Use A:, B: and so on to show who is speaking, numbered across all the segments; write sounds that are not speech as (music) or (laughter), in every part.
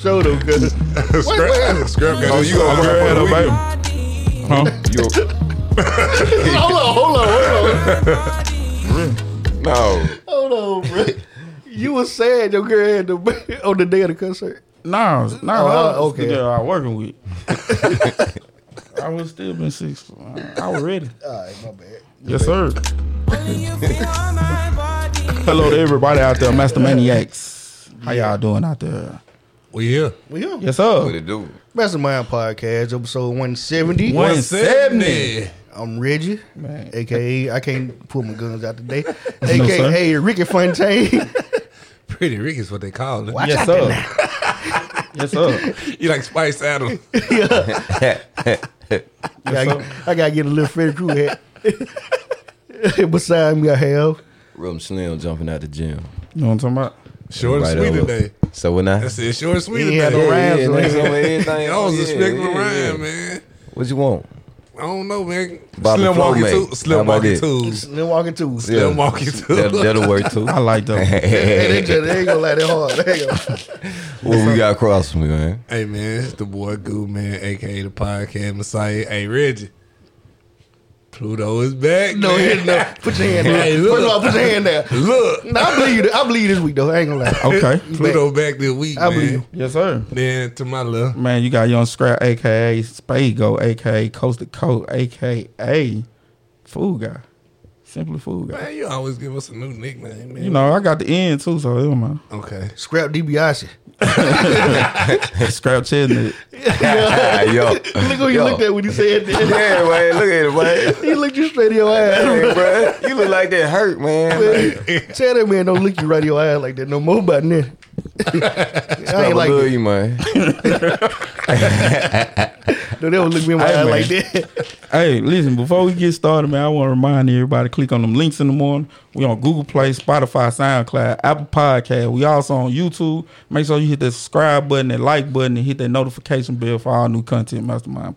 A: Show them, cause
B: Scrap, scrap got
C: Oh,
B: his
C: you gonna
B: girl
C: work
B: had her
C: for the
B: baby.
C: Huh? You
A: (laughs) hold on, hold on, hold on,
C: no.
A: hold on, bro. (laughs) You was sad your girl had the (laughs) on the day of the concert.
D: No, no.
A: uh, okay.
D: okay. The girl I working with. (laughs) I would still been six. I was ready.
A: All right, my bad.
D: Yes, sir. Hello to everybody out there, Master Maniacs. How y'all doing out there?
B: We here.
A: Well, yeah,
D: Yes,
C: What
D: sir.
C: it do?
E: (laughs)
A: Mastermind Podcast, episode 170.
D: One- 170.
A: I'm Reggie,
D: Man.
A: aka I can't pull my guns out today,
D: No, sir.
A: aka Ricky Fontaine.
B: Pretty Rick is what they call it.
D: Yes, sir. (laughs) yes, sir.
B: You like Spice Adam.
A: (laughs)
E: (laughs)
A: I, gotta, I gotta get a little Freddy Krueger hat. (laughs) Beside me, I have
E: Rum Slim jumping out the gym.
D: You know what I'm talking about?
B: Short and
E: Right
B: sweet
E: over.
B: today.
E: So when I
B: That's it. Short and sweet
A: He had
B: today.
A: a rhyme.
E: yeah,
A: Rhymes,
E: niggas over everything.
B: I was
E: Yeah,
B: expecting
E: yeah,
B: a
E: yeah.
B: rhyme, man.
E: What you want?
B: I don't know, man.
E: Bobby
B: slim walking
E: Flowman.
B: too.
E: How
B: Slim
E: about
B: walking
E: that?
B: tools.
A: Slim Walking Two.
E: Yeah.
B: Slim walking
E: That,
B: tools.
E: that'll work too. (laughs)
D: I like that.
A: Hey, they, just, they ain't gonna lie that hard. They ain't gonna-
E: What we got across from me, man?
B: Hey man, it's the boy Goo Man, aka the podcast Messiah. Hey Reggie. Pluto is
A: (laughs)
B: back.
A: No,
B: man.
A: hit no. Put your hand down.
B: Hey, look.
A: First of all, put your hand down.
B: (laughs) Look.
A: No, I believe you. I believe you this week though. I ain't gonna lie.
D: Okay.
B: Pluto back this week,
A: I
B: man.
A: believe you.
D: Yes, sir.
B: Then to my left.
D: Man, you got Young Scrap, aka Spago, aka Coast to Coast, aka Food Guy. Simply Food Guy.
B: Man, you always give us a new nickname, man.
D: You know, I got the end too, so it don't matter.
B: Okay.
A: Scrap DiBiase.
D: Scrap Chestnut.
E: Ah, yo.
A: Look who you
E: Yo.
A: looked at when he said that.
E: (laughs) Yeah, man. Look at it, man.
A: he looked you straight in your ass.
E: Hey, bro. You look like that hurt, man.
A: Tell that man don't look you right in your ass like that no more by now. I
E: I
A: ain't like
E: love
A: that.
E: you, man.
A: No, they don't look me in my
D: Hey,
A: eye
D: man.
A: like that.
D: Hey, listen, before we get started, man, I want to remind everybody click on them links in the morning. We on Google Play, Spotify, SoundCloud, Apple Podcast. We also on YouTube. Make sure you hit that subscribe button, that like button, and hit that notification bell for all new content Mastermind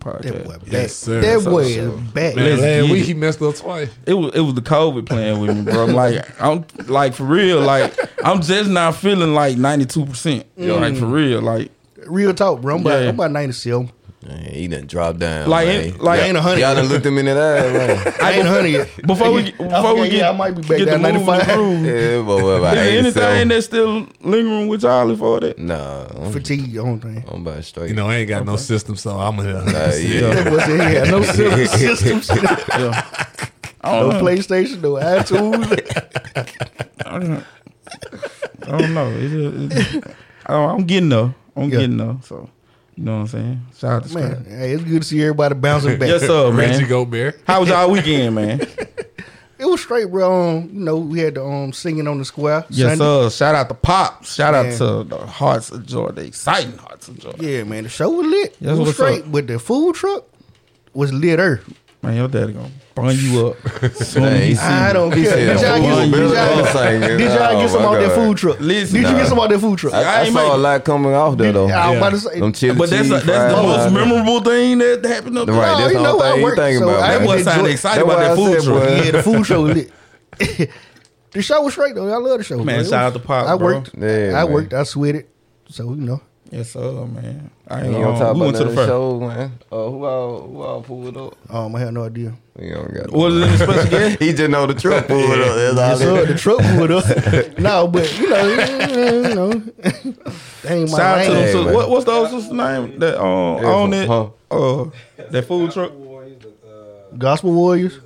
A: That boy
D: Podcast.
A: back.
B: Yes, sir.
A: That
B: So,
A: boy
B: so.
A: is back.
B: Man,
D: Let's
B: last
D: get
B: week
D: it.
B: he messed up twice.
D: It was it was the COVID playing with me, bro. I'm like I'm like for real, like I'm just not feeling like 92 percent. Like for real, like
A: Real talk, bro. I'm about,
D: Yeah.
A: I'm about 97.
E: Man, He done dropped down.
D: Like,
E: man.
D: it- like-
E: Y'all-
A: Ain't a hundred.
E: Y'all done looked him in the eye, man.
A: I ain't 100 yet.
D: (laughs) before we get-
A: Yeah,
D: before we
A: okay,
D: get
A: yeah, I might be back
D: get
A: down
D: the move in the
A: 95.
D: groove,
E: (laughs) Yeah, but what about
D: Is there anything
E: 87?
D: that's still lingering with y'all for that?
E: Nah, I'm,
A: Fatigue, the only thing.
E: I'm about straight.
B: You know, I ain't got no system, so I'm here. (laughs)
E: Uh, yeah.
A: That boy said he (laughs) had no system- systems.
D: I
A: No
D: don't, know.
A: PlayStation, no iTunes. (laughs)
D: I don't know. It's just, it's, I don't, I'm getting though. I'm
A: Yeah.
D: getting though. So you know what I'm saying. Shout out to
A: Man,
D: Scrap.
A: hey, it's good to see everybody bouncing back.
D: Yes, sir,
B: Reggie
D: Oh, man.
B: Gobert.
D: How was y'all weekend, man?
A: It was straight, bro. Um, you know, we had the um singing on the square.
D: yes,
A: Sunday.
D: sir. Shout out to Pop. Shout
A: Man.
D: out to the Hearts of Joy, the exciting Hearts of Joy.
A: Yeah, man. The show was lit.
D: That's
A: it was
D: what's
A: straight,
D: up.
A: but the food truck was lit. Earth.
D: Man, your daddy gonna burn you (laughs) up. Soon as he see
A: I
D: you.
A: don't care.
E: said, "Oh,
A: Did y'all get
E: "Boy,
A: some?
E: you
A: Did y'all,
E: better go."
A: did y'all get some
E: Oh,
A: out
E: my
A: that
E: God.
A: food truck?
D: Listen,
A: did you get
E: nah.
A: some out that food truck?
E: I, I
D: ain't
E: saw
D: make-
E: a lot coming off there, though.
A: I was about to
B: Yeah.
A: say.
E: Them chili
D: (laughs) But that's
E: cheese,
D: a, that's the
E: fries,
D: most
E: all that.
D: memorable thing that happened up there.
E: Right, that's
A: you
E: the
A: know
E: whole
A: I
E: thing you
A: work,
E: thinking
A: so
E: about.
A: I
D: That
E: man.
D: boy
A: wasn't
D: sounded
A: enjoy-
D: excited
E: That's
D: about
E: why
D: that
E: I
D: food
E: said,
D: truck.
A: (laughs)
E: boy.
A: yeah, the food show was lit.
D: (laughs)
A: the show was straight though. I love the show.
D: Man,
A: bro. It
D: shout
A: was-
D: out to Pop,
A: I
D: bro.
A: worked.
E: Yeah,
A: I
E: man.
A: worked. I sweated. So you know,
D: Yes, sir, man. I ain't
E: We
D: gonna
E: gonna talk
D: we
E: about
D: went to
E: the
D: the fair.
E: show, man. Uh, who all who all pulled up?
A: um, I had no idea.
E: We don't got.
D: Was it any special guest?
E: (laughs) he just know the truck pulled up. That's all
A: So
E: that.
A: the
E: (laughs)
A: truck pulled up. no, but you know, you know, that ain't my
D: Shout out to
A: lane.
D: them.
E: Hey,
D: sis-
E: man.
D: what, what's the old sister's name that uh, on it?
E: huh?
D: Uh, that food truck.
A: Gospel Warriors.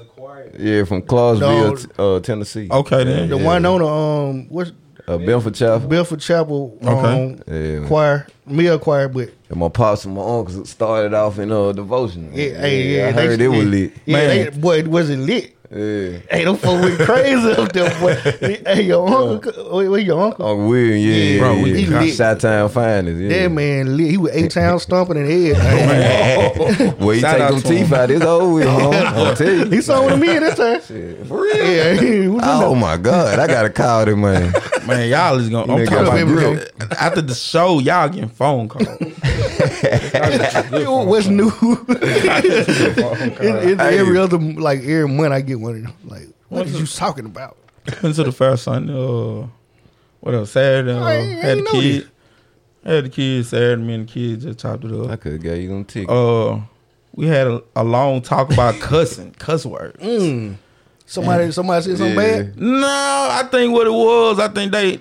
E: Yeah, from Clausville,
A: No.
E: uh, Tennessee.
D: Okay, then.
A: The
E: Yeah.
A: one on the um what's
E: Uh, Benford Chapel.
A: Belford Chapel um,
D: Okay.
E: Yeah, man.
A: choir, male choir, but
E: And my pops and my uncles started off in uh, devotion.
A: yeah, hey, yeah,
E: I
A: they-
E: heard it was
A: yeah,
E: lit.
A: Yeah,
D: Man.
A: they- boy, was it lit?
E: Yeah,
A: Hey, them folks went crazy up there, boy. Hey, your uncle, where, where your uncle?
E: Uncle William. Yeah,
A: Yeah,
E: yeah,
A: bro, we- he
E: yeah.
A: lit.
E: Shot Town Finest. Yeah,
A: That man lit. He was eight town stomping and everything.
E: (laughs) Well, you
D: Shout
E: take
D: out
E: them
D: to him.
E: teeth out. It's over (laughs) with. huh? I tell you.
A: he saw one of me in that time.
E: For real?
A: Yeah, (laughs) he was in
E: Oh my God! I gotta call them man.
D: Man, y'all is gonna.
E: You
D: I'm
E: nigga
D: talking
E: got
D: about after the show, y'all getting phone
E: (laughs)
D: calls.
A: there. What's new? it's (laughs) it's
E: Hey.
A: every other like every month I get one of them. Like, what is you talking about?
D: Went to the fair Sunday. Uh, what else? Saturday. Uh,
A: I ain't- I
D: had a
A: ain't know
D: kid. had the kids Saturday, me and the kids just chopped it
E: I
D: up.
E: could have gave you them tickets.
D: Uh, we had a, a long talk about cussing, cuss words.
A: Somebody, somebody said something
E: Yeah.
A: bad.
D: No, I think what it was, I think they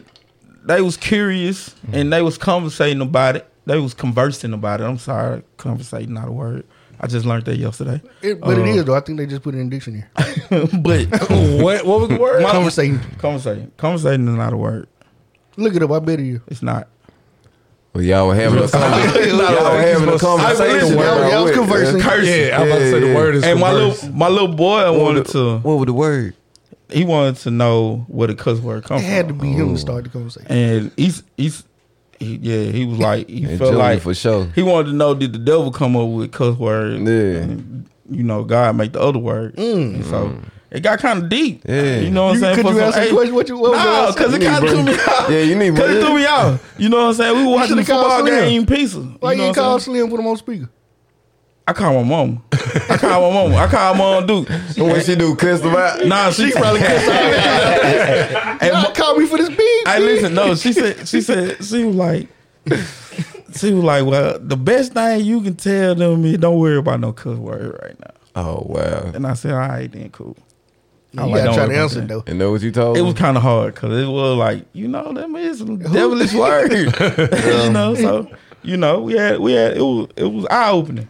D: they was curious and they was conversating about it. They was conversing about it. I'm sorry, conversating not a word. I just learned that yesterday.
A: It, but it
D: Uh.
A: is though. I think they just put it in the dictionary.
D: but
B: Um, (laughs) what what was the word?
D: My-
A: Conversating.
D: conversating, conversating is not a word.
A: Look it up. I bet you.
D: It's not.
E: Well, Oh, y'all were having a conversation. y'all were having a
D: listen,
E: conversation.
A: y'all-
E: where I
A: y'all was
E: went,
A: conversing.
E: yeah.
B: Yeah, I'm about to say the
E: Yeah,
B: word is.
D: And my
B: converse.
D: little my little boy wanted to
E: What was the word?
D: he wanted to know where the cuss word come
A: It had to
D: from.
A: be him to start the conversation.
D: And he's he's he, yeah, he was like he
E: And
D: felt
E: Junior
D: like
E: for sure.
D: he wanted to know did the devil come up with cuss words?
E: Yeah. Mm.
D: And, you know, God make the other word. And so it got kind of deep.
E: Yeah.
D: You know
A: Mm.
D: what I'm
A: You-
D: saying?
A: could
D: For
A: you
D: some
A: answer the
D: age-
A: question? What you- what was the
D: no,
A: answer?
D: because it
E: You
D: kind
E: need
D: of threw me
E: more-
D: out.
E: Yeah, you need
D: Because
E: more-
D: it threw me out. You know what I'm saying? We were watching the
A: should've called
D: football
A: Slim.
D: game pieces.
A: Why you,
D: know
A: ain't
D: what I'm
A: call
D: saying?
A: Slim put him on speaker?
D: I call my mama. I call my mama. I call my
A: (laughs)
D: mom Duke.
E: What she do? Cuss them out?
D: Nah, she (laughs) probably
A: (laughs) Hey, Y'all called me for this beat.
D: I listen. No, she said. She said. She was like. She was like, "Well, the best thing you can tell them is don't worry about no cuss word right now."
E: Oh, wow.
D: And I said, "All right, then, cool."
A: You
D: I'm like,
A: gotta
D: don't
A: try
D: worry
A: to
D: about
A: answer
D: that.
A: though.
E: And know what you told
D: It
E: them?
D: was kind of hard because it was like, you know, them is some
A: (laughs)
D: devilish word. you know, so you know, we had we had it was it was eye opening.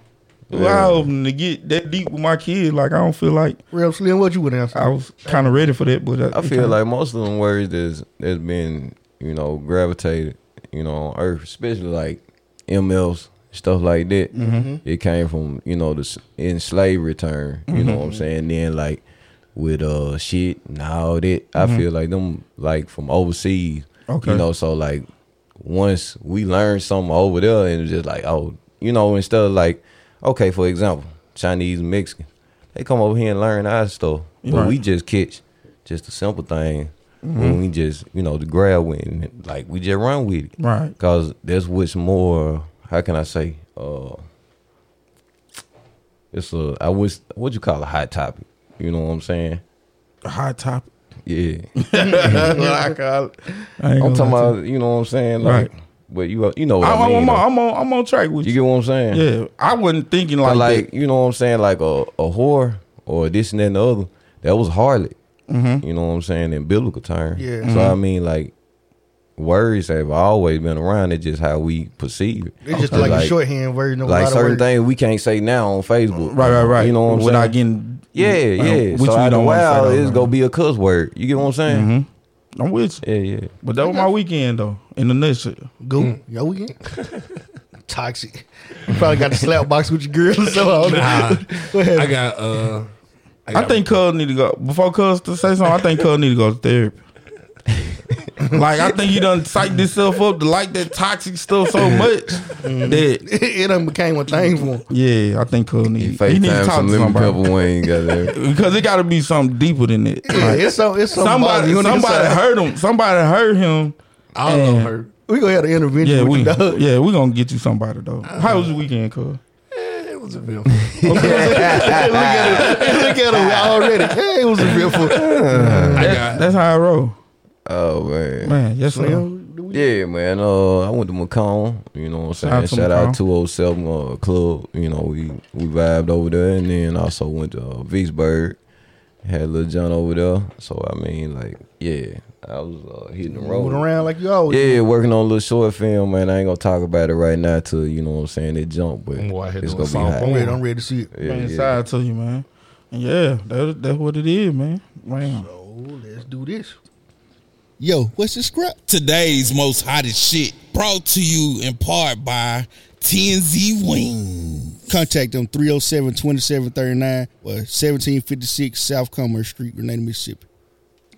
D: It was
E: Yeah.
D: eye opening to get that deep with my kid. Like I don't feel like
A: Real Slim, what you would answer?
D: I was kind of ready for that, but uh,
E: I feel like most of them words that's that's been you know gravitated you know on Earth, especially like MLs stuff like that. It came from you know the s- in slavery term. You know what I'm saying? Then like with uh shit and all that. I feel like them like from overseas.
D: Okay.
E: You know, so like once we learn something over there and it's just like oh you know instead of like okay for example Chinese and Mexican they come over here and learn our stuff but
D: Right.
E: we just catch just the simple thing when we just you know the grab when like we just run with it
D: right,
E: because that's what's more how can I say uh it's a I wish what you call a hot topic you know what I'm saying
D: hot topic.
E: yeah
D: (laughs) I call it. I ain't
E: I'm
D: gonna lie
E: talking
D: to you.
E: about (laughs) you know what I'm saying like
D: Right.
E: but you you know what
D: I'm,
E: I
D: I'm,
E: mean
D: on-
E: though.
D: I'm on. I'm on track with
E: you
D: you.
E: get what I'm saying
D: Yeah, I wasn't thinking like,
E: But like,
D: that.
E: you know what I'm saying, like a, a whore or this and that and the other. That was harlot.
D: Mm-hmm.
E: You know what I'm saying in biblical terms.
A: Yeah.
E: So I mean, like words have always been around. It's just how we perceive it.
A: It's just like, a
E: like,
A: shorthand version of a
E: like
A: lot of
E: certain
A: words.
E: things we can't say now on Facebook.
D: Right, right, right.
E: You know what I'm
D: Without
E: saying?
D: getting
E: yeah,
D: uh,
E: yeah.
D: Which
E: so
D: we
E: after a
D: don't want
E: while,
D: to say
E: it's gonna be a cuss word. You get what I'm saying?
D: Mm-hmm. be. I'm with you.
E: Yeah, yeah.
D: But that was my weekend though. In the nutshell,
A: Go, yo, we get (laughs) toxic. You probably got the slap box with your girl or something.
B: Nah,
A: (laughs) Go ahead.
D: (laughs)
B: I got. Uh,
D: I think Cuz need to go before Cuz to say something. I think Cuz need to go to
E: (laughs)
D: therapy. like I think he done psyched himself up to like that toxic stuff so much that
A: it done became a thing for him.
D: yeah, I think Cuz need
E: He
D: he need to
E: FaceTime
D: talk
E: some
D: to
E: lemon
D: somebody
E: pepper wing got there.
D: because it got to be something deeper than that.
A: Yeah,
D: Like,
A: it's so it's so
D: somebody
A: bothering.
D: somebody hurt him. Somebody hurt him.
B: all of her.
A: We gonna have an intervention
D: Yeah,
A: with
D: we
A: the dog.
D: yeah we gonna get you somebody though. How was your weekend, Cuz?
B: It was a
D: (laughs)
B: film.
A: (laughs) look at him. (laughs) Look at him already. Hey, it was a real fool.
B: I
D: That-
B: got.
D: that's how I roll,
E: Oh man.
D: man. Yes, sir.
E: Yeah, man. Uh, I went to Macomb. You know what I'm saying?
D: Shout out
E: Shout,
D: to Macomb.
E: out 207 uh, Club. You know, we, we vibed over there. And then also went to uh, Vicksburg. Had Lil John over there. So, I mean, like, yeah, I was uh, hitting the road.
A: Moving around like you always.
E: Yeah, working on a little short film, man. I ain't going to talk about it right now till, you know what I'm saying, it jump. But
B: Boy, I hit
E: it's
B: the
E: going to be
B: soft
E: hot.
A: I'm ready. I'm ready to see it.
E: Yeah,
D: man,
E: yeah.
D: shout out to you, man. And yeah, that, that's what it is, man. Man,
A: Oh, let's do this.
F: Yo, what's the script?
G: Today's most hottest shit brought to you in part by TNZ Wing.
F: Contact them 307 2739 or 1756 South Commerce Street, Grenada, Mississippi.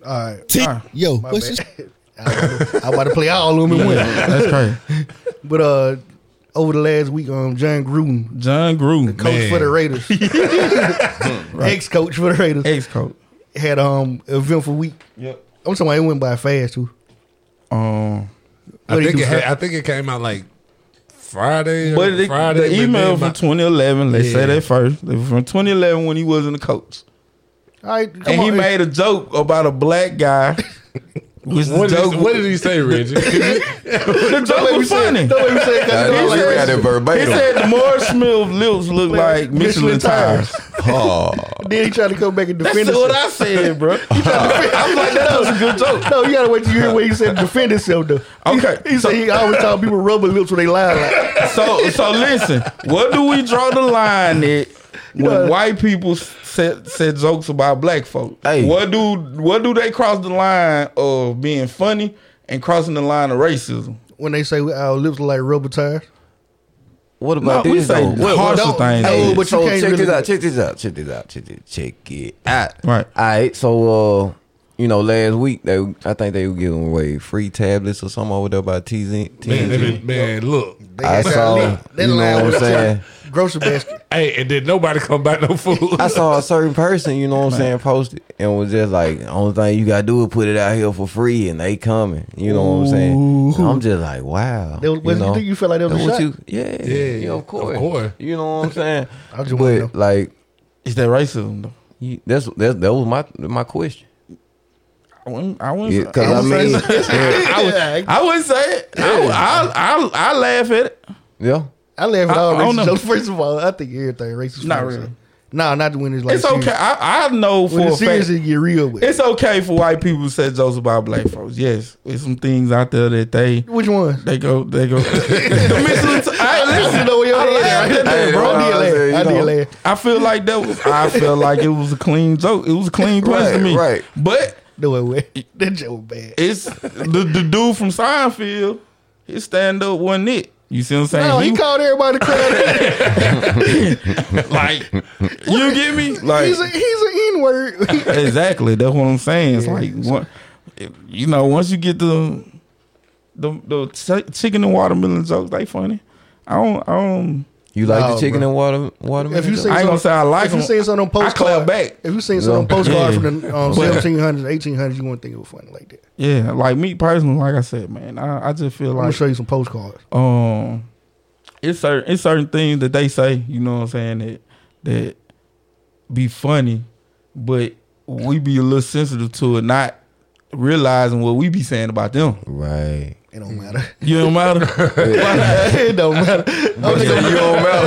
A: All right.
G: T-
F: Yo,
A: My
F: what's the
A: bad.
G: (laughs)
A: I'm about to- I'm about to play all of them and win.
D: that's crazy.
A: (laughs) But uh, over the last week, um, John Gruden,
D: John Gruden,
A: coach
B: Man.
A: for the
D: (laughs)
A: Raiders, (laughs) ex-coach for the Raiders,
D: ex coach.
A: had um eventful week.
D: Yep.
A: I'm talking about it went by fast too.
D: Um,
B: I
A: What
B: think
A: he
B: it.
A: do,
B: Had,
A: sir?
B: I think it came out like Friday. Or
D: but the,
B: Friday.
D: the
B: but
D: email
B: then
D: from
B: my-
D: 2011, let's say
B: Yeah.
D: that first, It was from 2011 when he wasn't a coach,
A: All right, come
D: and
A: on.
D: he made a joke about a black guy Which
B: What
D: the
B: did,
D: joke,
B: he, what did he say, Reggie?
D: the joke was funny.
A: Don't let me say it, 'cause
E: Nah,
A: you know,
E: this
A: like,
E: you got it
D: He
E: verbatim.
D: said the Morris Smith lips look like Michelin,
A: Michelin
D: tires.
A: tires.
E: oh,
A: Then he tried to come back and
D: That's
A: defend
D: what
A: himself.
D: I said, bro.
A: I was like, that was a good joke. No, you gotta wait till you hear what he said to defend himself though.
D: Okay,
A: He, he said he always told people rubber lips when they lie like
D: So so listen, what do we draw the line at when
A: Yeah.
D: white people said said jokes about black folk?
E: Hey.
D: What do what do they cross the line of being funny and crossing the line of racism?
A: when they say our lips look like rubber tires.
E: what about
D: No, we
E: this
D: say
E: though? What- what-
D: harsher
A: don't-
D: things.
A: hey,
E: Hey,
A: Oh, but you
E: so
A: can't
E: check
A: really-
E: this out. Check this out. Check this out. Check it. Check it out.
D: Right.
E: All right. So, uh, you know, last week they, I think they were giving away free tablets or something over there by
D: (laughs)
B: (laughs)
E: TZ.
B: man, they
E: TNT.
B: been- man, look.
E: I
A: got
E: saw.
A: lit. That
E: You know
A: line
E: what
A: was
E: I'm saying?
A: Grocery basket.
B: Hey, and then nobody come back no food.
E: I saw a certain person, you know what I'm saying, posted and was just like, only thing you gotta do is put it out here for free and they coming. You know what I'm saying? And I'm just like, wow.
A: That was- what you
E: know?
A: think you felt like that was a
E: That's what
A: shot?
E: you- yeah, yeah, of
B: of
E: course.
B: course.
E: You know what I'm saying?
A: (laughs) I just wanna know.
E: but like
D: Is that racism though?
E: you, that's, that's that was my my question.
D: I wouldn't, I wouldn't,
E: Because I mean yeah,
D: I, would, I wouldn't say it. I, would- I, I, I laugh at it.
E: (laughs) yeah.
A: I laugh at
D: I-
A: all
D: I don't
A: racist
D: know.
A: jokes. (laughs) First of all, I think everything racist.
D: Not
A: first.
D: really.
A: Nah, not when it's like
D: It's okay.
A: serious.
D: I, I know for
A: When
D: a
A: it's serious,
D: fact.
A: it get real with.
D: It's okay for white people to say jokes about black folks. Yes, there's some things out there that they
A: Which one?
D: they go they
E: (laughs)
D: go. (laughs) the Michelin. T- I, listen,
A: You know where your
D: I
A: head
D: laughed
A: at,
D: at that,
A: right?
D: bro.
A: I did laugh. I did laugh.
D: I feel like that was. I feel like it was a clean joke. It was a clean punch to
E: Right,
D: me.
E: right.
D: But
A: No way, way. That joke bad.
D: it's the, the dude from Seinfeld. His stand up wasn't it. You see what I'm saying?
A: No, he
D: He-
A: called everybody crazy. (laughs)
D: like you get me? (laughs) Like
A: he's a, he's an N word.
D: exactly. That's what I'm saying. It's like what you know. Once you get the the the chi- chicken and watermelon jokes, they funny. I don't. I don't.
E: You like
A: No,
E: the chicken
A: bro.
E: and water watermelon?
A: If you
E: though?
A: seen
D: I ain't
A: some-
D: gonna say I like
A: if you
D: them.
A: seen something on
D: I
A: postcard,
D: clap back.
A: If you seen something on
E: Yeah.
A: postcard from the um,
D: But-
A: 1700s, 1800s, you wouldn't think it was funny like that.
D: Yeah, like me personally, like I said, man, I, I just feel
A: I'm gonna
D: like
A: show you some postcards.
D: um, it's certain it's certain things that they say. You know what I'm saying? That that be funny, but we be a little sensitive to it, not realizing what we be saying about them.
E: (laughs) Right.
A: It don't
D: (laughs)
A: matter.
D: You know what I'm saying?
A: it don't matter. I'm just gonna-
E: you don't matter.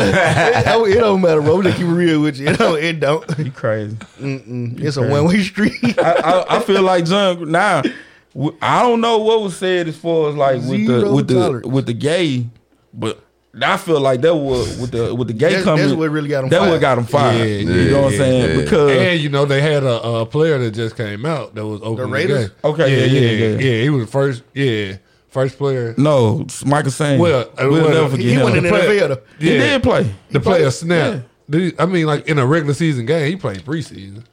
A: I- (laughs) it don't matter, bro. I'm just keep it real with you. It don't. It don't.
D: You crazy.
A: Mm-mm. It's a one way street. (laughs)
D: I, I, I feel like John now. w- I don't know what was said as far as like with the
A: Zero
D: with the
A: tolerance.
D: with the gay, but I feel like that was with the with the gay
A: That's-
D: coming.
A: that's what really got 'em
D: That
A: fired.
D: what got him
B: Yeah,
D: fired. you
B: yeah,
D: know what I'm
B: yeah,
D: saying?
E: yeah.
D: Because
B: And you know they had a, a player that just came out that was open.
A: Raiders?
D: Okay, yeah, yeah, yeah.
B: he was the first. Yeah, first player.
D: no, it's Michael saying
B: Well, uh,
D: we'll
B: well,
D: never forget
A: he
D: him.
A: went in the
B: Play-
A: NFL. though.
D: He
B: yeah.
D: did play.
B: The player snap. Dude, I mean, like in a regular season game, he played preseason.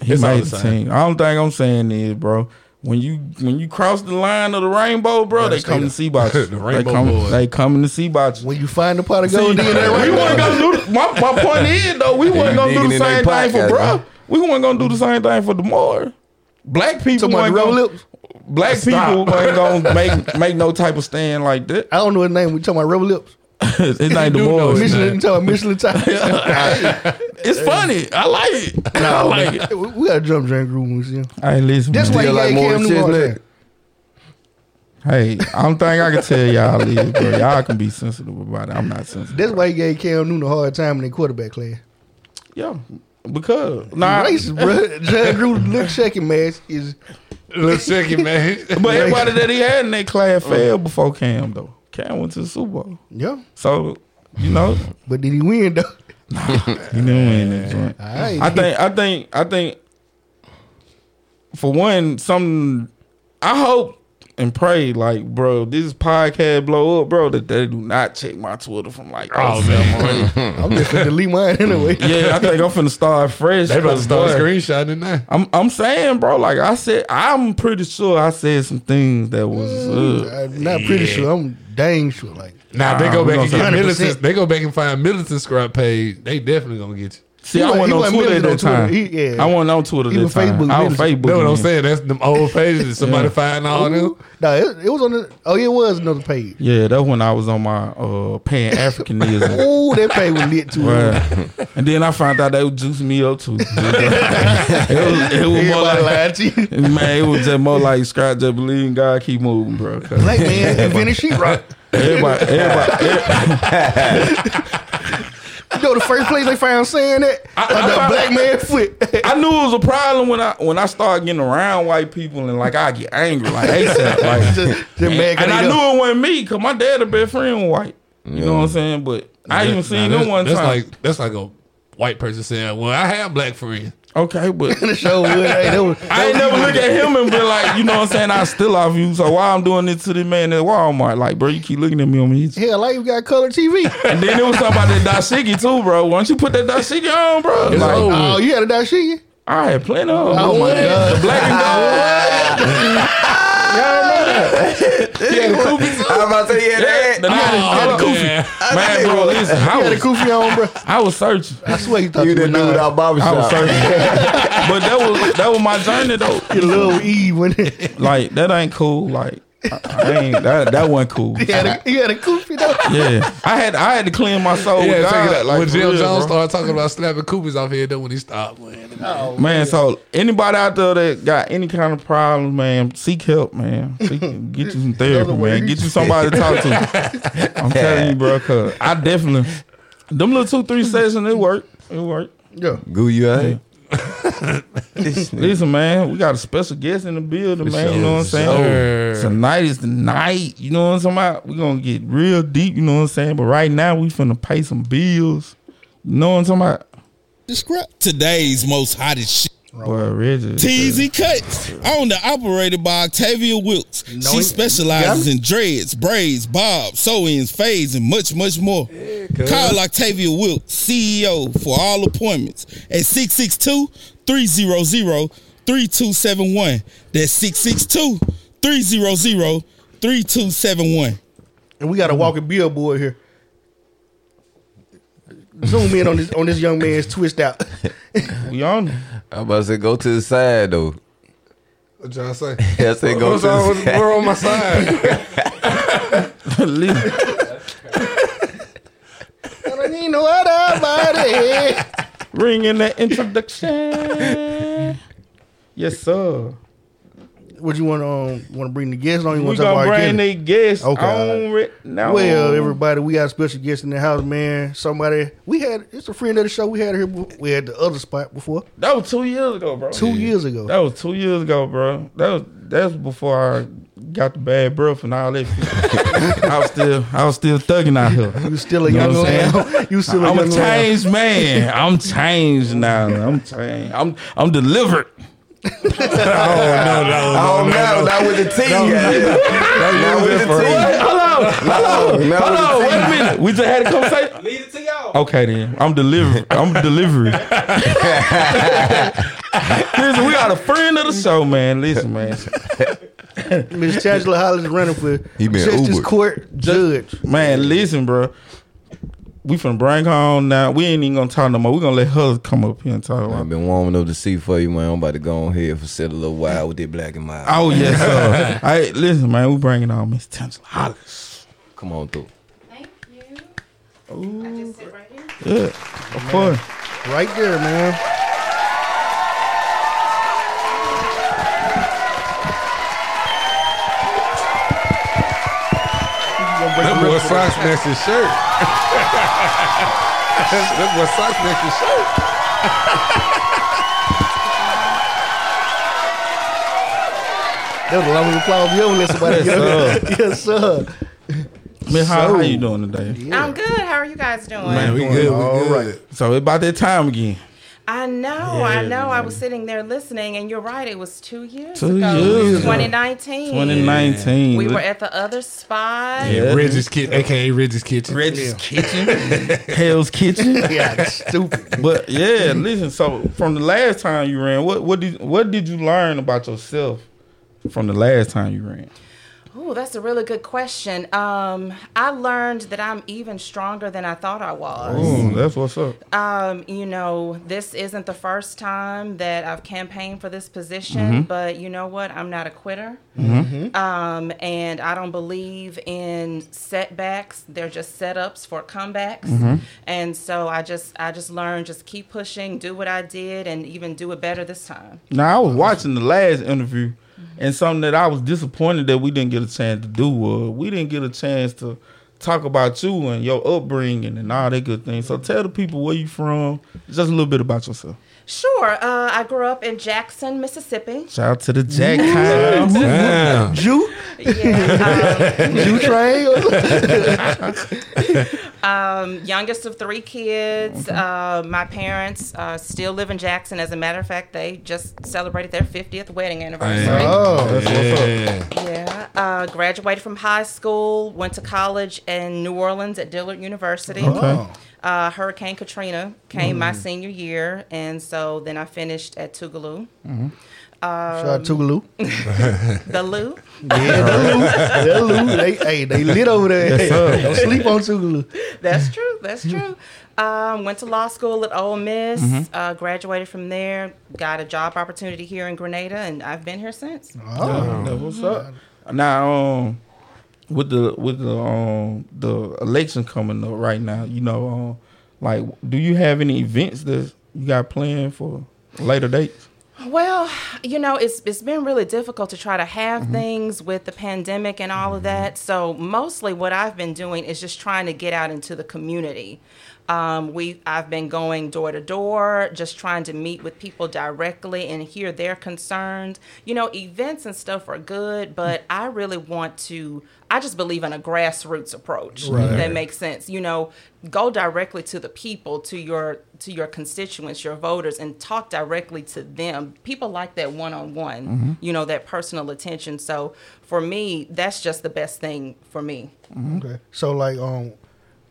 D: He
B: It's all
D: made
B: the
D: the
B: same.
D: team. I don't think I'm saying is, bro. When you when you cross the line of the rainbow, bro, they come to see about you.
B: The
D: they
B: rainbow
D: come,
B: boys.
D: they coming to see about you.
A: When you find the pot of
D: See,
A: gold, then that right.
D: we
A: now.
D: weren't gonna do the, my, my point is though we weren't gonna do
E: digging
D: the
E: in they
D: same
E: pot,
D: thing for
E: goddamn.
D: bro. We weren't gonna do the same thing for Demar. Black people
A: Talking about
D: ain't
A: the rubber
D: gonna,
A: lips.
D: black people ain't gonna make make no type of stand like that.
A: (laughs) I don't know his name. We talking about rubber lips.
D: It's not
B: do know
D: Demar.
B: it's
D: It's,
B: not.
A: Michelin, you talking about Michelin tire.
D: funny. I like it. (laughs) I like it.
A: we we got a jump Jane Groove when we see him.
D: Hey, listen.
A: That's
D: man.
A: why
E: You
A: you
E: like
A: like
E: more
A: Cam Newton.
E: chestnut?
A: there.
D: Hey, I don't think I can tell y'all this, bro. Y'all can be sensitive about it. I'm not sensitive.
A: That's why he gave Cam Newton a hard time in the quarterback class.
D: Yeah, because
A: Nah.
D: nah,
A: Racist, bro. John Drew look shaking mask is
B: Let's check it, (laughs) man.
D: but everybody that he had in that
B: Oh.
D: class failed before Cam though. Cam went to the Super Bowl,
A: yeah.
D: so you know
A: But did he win though?
D: you didn't win that joint.
A: All right.
D: I think I think I think for one, some I hope and pray like, bro, this podcast blow up, bro, that they do not check my Twitter from like
B: oh
D: oh,
B: man,
A: I'm just gonna delete mine anyway.
D: Yeah, I think I'm finna start fresh.
B: they about to start
D: Boy,
B: screenshotting now.
D: I'm I'm saying, bro, like I said, I'm pretty sure I said some things that was uh,
A: I'm not pretty sure. I'm dang sure. Like
B: Now they go
D: we
B: back and
D: gonna
B: get
A: say-
B: Millicent.
A: 100%.
B: They go back and find Millicent's scrap page. They definitely gonna get you.
D: See,
A: He
D: I
A: wa-
D: wasn't
A: he
D: on
A: wasn't
D: Twitter at
A: militant
D: that
A: on
D: time.
A: Twitter. He- yeah.
D: I wasn't on Twitter
A: He
D: that
A: was
D: time.
A: Facebook
D: I was
A: militant.
D: Facebook.
B: Know what I'm
D: then.
B: saying? That's them old pages. that Somebody find all them.
A: No, it, it was on the. Oh, it was another page.
D: Yeah, that's when I was on my uh,
A: (laughs)
D: Pan Africanism.
A: Ooh, that page was lit too.
D: and then I found out they would juice me up too. (laughs) it was, it was more
A: Everybody
D: like,
A: lied to you.
D: man, it was just more like scratch just believe in God, keep moving, bro. 'cause
A: Black man invented sheetrock. (laughs)
D: Everybody, everybody, every-
A: You know the first place they found saying that?
D: I-
A: Under
D: I-
A: a black man (laughs) foot.
D: I knew it was a problem when I when I started getting around white people and like I get angry like ASAP, like
A: (laughs) just, just mad 'cause
D: and
A: they
D: I
A: done-
D: knew it wasn't me because my dad a best friend was white. You know what I'm saying? But I even seen
B: Now,
D: them one
B: that's
D: time.
B: Like, that's like a white person saying, well, I have black friends.
D: okay, but
A: the show. would- (laughs) hey, that was-
D: I ain't never look at him and be like, you know what I'm saying? I still off you. So why I'm doing this to this man at Walmart? Like, bro, you keep looking at me on me.
A: Hell, I even got color (laughs) TV.
D: And then it was something about that dashiki too, bro. Once you put that dashiki on, bro, like,
B: over.
A: oh, you had a dashiki?
D: I had plenty of. them.
A: Oh, my God.
D: the black and gold.
A: (laughs)
D: Y'all remember that? Yeah,
E: I'm about to say, yeah,
D: the
E: that.
D: goofy. Yeah, the-
B: goofy.
D: the- Man, bro, listen, I
A: You had a
D: was,
A: goofy on, bro.
D: I was searching.
A: I swear you thought
E: You
A: you,
E: the
A: were
E: dude
A: not.
E: out
D: I was
E: barbershop.
D: searching. (laughs) but that was that was my journey though.
A: Your little
D: (laughs)
A: Eve when he
D: Like that ain't cool. Like I, I ain't that that wasn't cool.
A: had
D: (laughs)
A: a, he had a goofy though.
D: Yeah, I had I had to clean my soul.
B: Yeah,
D: with
B: take
D: God,
B: it out.
D: like,
B: Oh, when
D: for
B: Jim
D: real, bro.
B: Jones started talking about slapping Coopers off here, then when he stopped, man.
D: man. So anybody out there that got any kind of problem, man, seek help, man. Seek, get you some therapy, man. Get you somebody to talk to. I'm telling you, bro. Cause I definitely them little two three sessions it worked. It worked.
A: Yeah.
E: Goo, you (laughs) ain't.
D: Listen, man, we got a special guest in the building, man. You know what I'm saying? Tonight is the night. You know what I'm talking about? We're gonna get real deep, you know what I'm saying? But right now we finna pay some bills. You know what I'm talking about?
F: Describe.
G: Today's most hottest shit.
D: Boy, Reggie.
G: TZ Cuts, owned and operated by Octavia Wilkes. she specializes in dreads, braids, bobs, sew-ins, fades, and much, much more. Call Octavia Wilkes, CEO, for all appointments at 662-300-3271. That's 662-300-3271.
A: And we got a walking billboard here. Zoom in on this on this young man's twist
D: (laughs)
A: out.
D: We on it.
E: I'm about to say, go to the side, though. (laughs)
B: What y'all say?
E: I said, go
B: What's
E: to the
B: wrong (laughs) with-
E: side. (laughs)
B: We're on my side.
A: (laughs)
D: Listen,
A: you know what i
D: Ring in that introduction. Yes, sir.
A: What you want to um, want to bring the guest on? You
D: We
A: want to talk
D: gonna
A: about
D: bring
A: again?
D: the guest
A: Okay, all
D: on right now.
A: Well, everybody, we got a special guest in the house, man. Somebody we had it's a friend of the show. We had her. bef- We had the other spot before
D: That was two years ago, bro.
A: two years ago.
D: That was two years ago, bro. That was that's before I got the bad breath and all that. (laughs) shit. I was still I was still thugging out
A: you
D: here.
A: still a
D: You know
A: young
D: what I'm
A: lamb. (laughs) You still a
D: I'm
A: young
D: a
A: lamb.
D: changed man. I'm changed now. I'm changed. I'm I'm delivered.
E: Oh, no, not with the T. (laughs) Not with the
D: What?
E: T.
D: Hello, hello,
E: No, no,
D: hello.
E: no.
D: Wait a minute. We just had a conversation. Leave it to y'all. Okay then. I'm delivered. I'm delivered. Listen, we got a friend of the show, man. Listen, man.
A: Miss Chancellor Hollis running for
E: He been
A: Justice
E: Ubered.
A: Court Judge.
D: Man, listen, bro. We finna bring her on now. We ain't even gonna talk no more. We gonna let her come up here and talk.
E: I've
D: About
E: been warming up the seat for you, man. I'm about to go on here for sit a little while with that black and mild.
D: Oh yes, sir. hey, listen, man. We bringing on Miss Tinsel Hollis.
E: Come on through.
H: Thank you. I just sit right here.
D: Yeah, of course.
A: Right there, man.
B: that boy socks next his shirt. (laughs) that boy socks next his shirt.
A: That was a long applause. You ever let somebody get up? Yes, (laughs) sir.
D: Miss, how, how you doing today?
H: I'm good. How are you guys doing?
B: Man, we good. We good.
D: So it's about that time again.
H: I know, I know. I was sitting there listening, and you're right. It was two years
D: Two
H: ago.
D: years ago.
H: 2019.
D: 2019.
H: We were at the other spot.
B: Yeah, Reggie's kitchen, aka Reggie's kitchen.
D: Reggie's (laughs) Kitchen, Hell's Kitchen.
A: Yeah, stupid.
D: But yeah, listen. So from the last time you ran, what what did what did you learn about yourself from the last time you ran?
H: Oh, that's a really good question. Um, I learned that I'm even stronger than I thought I was.
D: Boom, that's what's up.
H: Um, you know, this isn't the first time that I've campaigned for this position, but you know what? I'm not a quitter. Um, and I don't believe in setbacks. They're just setups for comebacks. And so I just I just learned just keep pushing, do what I did and even do it better this time.
D: Now I was watching the last interview, and something that I was disappointed that we didn't get a chance to do was we didn't get a chance to talk about you and your upbringing and all that good thing. So tell the people where you from, just a little bit about yourself.
H: Sure. Uh, I grew up in Jackson, Mississippi.
D: Shout out to the Jack Kyle.
B: Damn.
A: Jew,
H: Yeah,
A: Jew train. or something?
H: um, youngest of three kids. Uh, my parents uh, still live in Jackson. As a matter of fact, they just celebrated their 50th wedding anniversary.
A: Oh, that's
B: Yeah.
H: Yeah. Uh, graduated from high school, went to college in New Orleans at Dillard University. Uh, Hurricane Katrina came my senior year, and so then I finished at Tougaloo.
A: (laughs) Shout out to Lou.
H: The Lou.
A: Yeah, that Lou, that Lou, they, hey, they lit over there. Don't sleep on Tougaloo.
H: That's true. That's true. Um, went to law school at Ole Miss. Uh, graduated from there. Got a job opportunity here in Grenada, and I've been here since.
D: That's what's up. Now, um, with the with the um the election coming up right now, you know, um, like, do you have any events that you got planned for later dates?
H: Well, you know, it's it's been really difficult to try to have things with the pandemic and all of that. So mostly, what I've been doing is just trying to get out into the community. Um, we I've been going door to door, just trying to meet with people directly and hear their concerns. You know, events and stuff are good, but I really want to. I just believe in a grassroots approach if that makes sense. You know, go directly to the people, to your to your constituents, your voters, and talk directly to them. People like that one on one, you know, that personal attention. So for me, that's just the best thing for me.
A: Okay. So like um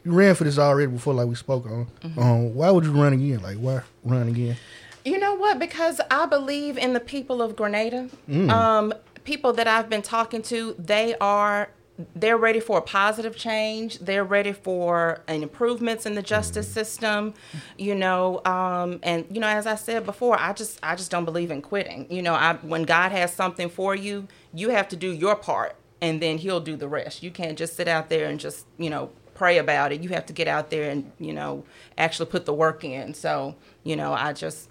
A: you ran for this already before like we spoke on. Um why would you run again? Like why run again?
H: You know what? Because I believe in the people of Grenada. Um, people that I've been talking to, they are they're ready for a positive change. They're ready for an improvements in the justice system. You know, um, and you know, as I said before, I just I just don't believe in quitting. You know, I when God has something for you, you have to do your part, and then He'll do the rest. You can't just sit out there and just you know pray about it. You have to get out there and, you know, actually put the work in. So, you know, I just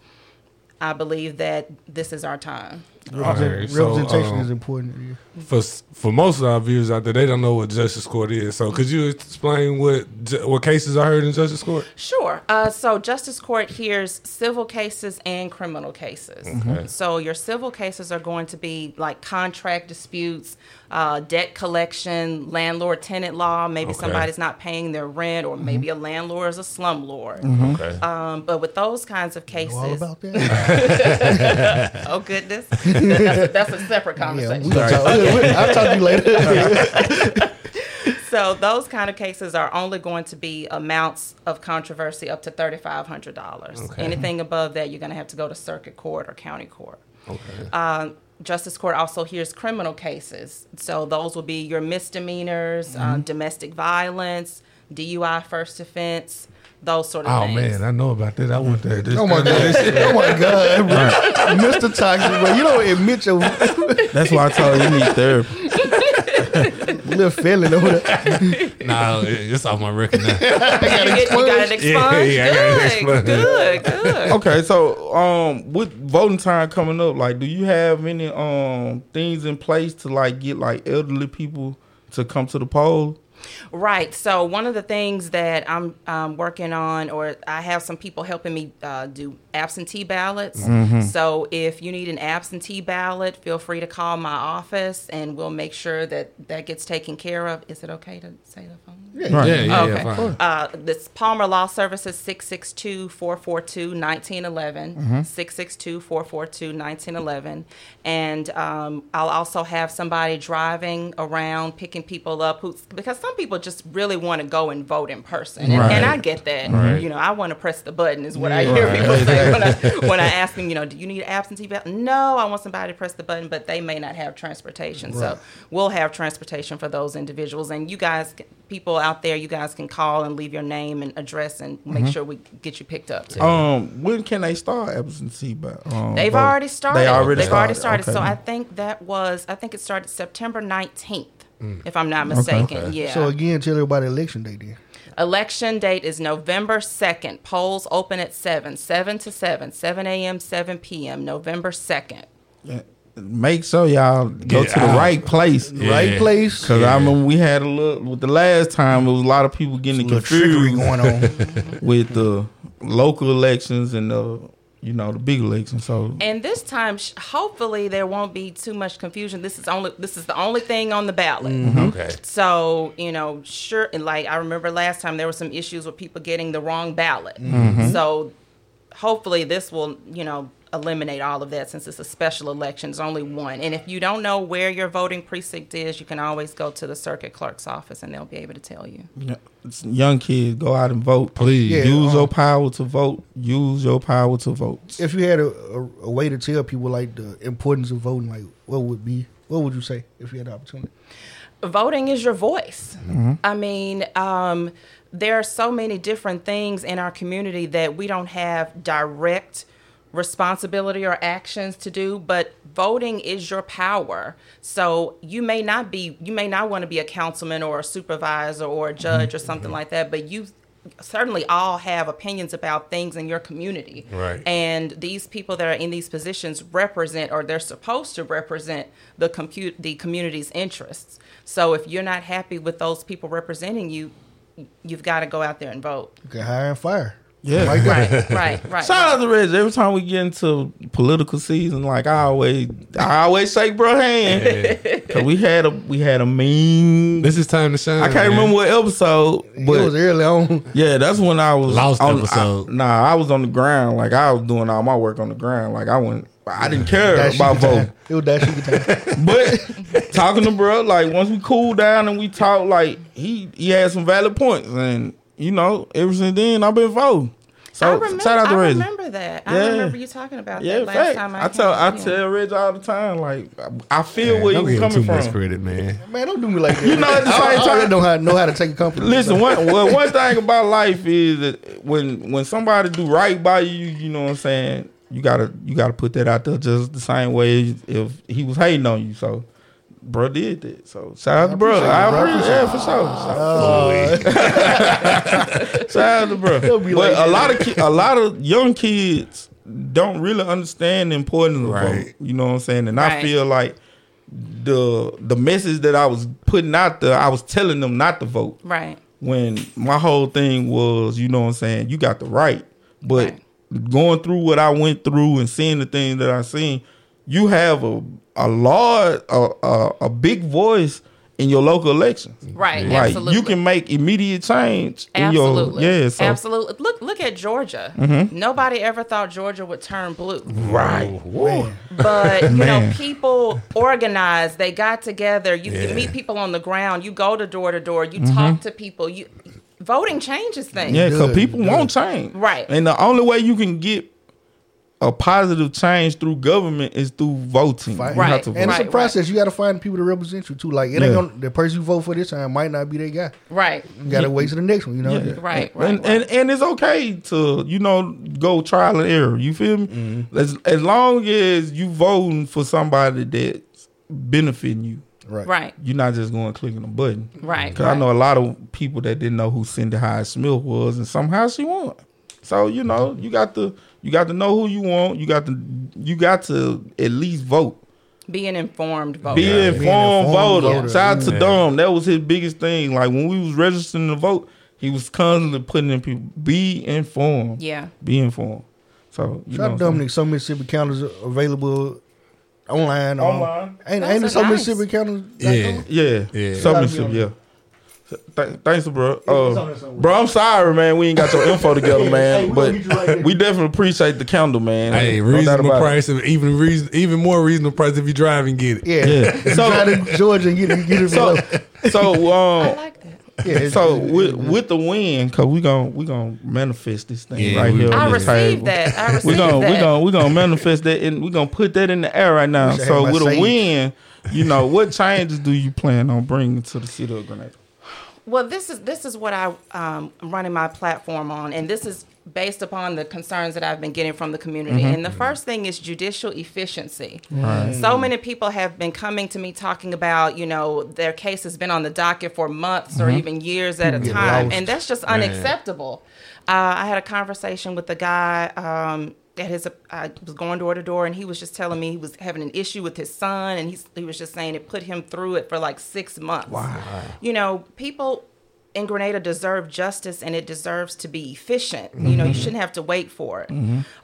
H: I believe that this is our time.
B: Alright, so,
A: Representation
B: um,
A: is important. Yeah.
B: for for most of our viewers out there, they don't know what justice court is. So, could you explain what ju- what cases are heard in justice court?
H: Sure. Uh, so, justice court hears civil cases and criminal cases.
B: Mm-hmm.
H: So, your civil cases are going to be like contract disputes, uh, debt collection, landlord tenant law. Maybe
B: Okay.
H: somebody's not paying their rent, or maybe
A: Mm-hmm.
H: a landlord is a slumlord.
B: Okay.
H: Um, but with those kinds of cases,
A: You all about that? (laughs)
H: oh goodness, that's a, that's a separate
A: yeah,
H: conversation.
A: we gonna
D: (laughs)
A: talk, I'll talk to you later.
H: So those kind of cases are only going to be amounts of controversy up to thirty five hundred dollars.
B: Okay.
H: Anything above that, you're going to have to go to circuit court or county court. Um, Justice Court also hears criminal cases. So those will be your misdemeanors,
B: Mm-hmm.
H: um, domestic violence, DUI first offense, those sort of
B: Oh
H: things.
B: man, I know about that. I went there. This,
A: oh my god. Oh my god. bro. Mr. Toxic, bro. You don't admit your
D: That's why I told you you need (laughs) therapy.
A: little feeling over there.
B: nah, it- it's off my (laughs) record now.
H: (laughs) you, get, you got it expunged.
B: Yeah, yeah, I got it expunged.
H: good, good, good.
D: Okay, so um, with voting time coming up, like, do you have any um things in place to like get like elderly people to come to the poll?
H: Right. So one of the things that I'm um, working on, or I have some people helping me uh, do absentee ballots. So if you need an absentee ballot, feel free to call my office, and we'll make sure that that gets taken care of. Is it okay to say the phone?
B: Yeah, yeah, yeah.
H: okay.
B: fine.
H: Uh, this Palmer Law Services 662-442-1911,
B: Mm-hmm.
H: 662-442-1911. And um, I'll also have somebody driving around picking people up who's because some people just really want to go and vote in person. And, and I
B: Right.
H: get that.
B: Right.
H: You know, I want to press the button is what I hear people say when
B: (laughs)
H: I, when I ask them, you know, do you need an absentee ballot? No, I want somebody to press the button, but they may not have transportation. So we'll have transportation for those individuals. And you guys, c- people out there, you guys can call and leave your name and address and make
D: Mm-hmm.
H: sure we get you picked up too.
D: Um, when can they start absentee by? Um,
H: They've
D: vote?
H: already started.
D: They already
H: They've
D: started.
H: already started.
D: Okay.
H: So I think that was, I think it started September 19th,
D: Mm.
H: if I'm not mistaken. Yeah.
A: So again, tell everybody election day then.
H: Election date is November 2nd. Polls open at 7, 7 to 7, 7 a.m., 7 p.m., November 2nd.
D: make sure y'all go
B: Get
D: to the
B: out.
D: right place.
A: Right place.
D: Cause I remember we had a look with the last time. It was a lot of people getting
A: little trickery
D: confused
A: going on.
D: (laughs) with the local elections and the you know the big elections. So
H: And this time, sh- hopefully, there won't be too much confusion. This is only this is the only thing on the ballot.
B: Okay.
H: So you know, sure. And like I remember last time, there were some issues with people getting the wrong ballot. So hopefully, this will you know eliminate all of that since it's a special election. It's only one. And if you don't know where your voting precinct is, you can always go to the circuit clerk's office, and they'll be able to tell you.
D: young kids go out and vote.
B: Please.
A: Yeah.
D: Use
A: uh-huh.
D: your power to vote. Use your power to vote.
A: If you had a, a, a way to tell people like the importance of voting, like what would be, what would you say if you had the opportunity?
H: voting is your voice. I mean, um, there are so many different things in our community that we don't have direct responsibility or actions to do, but voting is your power. So you may not be, you may not want to be a councilman or a supervisor or a judge or something like that, but you certainly all have opinions about things in your community
B: Right.
H: and these people that are in these positions represent or they're supposed to represent the compute the community's interests so if you're not happy with those people representing you you've got to go out there and vote
D: (laughs)
A: You can hire and fire.
D: Yeah.
A: like that.
H: right right right
D: Shout out to Reggie. Every time we get into political season, like I always, I always shake bro hand. (laughs) Cause we had a we had a mean.
B: This is time to shine.
D: I can't
B: man.
D: remember what episode,
A: it
D: but
A: was early on.
D: yeah, that's when I was
B: Lost
D: on,
B: episode.
D: I, nah, I was on the ground. Like I was doing all my work on the ground. Like I went, I didn't care
A: That
D: about
A: shooting
D: voting.
A: time. It was that shooting time. (laughs)
D: But (laughs) talking to bro, like once we cool down and we talk, like he he had some valid points, and you know, ever since then I've been voting. So
H: I remember,
D: shout out to
H: I
D: Reggie.
H: remember that. I
D: Yeah.
H: remember you talking about
D: Yeah,
H: that last
D: fact.
H: time I,
D: I, tell I
H: came. Yeah.
D: tell Reg all the time, like I I feel
B: Man,
D: where
B: don't
D: you
B: give him
D: coming
B: too much
D: from.
B: credit, Oh, man.
A: Man, don't do me like that. You
D: know, at the same
A: I, I
D: time-
A: know how know how to take a compliment.
D: Listen, one well, one thing about life is that when when somebody do right by you, you know what I'm saying. You gotta you gotta put that out there just the same way if he was hating on you. So, bro did that. So shout out to bro.
A: appreciate it,
D: I
A: bro. I
D: appreciate yeah, for sure. Shout
A: Uh,
D: out to Shout out
A: (laughs)
D: to bro.
A: They'll be
D: But
A: like-
D: a lot of ki- a lot of young kids don't really understand the importance of
B: Right.
D: vote. You know what I'm saying? And I
H: Right.
D: feel like the the message that I was putting out there, I was telling them not to vote.
H: right
D: When my whole thing was, you know what I'm saying, you got the right. But going through what I went through and seeing the things that I seen, you have a a large a, a, a big voice in your local election.
H: right
D: Like
H: absolutely
D: you can make immediate change
H: Absolutely.
D: in your yeah, so Mm-hmm.
H: Absolutely. Look look at Georgia. Nobody ever thought Georgia would turn blue.
D: right.
H: but you know
D: Man.
H: people organized they got together you can meet people on the ground you go to door to door you talk to people you voting changes things
D: Mm-hmm. Yeah, because
A: Good,
D: people won't change.
H: Right.
D: And the only way you can get a positive change through government is through voting.
A: Right.
D: You have to
A: and
D: vote.
A: it's
H: Right,
A: a process. You got to find people to represent you too. Like it ain't
D: Yeah.
A: gonna, the person you vote for this time might not be that guy.
H: right
A: You got to wait to the next one. You know.
D: Yeah.
H: right right
D: and, and and it's okay to you know go trial and error. You feel me? As as long as you voting for somebody that's benefiting you,
A: Right.
H: right
D: you're not just going clicking a button.
H: Right,
D: Because I
H: right.
D: know a lot of people that didn't know who Cindy Hyde Smith was, and somehow she won. So you know, you got to you got to know who you want. You got to you got to at least vote.
H: be an informed
A: Oh,
H: voter
D: Be an informed
A: informed
D: voter.
A: voter.
D: Shout out to Dom. That was his biggest thing. Like when we was registering to vote, he was constantly putting in people. Be informed.
H: yeah
D: Be informed. So you
A: Shout
D: know,
A: out to Dominic. Some Mississippi counties are available online. on-
D: Online.
A: Ain't,
H: Those
A: ain't
H: are
A: it some
H: nice.
A: Mississippi counties?
B: Yeah.
D: Yeah.
B: Yeah.
D: Submission. Yeah. Th- thanks, bro. Uh, bro, I'm sorry, man. We ain't got your info together,
A: (laughs) Hey,
D: man.
A: we
D: But
A: gonna get you right there.
D: we definitely appreciate the candle, man.
B: Hey,
D: No doubt
B: reasonable
D: about it.
B: price, if- even reason, even more reasonable price if you drive and get it.
A: Yeah.
D: Yeah.
A: so, try to Georgia and get it, get it so, (laughs)
D: So,
H: I
D: um,
H: like that.
A: yeah, it's-
D: so
A: it's-
D: with, with the win, cause we gon' we gonna manifest this thing
B: Yeah,
D: right
B: we-
D: here.
B: I
D: on
H: I
D: this table.
H: received that. I received
D: We're gonna
H: that.
D: we're gonna we're gonna manifest that and we're gonna put that in the air right now.
A: should
D: So
A: have
D: with
A: my
D: a
A: sage.
D: win, you know what changes do you plan on bringing to the city of Grenada?
H: Well, this is this is what I um, am running my platform on, and this is based upon the concerns that I've been getting from the community. And the first thing is judicial efficiency. So many people have been coming to me talking about, you know, their case has been on the docket for months or even years at a time, and that's just unacceptable. Uh, I had a conversation with a guy. Um, at his, I was going door to door, and he was just telling me he was having an issue with his son, and he's, he was just saying it put him through it for like six months. Wow. You know, people in Grenada deserve justice and it deserves to be efficient. You know, you shouldn't have to wait for it.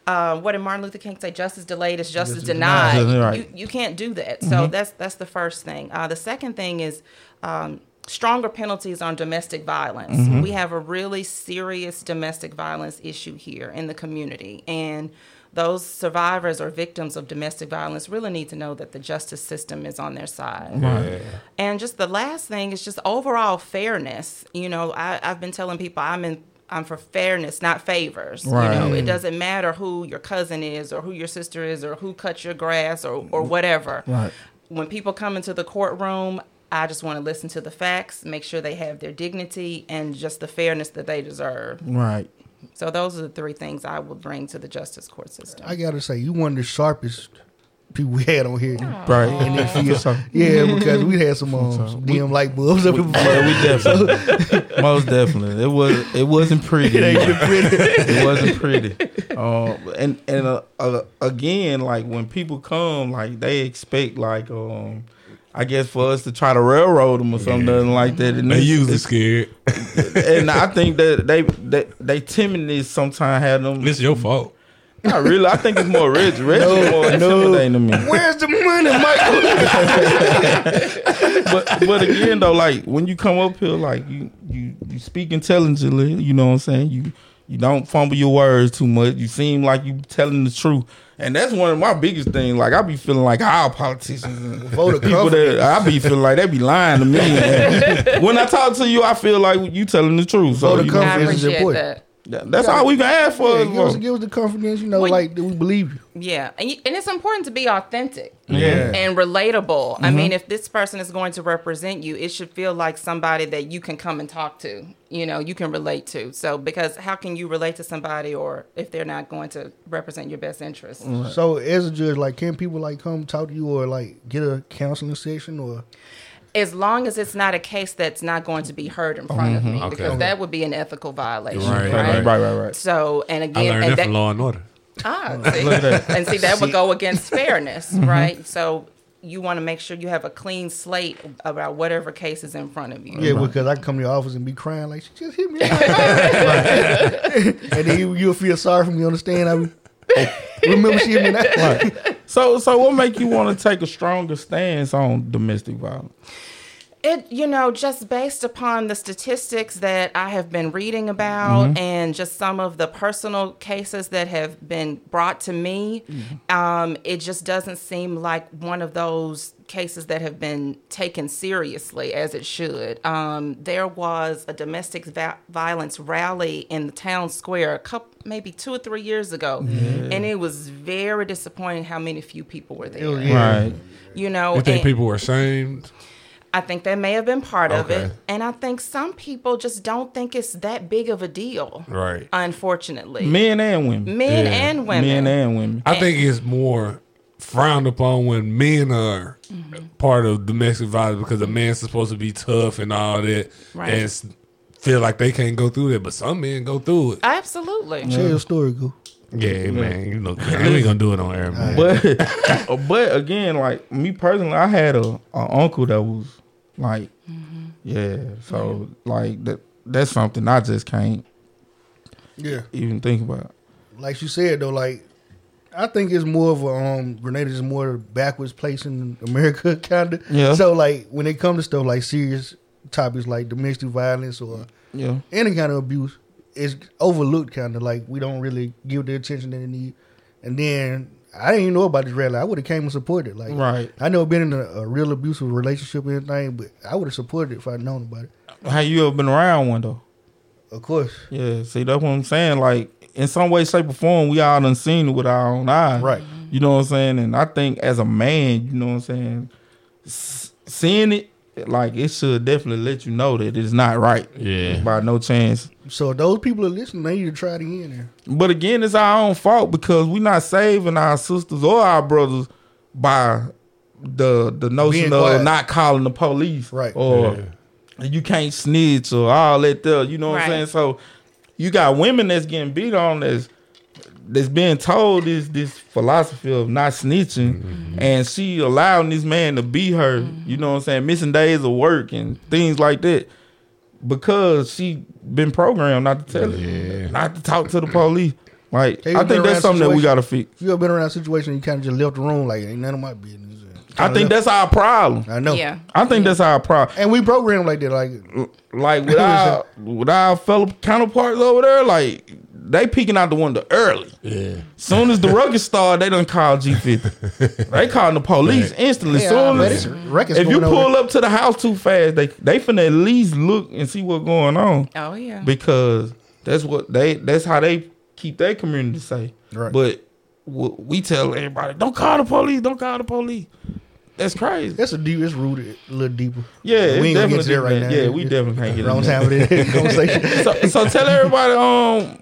H: Uh, what did Martin Luther King say? Justice delayed is justice denied.
D: denied. Right.
H: You, you can't do that. So that's that's the first thing. Uh, the second thing is um, stronger penalties on domestic violence. We have a really serious domestic violence issue here in the community, and those survivors or victims of domestic violence really need to know that the justice system is on their side. And just the last thing is just overall fairness. You know, I, I've been telling people I'm in. I'm for fairness, not favors. You know, it
A: Mm.
H: doesn't matter who your cousin is, or who your sister is, or who cut your grass, or
A: Mm.
H: or whatever. Right. When people come into the courtroom, I just want to listen to the facts, make sure they have their dignity and just the fairness that they deserve.
A: Mm.
D: Right.
H: So those are the three things I would bring to the justice court system.
A: I gotta say, you one of the sharpest people we had on here.
D: Right. So-
A: Yeah, because we had some um, some DM light bulbs up before.
D: yeah, we definitely, most definitely. It was it wasn't pretty. it wasn't pretty. Um, and and uh, uh, again, like when people come, like they expect like um, I guess for us to try to railroad them or something like that. And
B: They
D: it's-
B: usually
D: it's-
B: scared.
D: and I think that they they, they timidness sometimes have them.
B: It's your fault.
D: Not really. I think it's more Reg. Reg is more intimidating to me.
A: Where's the money, Michael?
D: (laughs) But but again though, like when you come up here, like you you you speak intelligently. You know what I'm saying? You you don't fumble your words too much. You seem like you telling the truth, and that's one of my biggest things. Like I be feeling like our politicians and
A: (laughs) Voter
D: people that I be feeling like they be lying
A: (laughs)
D: to me. And when I talk to you, I feel like you telling the truth. So
A: Voter
D: you know,
A: confidence.
H: I
A: This is your
H: appreciate
A: point.
H: that.
D: that's all we can ask for.
A: Oh, Yeah,
D: is
A: give, us,
D: vote.
A: give us the confidence, you know,
H: Well,
A: like that we believe you.
H: Yeah, and, you, and it's important to be authentic
B: Yeah.
H: and relatable. I mean, if this person is going to represent you, it should feel like somebody that you can come and talk to. You know, you can relate to. So, because how can you relate to somebody or if they're not going to represent your best interests?
A: So as a judge, like, can people like come talk to you or like get a counseling session or?
H: As long as it's not a case that's not going to be heard in front of me, because that would be an ethical violation,
B: Right,
H: right?
D: Right, right, right, right.
H: So, and
B: I
H: again,
B: learned
H: and
B: that from Law and Order.
H: Ah, see? and see that would go against fairness, right? So you want to make sure you have a clean slate about whatever case is in front of you.
A: Yeah, because I can come to your office and be crying like she just (laughs) hit me, like, that." and then you, you'll feel sorry for me. Understand? I (laughs) be- remember she hit me. That?
D: So so what make you want to take a stronger stance on domestic violence?
H: It, you know, just based upon the statistics that I have been reading about and just some of the personal cases that have been brought to me, um, it just doesn't seem like one of those cases that have been taken seriously as it should. Um, there was a domestic va- violence rally in the town square a couple, maybe two or three years ago, and it was very disappointing how many few people were there.
D: Right.
H: You know,
B: You think
H: Oh, and-
B: people were ashamed?
H: I think that may have been part of it.
B: Okay.
H: And I think some people just don't think it's that big of a deal.
B: Right.
H: Unfortunately. Men,
D: Men and women.
B: Yeah.
H: and women.
D: Men and women.
B: I think it's more frowned upon when men are
H: Mm-hmm.
B: part of domestic violence because a man's supposed to be tough and all that,
H: Right.
B: and s- feel like they can't go through that. But some men go through it.
H: Absolutely.
A: Tell your story, go.
B: Yeah, man. You know, (laughs) man, we ain't gonna do it on air, man.
D: but (laughs) but again, like me personally, I had a, a uncle that was like, Mm-hmm. yeah. So like that that's something I just can't
A: Yeah.
D: even think about.
A: like you said though, like I think it's more of a um, Grenada is more of a backwards place in America, (laughs) kind of.
D: Yeah.
A: So like when it comes to stuff like serious topics like domestic violence or
D: Yeah.
A: any kind of abuse is overlooked kind of like we don't really give the attention that it need. And then I didn't even know about this rally. I would have came and supported. Like
D: Right.
A: I never been in a, a real abusive relationship or anything, but I would have supported it if I'd known about it.
D: How you ever been around one though?
A: Of course.
D: Yeah, see that's what I'm saying. Like in some way, shape, or form, we all done seen it with our own eyes.
A: Right.
D: You know what I'm saying? And I think as a man, you know what I'm saying, s- seeing it, like it should definitely let you know that it's not right.
I: Yeah.
D: By no chance.
A: So if those people are listening, they need to try to get in there.
D: But again, it's our own fault because we're not saving our sisters or our brothers by the the notion
A: Being
D: of
A: quiet.
D: not calling the police,
A: Right.
D: Or you can't snitch or all that. There, you know what I'm
H: Right.
D: saying? So you got women that's getting beat on that's that's being told this this philosophy of not snitching, and she allowing this man to beat her. You know what I'm saying? Missing days of work and things like that because she been programmed not to tell it, not to talk to the police. Like
A: They
D: I
A: been
D: think that's
A: around
D: something that we
A: situations-
D: gotta fix.
A: If you ever been around a situation and you kind of just left the room like ain't none of my business.
D: I think that's our problem.
A: I know.
H: Yeah.
D: I think that's our problem.
A: And we program like that. Like
D: like with our with our fellow counterparts over there, like they peeking out the window early.
B: Yeah.
D: Soon as the ruckus started, they done called G fifty. They calling the police instantly.
A: yeah,
D: Soon
A: but
D: as,
A: it's records
D: if you
A: going over.
D: pull up to the house too fast, they they finna at least look and see what's going on.
H: Oh yeah.
D: because that's what they that's how they keep their community safe.
A: Right.
D: But w- we tell everybody, don't call the police, don't call the police. That's crazy.
A: That's a deep. It's rooted a little deeper.
D: Yeah,
A: we ain't
D: it's
A: gonna get to
D: definitely
A: that right now.
D: different. Yeah, we
A: It's
D: definitely can't get
A: wrong
D: into that.
A: time for that (laughs) conversation.
D: so, so tell everybody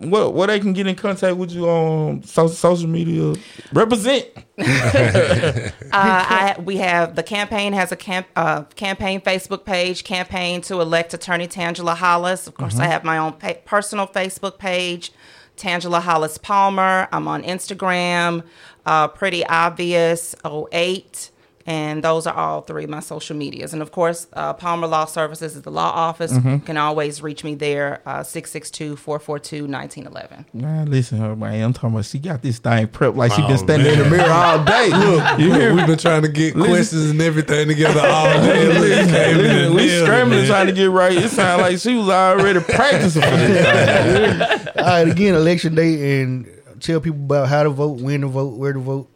D: um what what they can get in contact with you on so, social media. Represent.
H: Uh, I, we have the campaign has a camp, uh, campaign Facebook page, campaign to elect Attorney Tangela Hollis. Of course, I have my own pa- personal Facebook page, Tangela Hollis Palmer. I'm on Instagram, uh, Pretty Obvious 08. And those are all three of my social medias. And of course, uh, Palmer Law Services is the law office. You can always reach me there, uh, 662 442 1911.
D: Man, listen, her man, I'm talking about she got this thing prepped like she
B: Oh,
D: been standing in the
B: man.
D: mirror all day. Look, (laughs) you hear me?
B: We've been trying to get questions and everything together all day. Look, came
D: Listen,
B: in and
D: we
B: nailed it,
D: scrambling
B: man.
D: trying to get right. It sounded like she was
B: (laughs)
D: already practicing for this.
A: All right, again, election day, and tell people about how to vote, when to vote, where to vote.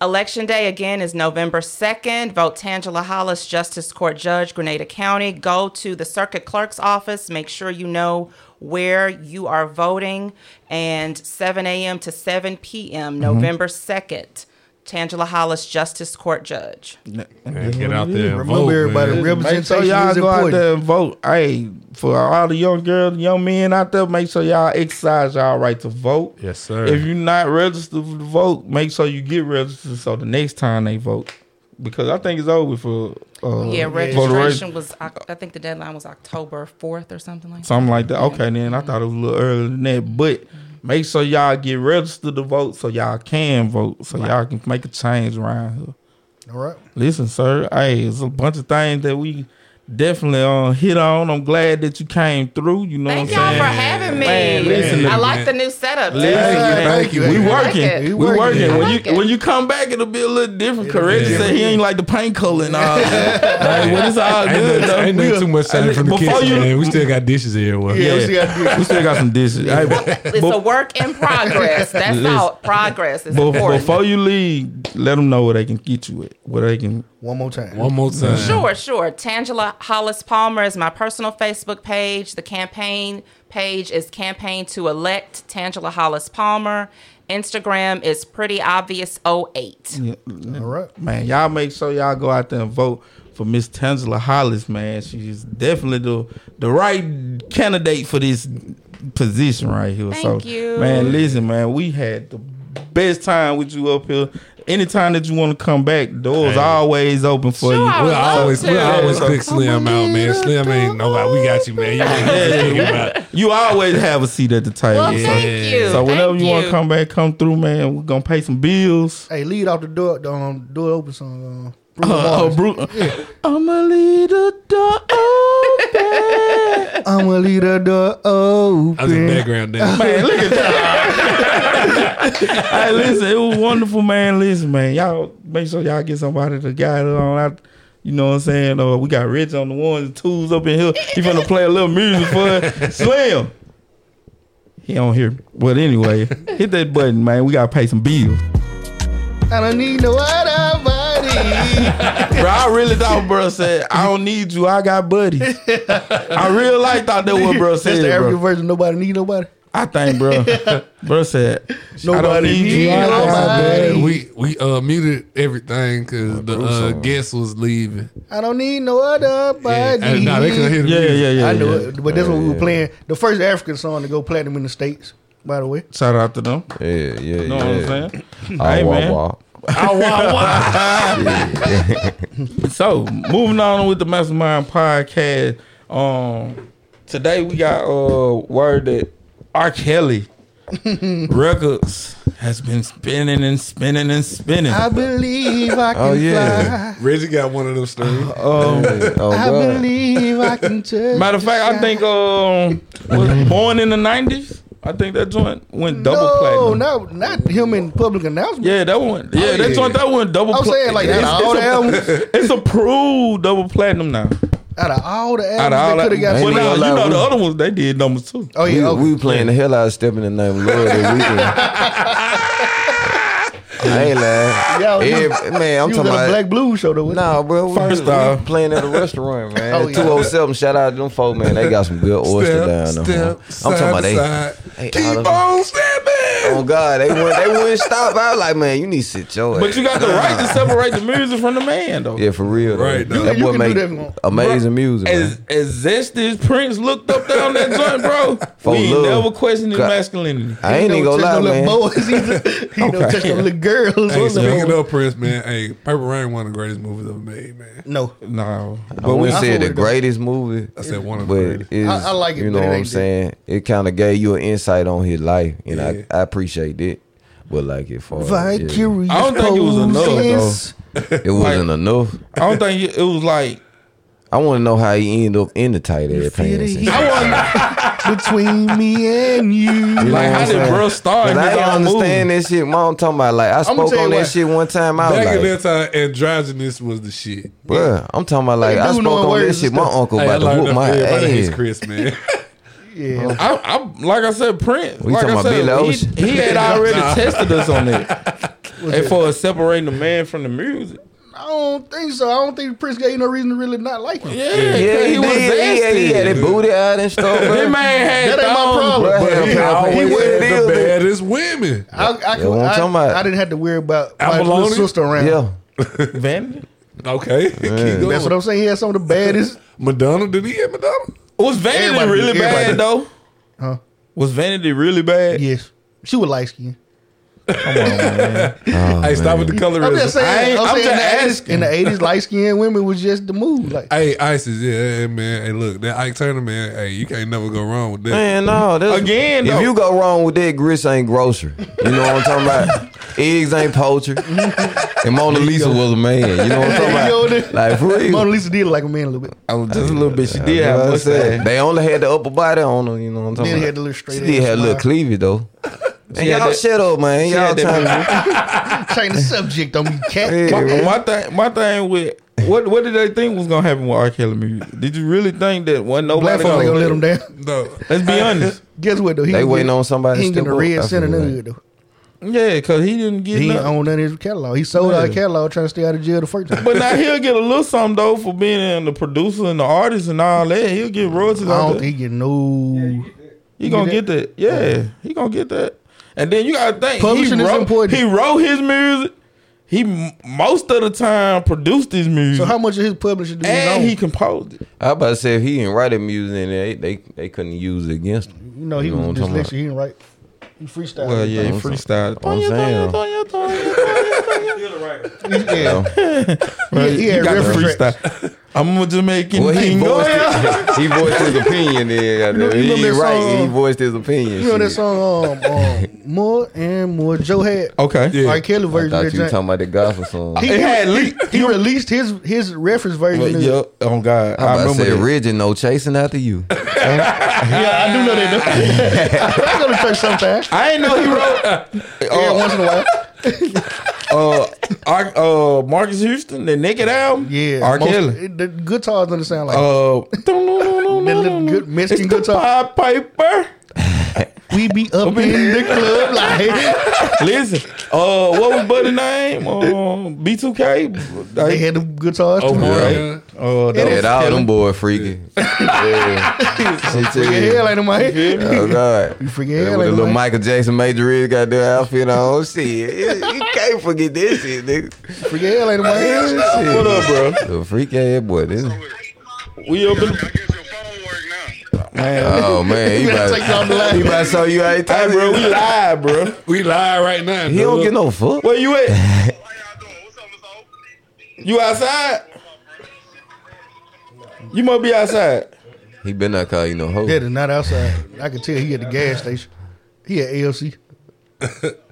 H: Election day again is November 2nd. Vote Tangela Hollis, Justice Court Judge, Grenada County. Go to the Circuit Clerk's office. Make sure you know where you are voting. And 7 a.m. to 7 p.m., November 2nd, Tangela Hollis, Justice Court Judge.
B: Man, get out there. and
A: Remember,
B: vote,
A: everybody,
B: man.
D: Make sure
A: representation
D: y'all
A: is
D: go out
A: important.
D: there and vote. Hey, for all the young girls, young men out there, make sure y'all exercise y'all right to vote.
B: Yes, sir.
D: If you're not registered to vote, make sure you get registered so the next time they vote, because I think it's over for uh,
H: yeah,
D: voter
H: registration was, Oc- I think the deadline was October 4th or something like that.
D: something like that. Okay, then I thought it was a little earlier than that, but make sure y'all get registered to vote so y'all can vote, so y'all can make a change around here.
A: All right,
D: Listen, sir. Hey, it's a bunch of things that we definitely uh, hit on. I'm glad that you came through. You know
H: Thank
D: what I'm
H: y'all for
D: saying?
H: having me.
D: Man, listen,
H: I
B: man.
H: like the new setup. too.
D: Thank you, We
H: like
D: working.
H: it.
D: we
A: I
D: working. When
H: like
D: you
H: it.
D: when you come back, it'll be a little different. Correct?
B: Yeah.
D: Say he ain't like the paint color and (laughs) all. that. like, when it's all
B: Ain't
D: good,
B: nothing-
D: though.
B: ain't nothing too much
D: Hey,
B: time from the
D: before
B: kitchen,
D: you-
B: man. We still got dishes everywhere.
D: Yeah,
A: we still got
D: we still got some dishes. Hey, but-
H: It's a work in progress. That's all. Progress is
D: but-
H: important.
D: before you leave, let them know where they can get you at. Where they can.
A: one more time.
B: One more time.
H: Sure, sure. Tangela Hollis Palmer is my personal Facebook page. The campaign page is Campaign to Elect Tangela Hollis Palmer. Instagram is Pretty Obvious 08.
A: All right,
D: Man, y'all make sure y'all go out there and vote for Miss Tangela Hollis, man. She's definitely the the right candidate for this position right here.
H: Thank
D: so,
H: you.
D: man, listen, man, we had the best time with you up here. Anytime that you want to come back, doors always open for
H: Sure,
D: you.
H: I
B: We'll
H: would love
B: always,
H: to.
B: we'll always pick Slim out, man. Slim ain't nobody. We got you, man. You ain't nothing to think about.
D: You always have a seat at the table.
H: Well,
D: so-
H: thank you.
D: so, whenever
H: Thank
D: you want to come back, come through, man. We're gonna pay some bills.
A: hey, lead off the door. The um, door open song.
D: (laughs)
A: Um, Bruno
D: Uh,
A: Mars.
D: Bru- I'ma leave the
H: (laughs)
D: door open.
A: I'ma leave the door
B: I was in the
A: open.
B: background dance.
D: Man, look at that. hey, listen, it was wonderful, man. Listen, man, y'all make sure y'all get somebody to guide it on out. You know what I'm saying? Uh, we got Rich on the ones and twos up in here. He finna play a little music for us. Slim. He don't hear. me. But anyway, hit that button, man. We gotta pay some bills.
A: I don't need no other
D: (laughs)
A: body.
D: bro, I really thought bro said, I don't need you, I got buddies. I really like thought that what bro
A: That's
D: said.
A: the African
D: Bro.
A: version. Nobody need nobody.
D: I think bro. Bro said, I don't
A: Nobody
D: need
A: need
D: you, I got
A: nobody.
D: buddies.
B: We we uh, muted everything because the uh, guest was leaving.
A: I don't need no other
B: Yeah,
A: body.
B: and, nah, they couldn't hear the
D: Yeah,
B: music.
D: yeah, yeah.
A: I
D: yeah.
A: know it, but that's what we were playing. The first African song to go platinum in the states. By the
E: (laughs)
A: way,
D: Shout out to them.
E: Yeah, yeah,
D: You know
E: yeah.
D: what I'm saying?
E: Ah,
D: Hey,
E: wah,
D: man.
E: wah.
D: So moving on with the Mastermind Podcast. Um, today we got uh, word that
A: (laughs)
D: R. Kelly records has been spinning and spinning and spinning.
A: I believe I can
E: Oh, yeah.
A: fly.
B: Reggie got one of them stories.
D: Um,
E: Yeah. Oh,
A: I
E: God.
A: believe I
E: (laughs)
A: can touch.
D: matter of fact, I think um, was born in the nineties. I think that joint went double
A: no,
D: platinum.
A: no, not him in public announcement.
D: Yeah, that one. Yeah, that
B: yeah.
D: joint that went double.
A: I'm saying, like,
D: platinum.
A: out of all the
D: it's,
A: albums-
D: it's, a, (laughs) it's approved double platinum now.
A: Out of all the
D: Out of all
A: albums, they
D: that,
A: could have got.
D: well,
A: some-
D: now,
E: Ain't gonna
D: you
E: lie,
D: know
E: we-
D: the other ones they did numbers too.
A: Oh
E: We,
A: yeah, okay.
E: we were playing the hell out of Step in the Name of the Lord that weekend. I ain't lying.
A: Yo, you-
E: Every- man, I'm
A: you was at
E: talking
A: a
E: about.
A: Black Blues show though. wasn't
E: Nah, bro. We,
D: First
E: we
D: off.
E: playing at a restaurant, man.
A: Oh, yeah.
E: 207. Shout out to them folk, man. They got some good oyster down there. man.
B: step,
E: I'm
B: side
E: talking about
B: to
E: they.
B: side.
E: they out
B: Keep
E: of-
B: on stepping.
E: Oh God, they wouldn't. They wouldn't stop. I was like, man, you need to sit your.
D: But
E: ass
D: you got the right to separate the music from the man, though.
E: Yeah, for real. though.
B: Right, though.
E: That
A: You
E: boy
A: can do
E: make
A: that if you want.
E: amazing music.
D: As
E: man.
D: as zesty as Prince looked up down that joint, bro,
E: (laughs) For
D: we ain't
E: love.
D: never questioned his
E: God.
D: masculinity.
E: I ain't even gonna lie, man.
A: man.
E: (laughs)
A: He don't touch no little girls.
B: Hey,
A: or no-
B: speaking of Prince, man, hey, Purple Rain, one of the greatest movies ever made, man.
A: No,
D: No,
E: I wouldn't
A: I
E: say
A: feel
E: the
A: it though.
E: greatest movie,
B: I said one of the
E: but
B: greatest.
E: it's,
A: I- I like it,
E: You
A: but
E: know
A: it
E: what I'm
A: ain't that.
E: saying? It kind of gave you an insight on his life, and
B: Yeah.
E: I, I appreciate it. But like it for
A: Vicarious
D: I don't think it was enough, though.
A: poses.
E: it wasn't enough.
D: I don't think it- it was
E: (laughs)
D: like
E: I want to know how he ended up in the tight ass
A: Feel
E: pants.
A: the
E: and
B: (laughs)
E: shit.
A: heat between me and you.
E: You
D: like
E: know
D: how
E: what I'm
D: did
E: saying?
D: bro start?
E: 'Cause
D: in
E: I
D: his
E: didn't
D: own
E: understand that shit. Mom, I'm talking about like I spoke
A: tell you
E: on
A: why.
E: that shit one time. I was
B: Back
E: like,
B: in that time, androgynous was the shit.
E: Bruh, I'm talking about like
A: They
E: I
A: do
E: spoke
A: know
E: on that
A: words
E: shit.
A: and
E: My
A: stuff.
E: uncle
B: Hey, I
E: about to
B: learned
E: whoop
B: that
E: my
B: from everybody hates
E: ass.
B: Chris, man.
A: Yeah,
D: move. I, I like I said, Prince.
E: We
D: like
E: talking
D: I
E: about
D: said,
E: Billy
D: he-
E: Ocean?
D: he,
E: (laughs)
D: had already tested us on that. and for separating the man from the music,
A: I don't think so. I don't think Prince gave you no reason to really not like him.
D: yeah,
B: (laughs)
E: Yeah, he,
D: was
E: did. He, he had
D: zesty.
E: his booty out and stuff.
D: That
E: bruh.
D: man had
A: That ain't my
D: thongs,
A: problem.
E: Bruh,
A: But
E: I'm
B: He
E: talking about
B: always
E: what it
B: had
E: is,
B: the
E: man.
B: baddest women.
A: I, I,
E: Yeah, what I'm
A: I,
E: talking about.
A: I didn't have to worry about my little
B: Abalone?
A: sister around.
E: Yeah.
D: Vanity.
B: Okay, (laughs) keep going.
A: That's what I'm saying. He had some of the baddest.
B: Madonna, did he hit Madonna?
D: Was Vanity
A: Everybody-
D: really
A: everybody-
D: bad though?
A: Huh?
D: Was Vanity really bad?
A: Yes, she was light skinned.
E: Oh,
B: hey, stop with the
A: I'm just
B: colorism.
A: saying.
D: ain't-
A: I'm,
D: I'm
A: saying
D: just asking.
A: in the 80s, in the 80s, light skinned women was just the move. Like
B: Hey, ISIS, yeah, hey, man. Hey, look, that Ike Turner, man. Hey, you can't never go wrong with that.
E: Man, no. That's,
D: Again,
E: if
D: though.
E: you go wrong with that, grits ain't grocery. You know what I'm talking about? Eggs ain't poultry. And Mona Lisa was a man. You know what
A: (laughs)
E: I'm
A: Yo,
E: talking
A: that-
E: about? Like for real.
A: Mona Lisa did look like a man a little bit.
D: I was just a little bit. She did
E: You know
D: have
E: what
D: a
E: I'm
D: mustache.
E: saying? They only had the upper body on them. You know what I'm talking
A: Then he
E: about?
A: had the little straight
E: She did
A: ass
E: have a little
A: smile.
E: cleavage though. And
D: had
E: y'all
D: that-
E: shut up, man. Y'all
D: had that-
E: trying to
A: Change the subject on me, cat.
E: Yeah,
D: My,
E: man.
D: my thing, my thing with what what did they think was gonna happen with R. Kelly music? Did you really think that wasn't
A: Black
D: nobody
A: folks ain't gonna
D: gonna?
A: let him down.
B: No.
D: Let's be honest.
A: Guess what though? He
E: They
A: ain't
E: waiting
A: get-
E: on somebody
A: He
E: to
A: ain't getting
E: step
A: a
E: up.
A: red
E: I
A: center
E: feel
A: none of
E: like.
A: it though.
D: Yeah, because he didn't get
A: He ain't
D: nothing.
A: own none of his catalog. He sold our
D: Yeah.
A: catalog trying to stay out of jail the first time.
D: But now he'll get a little something though for being the producer and the artist and all that. He'll get royalties.
A: I
D: off
A: don't
D: that.
A: think he get no.
D: He gonna get that. Yeah, he gonna get that. And then you gotta think
A: Publishing
D: he
A: is
D: wrote,
A: important.
D: He wrote his music. He m- most of the time produced his music,
A: So how much of his publishing do he
D: and
A: own?
D: he composed it.
E: I about to say if he didn't write that music, and they they they couldn't use it against him.
A: you know, he
E: You know
A: was
E: what I'm talking
A: dyslexic.
E: about.
A: He didn't write. He freestyle.
D: Well, yeah, he
E: I'm saying-
D: freestyled.
E: I'm saying.
A: yeah.
D: Right,
A: (laughs) he
D: you
A: had
D: got the
A: reference
D: freestyle. I'm a Jamaican
E: Well, he
D: king.
E: voiced, it- (laughs) he voiced his opinion. Then
A: know- you
E: he
A: remember
E: ain't
A: that
E: right.
A: song,
E: He
A: uh,
E: voiced his opinion.
A: You know that
E: shit.
A: song, um,
E: (laughs)
A: um, more and more. Joe had
D: Okay.
B: Yeah.
A: R. Kelly version.
E: I
A: of
E: thought you
A: that
E: were
A: joint.
E: talking about the gospel song. I,
A: (laughs) he,
D: It had
A: he-
D: leak.
A: he released his his reference version.
D: Well,
A: of it.
D: yeah. Oh God, I,
E: about to
D: remember
E: say
D: that.
E: Reggie, no chasing after you.
A: Yeah, I do know
E: (laughs)
A: that. though. I go to church sometimes.
D: (laughs) I ain't know he wrote.
A: Yeah, once in a while.
D: Oh. (laughs) uh, Ar- uh, Marcus Houston, the Naked album.
A: Yeah,
D: R.
A: most-
D: Kelly.
A: it- the guitars doesn't sound like
D: Uh,
A: that little good
D: it's
A: Mexican
D: the
A: guitar.
D: Pied Piper.
A: We be up in the club like
D: Listen, uh, what was Buddy's name? Uh, B2K.
A: they had them guitars.
B: Oh,
A: too.
B: boy.
D: Uh, that was
E: Yeah, all
D: Kelly.
E: them boy freaky. yeah. She tell
A: Freaking hell
E: you.
A: ain't in my head.
E: Oh God.
A: You freaking
E: Yeah,
A: hell
E: with a
A: ain't in
E: little
A: my
E: Michael Jackson Major Red got their outfit on. Oh, Shit. You you can't forget this shit, nigga.
A: head. Freaking hell ain't in my head.
E: What
D: up, bro?
E: The freak ass boy. This is-
D: We up
E: (laughs)
D: in
I: I guess your phone work now.
D: man.
E: oh man,
A: Take
E: he
A: you off the
E: about,
A: line.
E: he about to show you how he
D: Hey,
E: talk,
D: bro, we live, bro.
B: We live right now.
E: He don't get no fuck.
D: Where you at?
I: How y'all doing? What's up, Miss O?
D: You outside? You must be outside.
E: He better not call you no hoe.
A: That is not outside. I can tell he at the gas station. He at ALC.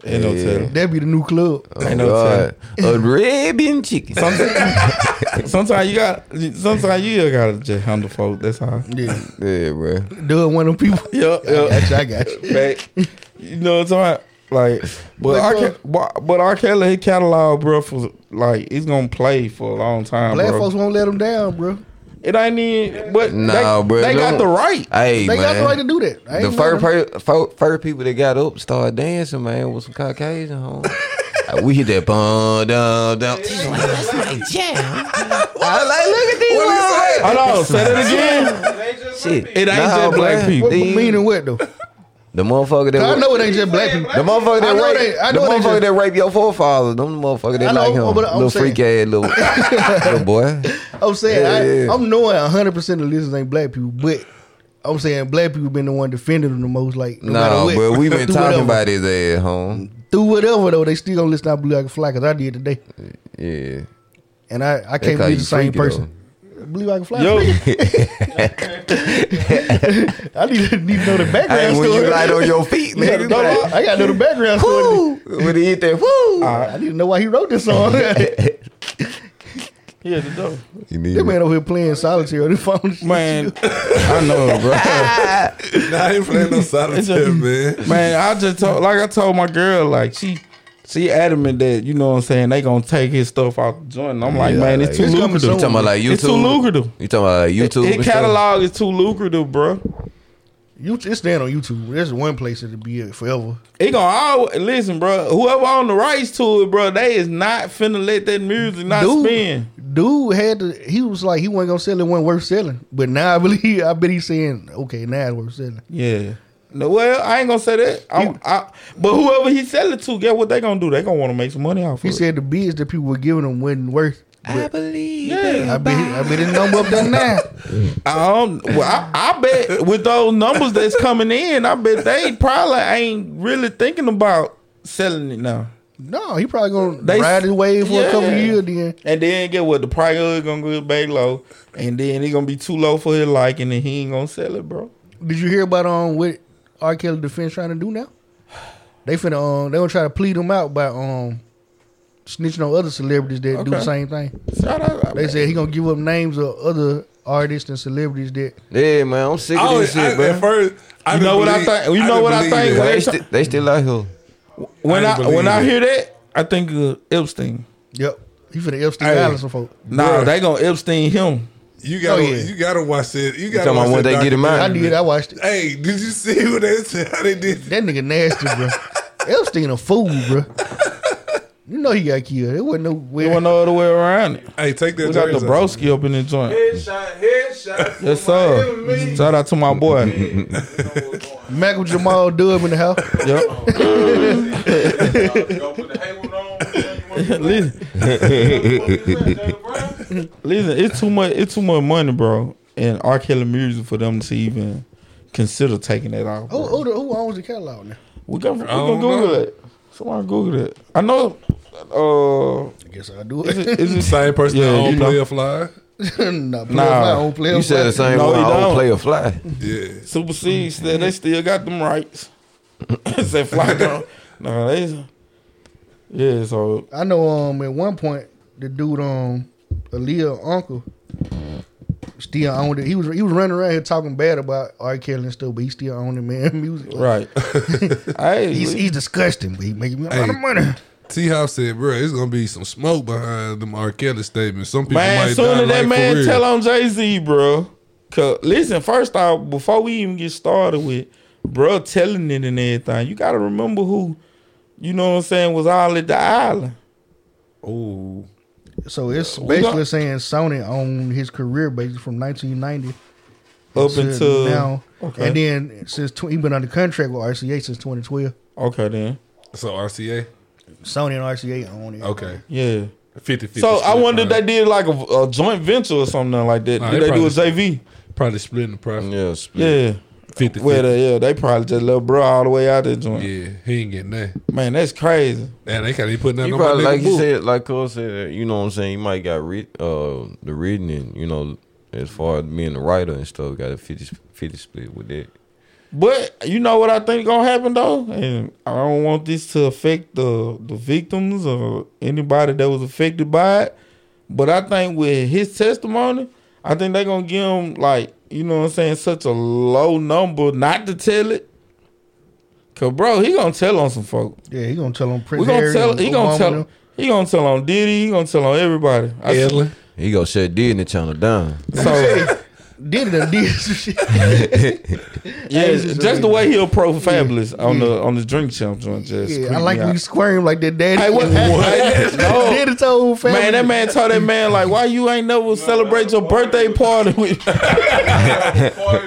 D: Ain't no telling.
A: That'd be the new club.
E: Oh,
D: ain't no
E: God. A ribbon chicken.
D: (laughs) Sometimes you got. Sometimes you gotta just handle folk. That's how.
A: Yeah,
E: Yeah, bro.
A: doing one of them people.
D: Yeah,
A: I got you. I got you.
D: Back. You know what I'm talking about? Like, but R. Ke- but- but R. Kelly, his catalog, bro, for like, it's gonna play for a long time,
A: Black
D: bro.
A: folks won't let them down, bro.
D: It ain't even, but
E: Nah,
D: they,
E: bro.
D: they got
E: Them-
D: the right.
E: Hey,
A: They
E: man.
A: got the right to do that. I
E: The
A: ain't
E: first,
A: mad at
E: per, fir- first people that got up started dancing, man, was some Caucasian
A: (laughs)
E: homies. Uh, we hit that bum, dum, dum. (laughs) That's my jam. I like,
D: Hold on, say that again.
E: look at these shit.
D: It ain't just black
E: bruh.
D: people.
A: them.
E: These-
A: What, meaning what though?
E: The motherfucker that
A: I
E: wa-
A: know it ain't just black people.
E: the
A: I
E: motherfucker that
A: know
E: rape,
A: they- I
E: the
A: know they
E: motherfucker
A: just-
E: that rape your forefathers, them motherfucker
A: I
E: that
A: know,
E: like him,
A: but I'm
E: little
A: saying-
E: freak ass little,
A: (laughs)
E: little boy.
A: I'm saying
E: Yeah, yeah.
A: I, I'm knowing 100 percent of the listeners ain't black people, but I'm saying black people been the one defending them the most. Like no, matter
E: No,
A: what.
E: but we
A: (laughs)
E: been
A: Through
E: talking
A: whatever.
E: about his ass, home.
A: through whatever though. They still gonna listen. to I blew like a fly because I did today,
E: Yeah,
A: and I I
E: They
A: can't
E: call
A: be
E: you
A: the same
E: freaky,
A: person. Blue like a fly.
D: Yo,
E: (laughs)
A: I need, to- need to know the background
E: Hey, when
A: story.
E: you light on your
A: (laughs)
E: feet,
A: I gotta
E: nigga.
A: know-
E: like,
A: I gotta know the background story.
E: Woo! When he hit that, woo!
A: I need to know why he wrote this
E: (laughs)
A: song. that
D: here's the dope.
E: You need
A: man over here playing solitaire on the phone.
D: Man, I know,
B: (laughs)
D: bro.
B: Nah, I ain't playing no solitaire, man.
D: Man, I just told, like I told my girl, like she, she adamant that you know what I'm saying. They gonna take his stuff out the joint. And I'm like,
E: Yeah,
D: man,
E: like-
D: it's too
E: It's
A: coming
E: You
D: lucrative.
E: talking about like YouTube?
D: It's too lucrative.
E: You talking about like YouTube? and
D: His
E: stuff?
D: catalog is too lucrative, bro.
A: You it's there on YouTube. There's one place it'll be at forever.
D: It gonna always listen, bro. Whoever own the rights to it, bro, they is not finna let that music not spin.
A: dude had to. He was like he wasn't gonna sell it. wasn't worth selling. But now I believe (laughs) I bet he's saying okay now it's worth selling.
D: Yeah. No, well, I ain't gonna say that. I'm, I, but whoever he sell it to, get what they gonna do? They gonna want to make some money off
A: He
D: of it.
A: said the bids that people were giving him wasn't worth.
E: I believe.
D: Yeah.
A: I bet I bet his number up there
D: (laughs)
A: now.
D: I don't. Well, I, I bet with those numbers that's coming in, I bet they probably ain't really thinking about selling it now.
A: No, he probably gonna
D: They-
A: ride his wave for a couple
D: Yeah.
A: years. Then
D: And then get what the price of it gonna go back low, and then it gonna be too low for his liking, and he ain't gonna sell it, bro.
A: did you hear about um what R. Kelly defense trying to do now? They finna um they gonna try to plead him out by um snitching on other celebrities that do the
D: Okay.
A: same thing.
D: Shout out,
A: They said he gonna give up names of other artists and celebrities that
E: Yeah, man, I'm sick
B: I
E: of
B: always,
E: this shit,
B: Oh, I,
E: bro.
B: at first, I
D: You
B: didn't
D: know what I
B: believe-
D: think- you know
B: didn't
D: what I
B: believe
D: think,
B: that.
E: they,
D: man?
E: sti- they still out here.
D: when
B: I
D: I,
B: didn't
D: when I
B: believe
D: hear that, I think of Epstein.
A: yep he finna Epstein
B: Hey.
A: Island some folk.
D: Nah,
B: Bruh.
D: they gonna Epstein him.
B: You gotta,
A: Oh, yeah.
B: you gotta watch it. You gotta
E: talking
B: watch
E: about when
B: that
E: they get him
A: I
B: documentary.
E: out?
A: did I watched it.
B: Hey, did you see what they said? How they did?
A: That nigga nasty, bro. Epstein a fool, bro. You know he got killed. It wasn't no
D: There
A: way.
D: wasn't no other way around it.
B: Hey, take that.
D: We got the
B: jersey
D: broski up in the joint.
C: Headshot, headshot.
D: Yes, sir. Shout out to my boy.
A: Malcolm Jamal Dub in the house.
D: yep.
C: Don't put the Hayward on.
D: Listen, (laughs)
C: Listen.
D: listen, it's too much. It's too much money, bro, and R. Kelly music for them to even consider taking that off.
A: Who,
D: Bro.
A: who, the- who owns the catalog now?
D: We gonna, we
B: I don't
D: gonna Google
B: know.
D: it. Someone Google it. I know. Uh,
A: I guess I do
D: is
A: it. (laughs)
D: it, is it
B: Same person
D: Yeah,
B: that
D: you
B: own
D: know.
B: player fly.
A: nah, play
D: Nah.
A: nah. Own play
E: You said the same
D: No,
E: one.
D: he
E: I
D: don't.
E: don't play a fly.
B: Yeah,
D: Super Seeds? That they still got them rights. (coughs) Say fly
B: (laughs)
D: down. No, they. Yeah, so
A: I know. Um, at one point, the dude, um, Aaliyah uncle, still owned it. He was he was running around here talking bad about R. Kelly and stuff, but he
B: (laughs)
A: still owned it, man. (laughs) Music.
D: right. I
A: He's, he's disgusting, but he making me a lot of money.
B: T Hop said, bro, it's gonna be some smoke behind them R. Kelly statements. Some people
D: Man,
B: might
D: soon
B: die
D: as that
B: like for
D: man
B: real.
D: tell on Jay Z, bro. Cause listen, first off, before we even get started with bro telling it and everything, you gotta remember who, you know what I'm saying, was all at the island.
B: Ooh.
A: So it's
D: We
A: basically
D: got-
A: saying Sony owned his career basically from 1990
D: Up
A: to
D: until
A: now,
D: okay.
A: and then since tw- he been under contract with RCA since 2012.
D: Okay then.
B: So RCA?
A: Sony and RCA own it.
B: Okay.
D: Yeah.
B: 50 50.
D: So I wonder
B: uh,
D: if they did like a, a joint venture or something like that.
B: Nah,
D: did
B: they
D: they do a
B: probably-
D: JV?
B: Probably splitting the profit.
E: Yeah, split.
D: Yeah.
B: 50
D: Well,
B: 50.
D: they, yeah, they probably just left bro all the way out there joint.
B: Yeah, he ain't getting that.
D: Man, that's crazy.
B: Man, they can't even put nothing
E: You
B: on my
E: probably
B: nigga
E: like you
B: book.
E: said, like Cole said, you know what I'm saying. You might got re- uh the reading and you know as far as being the writer and stuff, got a 50, 50 split with that.
D: But you know what I think gonna happen though, and I don't want this to affect the the victims or anybody that was affected by it. But I think with his testimony, I think they're gonna give him like you know what I'm saying such a low number not to tell it. Cause bro, he gonna tell on some folk.
A: Yeah, he gonna tell on
D: We
A: Prince
D: gonna
A: Harry
D: tell.
A: and
D: He gonna
A: Obama
D: tell.
A: them.
D: He gonna tell on Diddy. He gonna tell on everybody. I,
B: Edlin.
E: He gonna shut Disney Channel down.
A: (laughs)
D: so
A: Did it? and Did
D: (laughs)
A: some shit.
D: yeah,
A: That's
D: just the way he approached Fabulous on the on the drink champ joint. Just
A: Yeah, I
D: creeped
A: like
D: me
A: when
D: out.
A: you squirm like that, daddy.
D: Hey,
A: (laughs)
D: what? Hey, no.
A: Did it to old family.
D: Man, that
A: (laughs)
D: man told that man like, why you ain't never celebrate your birthday party with?
C: Party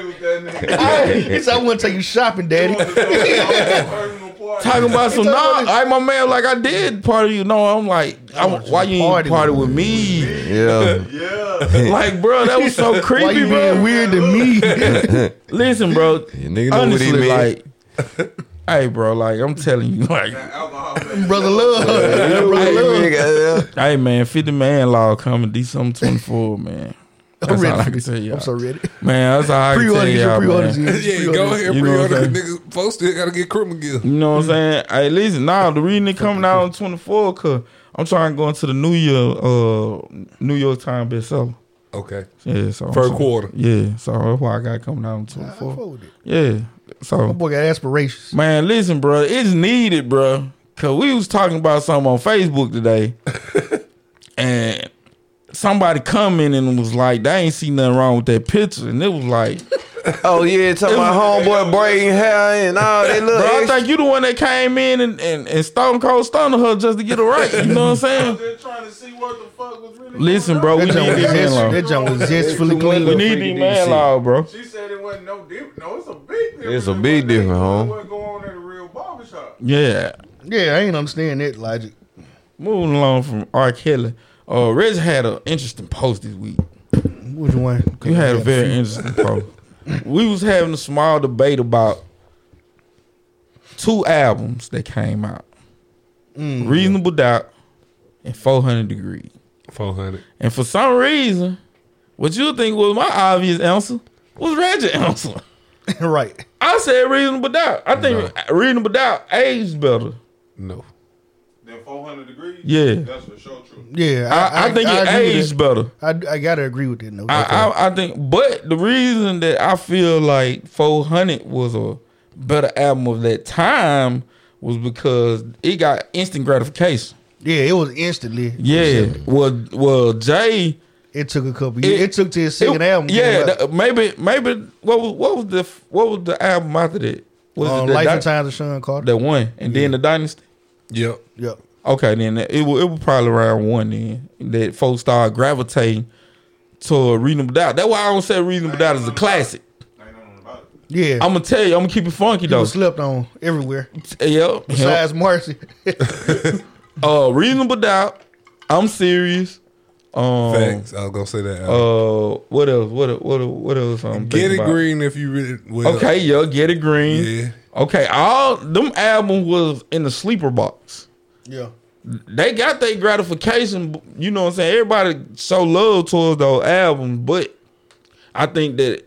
C: with that
D: (laughs)
C: nigga.
A: He said, I want to take you shopping, daddy.
C: Personal party.
D: Talking about some
A: told
D: nah.
A: him-
D: I my man like I did party. You know, I'm like, I'm, why you ain't
A: Party
D: party with me?
B: (laughs)
E: Yeah,
C: Yeah.
D: (laughs) like, bro, that was
A: (laughs)
D: so
A: Why
D: creepy,
A: you
D: bro.
A: being weird to
D: (laughs)
A: me? (laughs)
D: Listen, bro.
E: Yeah, nigga know what he
D: honestly,
E: mean. (laughs)
D: like, hey, bro, like I'm telling you, (laughs) like,
C: Alcohol. man.
A: Brother Love. (laughs) Brother Love.
D: hey, man, fifty man law coming D something twenty four, man. That's all I
A: ready
D: can
A: for
D: tell
A: this.
D: you,
A: I'm so ready.
D: man. That's all I can tell
A: Pre-orders,
D: you,
A: your
D: man.
A: pre-orders.
D: (laughs)
B: (laughs) Yeah, go ahead,
D: You know what I'm
B: pre-order. Niggas, folks still gotta get criminal gear.
D: You know what I'm
B: (laughs)
D: saying? Hey, listen, nah, the reason it coming out on 24, cause I'm trying to go into the New Year, uh, New York Times bestseller.
B: Okay.
D: Yeah, so I'm
B: First
D: trying-
B: quarter.
D: Yeah, so that's why I got it coming out on
A: I
D: 24.
A: fold it.
D: Yeah,
A: My
D: so
A: boy got aspirations.
D: man, listen, bro, it's needed, bro, cause we was talking about something on Facebook
B: (laughs)
D: today, and somebody commented and was like, "They ain't see nothing wrong with that picture," and it
A: (laughs)
D: was like.
E: Oh yeah, talking about homeboy braiding hair and all that little.
D: Bro, I
E: extra-
D: think you the one that came in and, and, and Stone Cold Stunner her just to get her right. You know what
A: (laughs)
D: I'm saying?
C: They're trying to see what the fuck was really
D: Listen,
C: going
D: bro,
C: on.
D: we
A: That
D: need
A: joint was
D: this man
A: zest-
D: law.
A: that joint was zestfully
D: We
A: clean.
D: need this man law, bro.
C: She said it wasn't no different. No, it's a big difference.
E: It's a
C: in
E: big
C: what they-
E: difference, huh?
C: What going on at a real barbershop?
D: Yeah.
A: Yeah, I ain't understand that logic.
D: Moving along from R. Kelly. Uh, Reg had an interesting post this week.
A: Which one?
D: You had a very interesting post. We was having a small debate about two albums that came out. Reasonable Doubt and 400 Degrees.
B: 400.
D: And for some reason, what you think was my obvious answer was Reg's (laughs) answer.
A: (laughs) right.
D: I said reasonable doubt. I think reasonable doubt aged better.
B: No.
C: Then 400 degrees?
D: Yeah.
C: That's for sure true.
A: Yeah,
D: I, I, think it
A: agree with
D: aged better.
A: that. I, I gotta agree with that. No,
D: I, I I think, but the reason that I feel like 400 was a better album of that time was because it got instant gratification.
A: yeah, it was instantly.
D: Yeah, well, well, Jay,
A: It took a couple years. It, took to his second
D: it-
A: album.
D: Yeah,
A: came out.
D: th- maybe maybe what was what was the what was the album after that? Was
A: Uh,
D: the
A: Life and
D: Di-
A: Times of Sean Carter.
D: that one, and then the Dynasty.
B: Yep.
A: Yep.
D: Okay, then it it was, it was probably around one then that folks started gravitating to reasonable doubt. That's why I don't say reasonable doubt is a classic.
C: Ain't nothing about it.
A: Yeah,
D: I'm gonna tell you, I'm gonna keep it funky
A: it
D: though.
A: was slept on everywhere.
D: Yep, yep.
A: Besides Marcy, (laughs)
D: Uh, reasonable doubt. I'm serious. Um,
B: Facts. I was gonna say that.
D: Uh, what else? What else? What else? What else I'm
B: get
D: thinking
B: it
D: about?
B: green if you really. Well,
D: Okay, yo, get it green.
B: Yeah.
D: Okay, all them albums was in the sleeper box.
A: yeah,
D: they got their gratification. You know what I'm saying? Everybody show love towards those albums, but I think that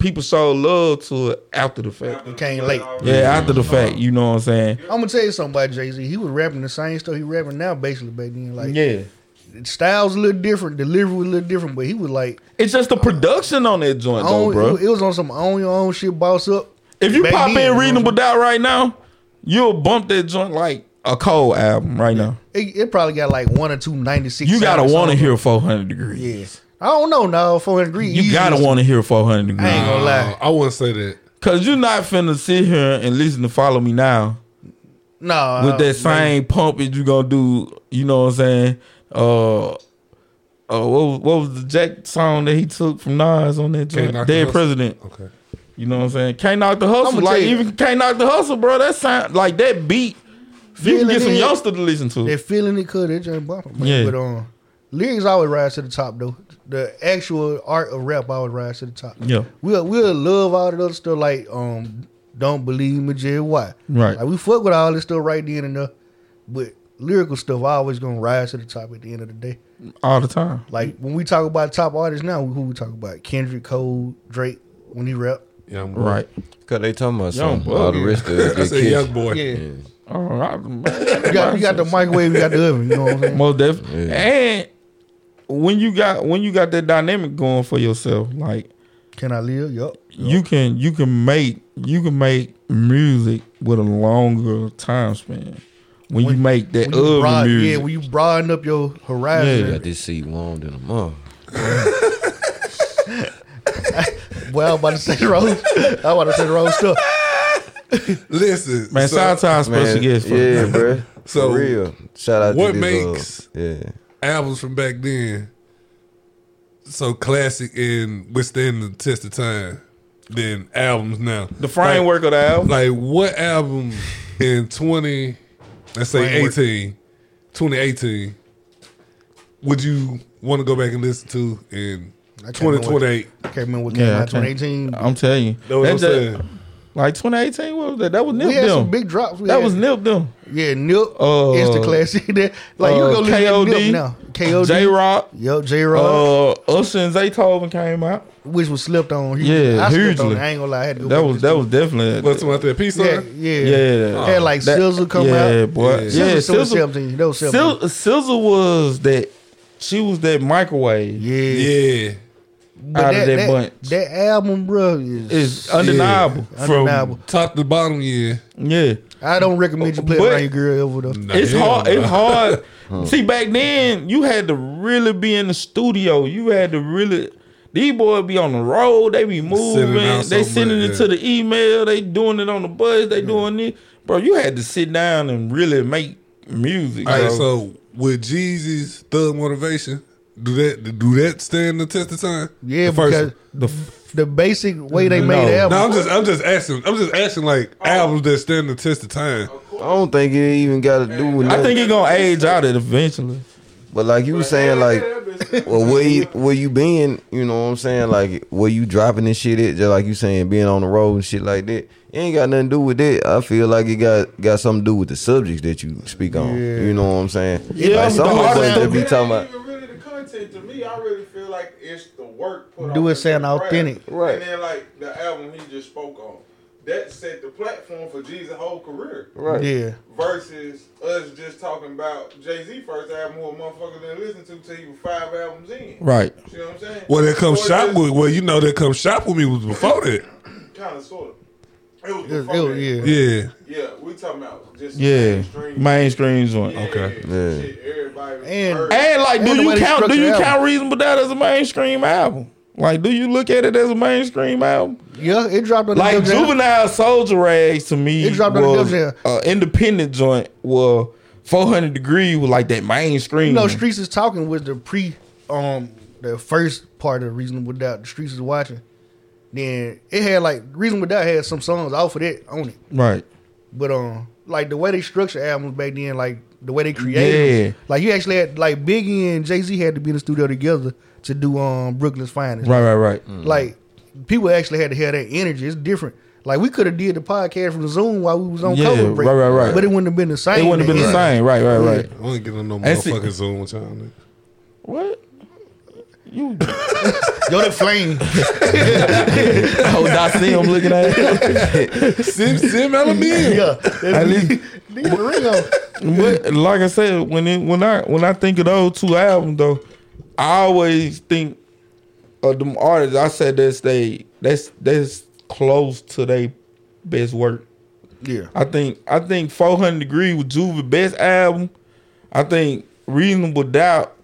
D: people show love to it after the fact.
A: it came late.
D: Yeah, after the fact. You know what I'm saying?
A: I'm gonna tell you something about Jay Z. He was rapping the same stuff he rapping now, basically back then. Like,
D: Yeah.
A: styles a little different, delivery was a little different, but he was like,
D: It's just the production on that joint, though,
A: own,
D: bro.
A: Oh, it was on some own your own shit, boss up.
D: If you
A: back
D: pop
A: then,
D: in
A: you know what I'm
D: Reasonable Doubt right now, you'll bump that joint like a cold album right now.
A: It, it probably got like one or two 96.
D: You gotta
A: songs
D: want to
A: on it.
D: hear 400 degrees.
A: Yeah. I don't know, no. 400 degrees.
D: You gotta want to hear 400 degrees.
A: I ain't gonna
B: Uh,
A: lie.
B: I wouldn't say that.
D: Cause you're not finna sit here and listen to Follow Me Now
A: No.
D: with
A: uh,
B: Um,
D: that same pump that you gonna do. You know what I'm saying? Uh, uh, what was, what was the Jack song that he took from Nas on that
B: Can't
D: joint?
B: Knock the
D: Dead
B: Hustle.
D: President.
B: Okay.
D: You know what I'm saying? Can't knock the hustle.
A: I'ma
D: Like
A: tell you-
D: even can't knock the hustle, bro. That sound like that beat. You can
A: Feeling
D: get some
A: it.
D: youngster to listen
A: They're
D: to.
A: feeling it, cause they just bumping. Man.
D: Yeah.
A: But um, lyrics always rise to the top, though. The actual art of rap always rise to the top.
D: Yeah.
A: we'll we'll love all that other stuff, like um, don't believe me, Jay White.
D: Right.
A: Like we fuck with all this stuff right then and there, but lyrical stuff always gonna rise to the top at the end of the day.
D: All the time.
A: Like when we talk about top artists now, who we talk about? Kendrick, Cole, Drake, when he rap.
B: Yeah, I'm
D: Right.
E: Cause they talking about
D: Young
E: something.
D: boy.
E: All the
D: (laughs)
E: rest of it
B: I
E: get
B: said young
E: kissed.
B: boy.
A: Yeah.
D: All right.
A: (laughs) You got, you got the microwave, you got the oven. You know what I'm saying?
D: Most definitely.
E: Yeah.
D: And when you got when you got that dynamic going for yourself, like
A: Can I live? Yup.
D: you can you can make you can make music with a longer time span. When, you make that
A: When you
D: other
A: broad-
D: music,
A: yeah, when you broaden up your horizon,
E: Got this seat warmed in a month.
A: Well, I'm about to say the wrong. I'm about to say the wrong stuff.
B: Listen,
D: man,
B: so
D: shout out to our special
E: Man,
D: guest. for-
E: yeah, (laughs) bro.
B: So,
E: So For real. Shout out
B: what
E: to this, uh,
B: makes-
E: yeah.
B: albums from back then, so classic and withstand the test of time than albums now.
D: (laughs) The framework of the album.
B: Like what album in 20 let's say
A: Framework.
B: 18 2018 would you want to go back and listen to in
A: can't remember what-
B: 2028?
A: I can't remember what came
D: Yeah, Uh,
A: out 2018.
D: I'm telling you,
B: Know what I'm
D: That's a-
B: saying?
D: like 2018. What was that? That was Nip
A: We had
D: them.
A: some big drops. We
D: that
A: had-
D: was Nip them.
A: Yeah, Nip.
D: Uh,
A: Insta classic. (laughs) like you
D: uh,
A: go listen to
D: KOD,
A: Nip now. KOD.
D: J Rock,
A: Yo, J Rod,
D: uh, Usher and Zaytoven came out.
A: which was slipped on.
D: Yeah,
A: I slipped on.
D: hugely.
A: it. I ain't gonna lie. I had to go
D: That
A: back
D: was
A: and
D: that was definitely
B: What's the one out there? Peace
A: listen.
B: Sign?
A: Yeah, yeah.
D: yeah.
A: Had like
D: That-
A: Sizzle come
D: yeah,
A: out.
D: boy. Yeah,
A: Sizzle, still was
D: Sizzle-
A: 17. That was 17.
D: Sil- Sizzle was that she was that microwave
A: Yeah,
B: Yeah.
A: But
D: out
A: that,
D: of that,
A: that,
D: bunch.
A: that album, bro, is,
D: It's undeniable.
B: Yeah.
A: Undeniable.
B: From top to bottom, yeah.
D: Yeah,
A: I don't recommend you play
D: But-
A: around your girl over there.
B: Nah,
D: it's
B: hell
D: hard.
B: no.
D: It's
B: (laughs)
D: hard. See, back then you had to really be in the studio. You had to really. These boys be on the road. They be moving.
B: out so
D: they sending
B: much,
D: it
B: yeah.
D: to the email. They doing it on the bus. They doing it, bro. You had to sit down and really make music.
B: All right,
D: bro.
B: so with Jeezy's Thug Motivation, do that do that stand the test of time?
A: Yeah,
B: The first
A: because
B: one.
A: the the basic way they
D: No.
A: made the album.
B: No, I'm just I'm just asking. I'm just asking like albums that stand the test of time.
E: I don't think it even got to do with
D: I
E: nothing.
D: think it gonna age out it eventually.
E: But like you were saying, like, (laughs) well, where you where you been? You know what I'm saying? Like, where you dropping this shit at? Just like you saying, being on the road and shit like that. It ain't got nothing to do with that. I feel like it got got something to do with the subjects that you speak on. You know what I'm saying?
D: Yeah,
E: like, some
D: the
E: of
D: hard
E: us
D: stuff-
E: that be
C: It
E: talking
C: ain't
E: about.
C: even really the content to me. I really feel like it's the work put
A: Do
C: on
A: it
C: into
A: sound
C: the craft.
A: authentic.
E: Right.
C: And then like the album he just spoke on, that set the platform for G's whole career.
E: Right.
A: Yeah,
C: Versus us just talking about Jay Z first album, who a motherfucker didn't listen to till he was five albums in.
D: Right.
C: You know what I'm saying?
B: Well, that comes
C: Or
B: shop
C: just-
B: with. Well, you know that comes shop with me was before that.
C: Kind of sort of. It was
A: it,
C: before
A: it,
C: that.
A: yeah.
B: Yeah,
C: Yeah, we talking about just
D: Yeah,
C: mainstream.
D: mainstream joint.
C: Yeah,
B: Okay.
E: Yeah.
C: Shit, everybody was
A: And-
C: heard.
D: And like,
A: And
D: do
A: the
D: you
A: way they
D: count? Do
A: structure
D: you
A: the album.
D: count Reasonable Doubt as a mainstream album? Like, do you look at it as a mainstream album?
A: Yeah, it dropped on
D: Like
A: the Def Jam.
D: Juvenile Soldier Rags to me
A: It dropped on the
D: was
A: Def
D: uh, independent joint. Well, 400 Degree was like that mainstream.
A: You know,
D: one.
A: Streets is talking was the pre, um, the first part of Reasonable Doubt. The Streets is watching. Then it had like Reasonable Doubt had some songs off of that on it,
D: right?
A: but um, like the way they structured albums back then, like the way they created, 'em.
D: Yeah.
A: like you actually had like Biggie and Jay Z had to be in the studio together to do um Brooklyn's Finest.
D: Right, right, right.
A: Like people actually had to have that energy. It's different. Like we could have did the podcast from Zoom while we was on
D: Yeah,
A: COVID break.
D: right, right, right.
A: But it wouldn't have been the same.
D: It wouldn't have been the
A: energy.
D: same. Right, right, right.
B: I ain't getting on no
D: That's it.
B: motherfucking Zoom with y'all. nigga.
D: What? You?
A: Yo, that flame.
D: (laughs) oh, I see him looking at
A: (laughs)
D: it.
B: Sim Sim Alabama.
A: yeah.
D: At least
A: (laughs) Leave the ring on.
D: But like I said, when it, when I when I think of those two albums though, I always think of them artists. I said that's they that's that's close to their best work.
A: Yeah.
D: I think I think 400 Degree was Juve's best album. I think Reasonable Doubt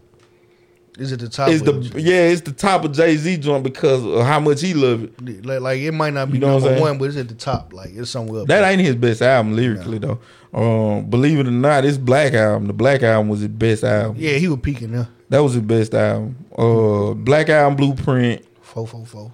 A: Is it the top?
D: is the
A: of it?
D: yeah, it's the top of Jay Z joint because of how much he loved it.
A: like, like it might not be
D: You know what I'm
A: number
D: saying?
A: one, but it's at the top. Like it's somewhere. Up
D: That ain't his best album lyrically though. Um, believe it or not, it's Black album. The Black album was his best album.
A: yeah, he was peaking there.
D: That was his best album. Uh, Black album Blueprint.
A: Four, four, four.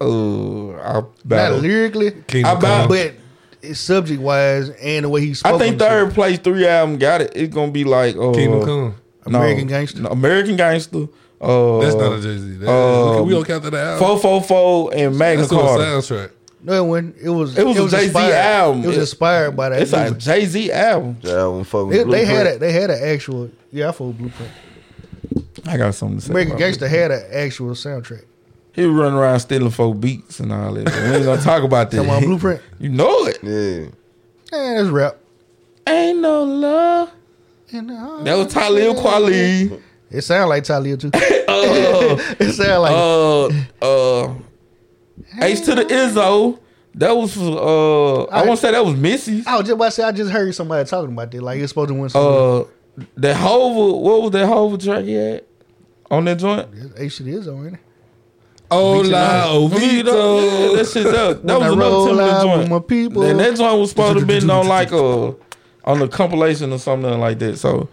D: Uh, I,
A: Not
D: about
A: lyrically,
B: Kingdom
D: About-
B: Come.
A: but it's subject wise and the way he spoke.
D: I think
A: on the
D: third place three album got it. It's gonna be like uh,
B: Kingdom Come.
D: no,
A: American Gangster.
D: no, American Gangster. Uh,
B: That's not a Jay Z.
D: uh,
B: we don't count that album.
D: Four Four Four and Magna
B: That's on the
D: Carta.
B: soundtrack.
A: No, it wasn't. It was.
D: It was a Jay-Z
A: inspired-
D: album.
A: It was
D: It-
A: inspired by that.
D: It's
A: It
D: a
A: was-
D: Jay Z album.
E: The album fuck with
A: they, they had
E: Blueprint.
A: a, They had an actual. Yeah, I fold blueprint.
D: I got something to say.
A: American
D: about it.
A: Gangster had an actual soundtrack.
D: He was running around stealing four beats and all that. but We ain't gonna talk about that.
A: Come on,
D: (laughs)
A: blueprint.
D: You know it.
E: Yeah.
A: Eh, that's rap.
D: Ain't no love.
A: And, uh,
D: That was Talib Kweli.
A: It sound like Talia
D: (laughs)
A: too.
D: Oh.
A: it sound like
D: Uh, uh, H to the Izzo. That was uh, I want to say that was Missy's.
A: I was just about to say I just heard somebody talking about that. Like it's supposed to win some.
D: Uh, that Hova. What was that Hova track he had on that joint?
A: H shit is on it.
B: Hola,
D: Yeah,
B: Ovito.
D: that shit's up. That
A: Oh, When I
D: was another
A: roll
D: Timberland
A: out
D: joint.
A: with my people.
D: And that joint was supposed to have been on like a on a compilation or something like that. So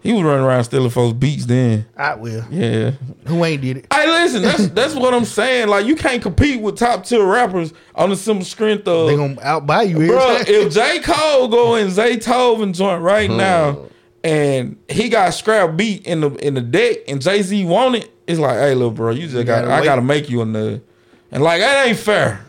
D: he was running around stealing folks' beats then.
A: I will.
D: Yeah.
A: Who ain't did it?
D: Hey, listen, that's that's what I'm saying. Like you can't compete with top tier rappers on the simple strength of
A: They gonna outbuy you.
D: Bro,
A: every time.
D: if J. Cole go in Zaytoven joint right
A: Hmm.
D: now and he got scrap beat in the in the deck and Jay Z want it, it's like, hey little bro, you just got
A: gotta
D: I
A: wait.
D: gotta make you a nut. And like that ain't fair.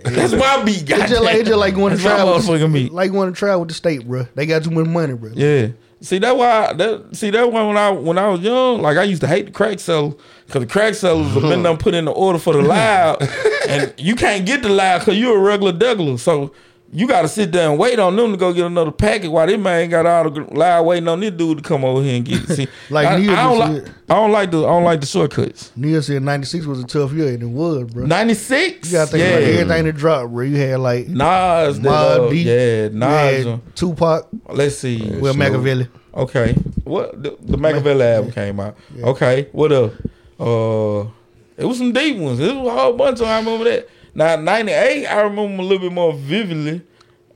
D: (laughs) That's my beat,
A: It's just like it's just like going
D: (laughs)
A: to
D: That's my
A: try
D: motherfucking
A: with
D: meat.
A: like going to try with the state, bro. They got too much money, bro.
D: Yeah. See that why that see that why when I when I was young, like I used to hate the crack seller because the crack sellers have been done put in the
A: (laughs)
D: order for the loud, and you can't get the loud because you're a regular Douglas. So you got to sit there and wait on them to go get another packet while this man got all the loud waiting on this dude to come over here and get it. See,
A: (laughs) Like
D: I, I
A: Neil just
D: don't like
A: said.
D: I don't like the I don't like the shortcuts.
A: Neil said '96 was a tough year, and it was, bro.
D: Ninety six,
A: You gotta think about
D: yeah.
A: everything that dropped, bro. You had like
D: Nas, that,
A: Mobb
D: uh,
A: Deep,
D: yeah,
A: you
D: Nas. uh,
A: had Tupac,
D: Let's see,
A: Will Machiavelli.
D: Okay. What the, the Machiavelli album came out. Okay. What up? Uh, it was some deep ones. It was a whole bunch of. I remember that. Now '98, I remember them a little bit more vividly. I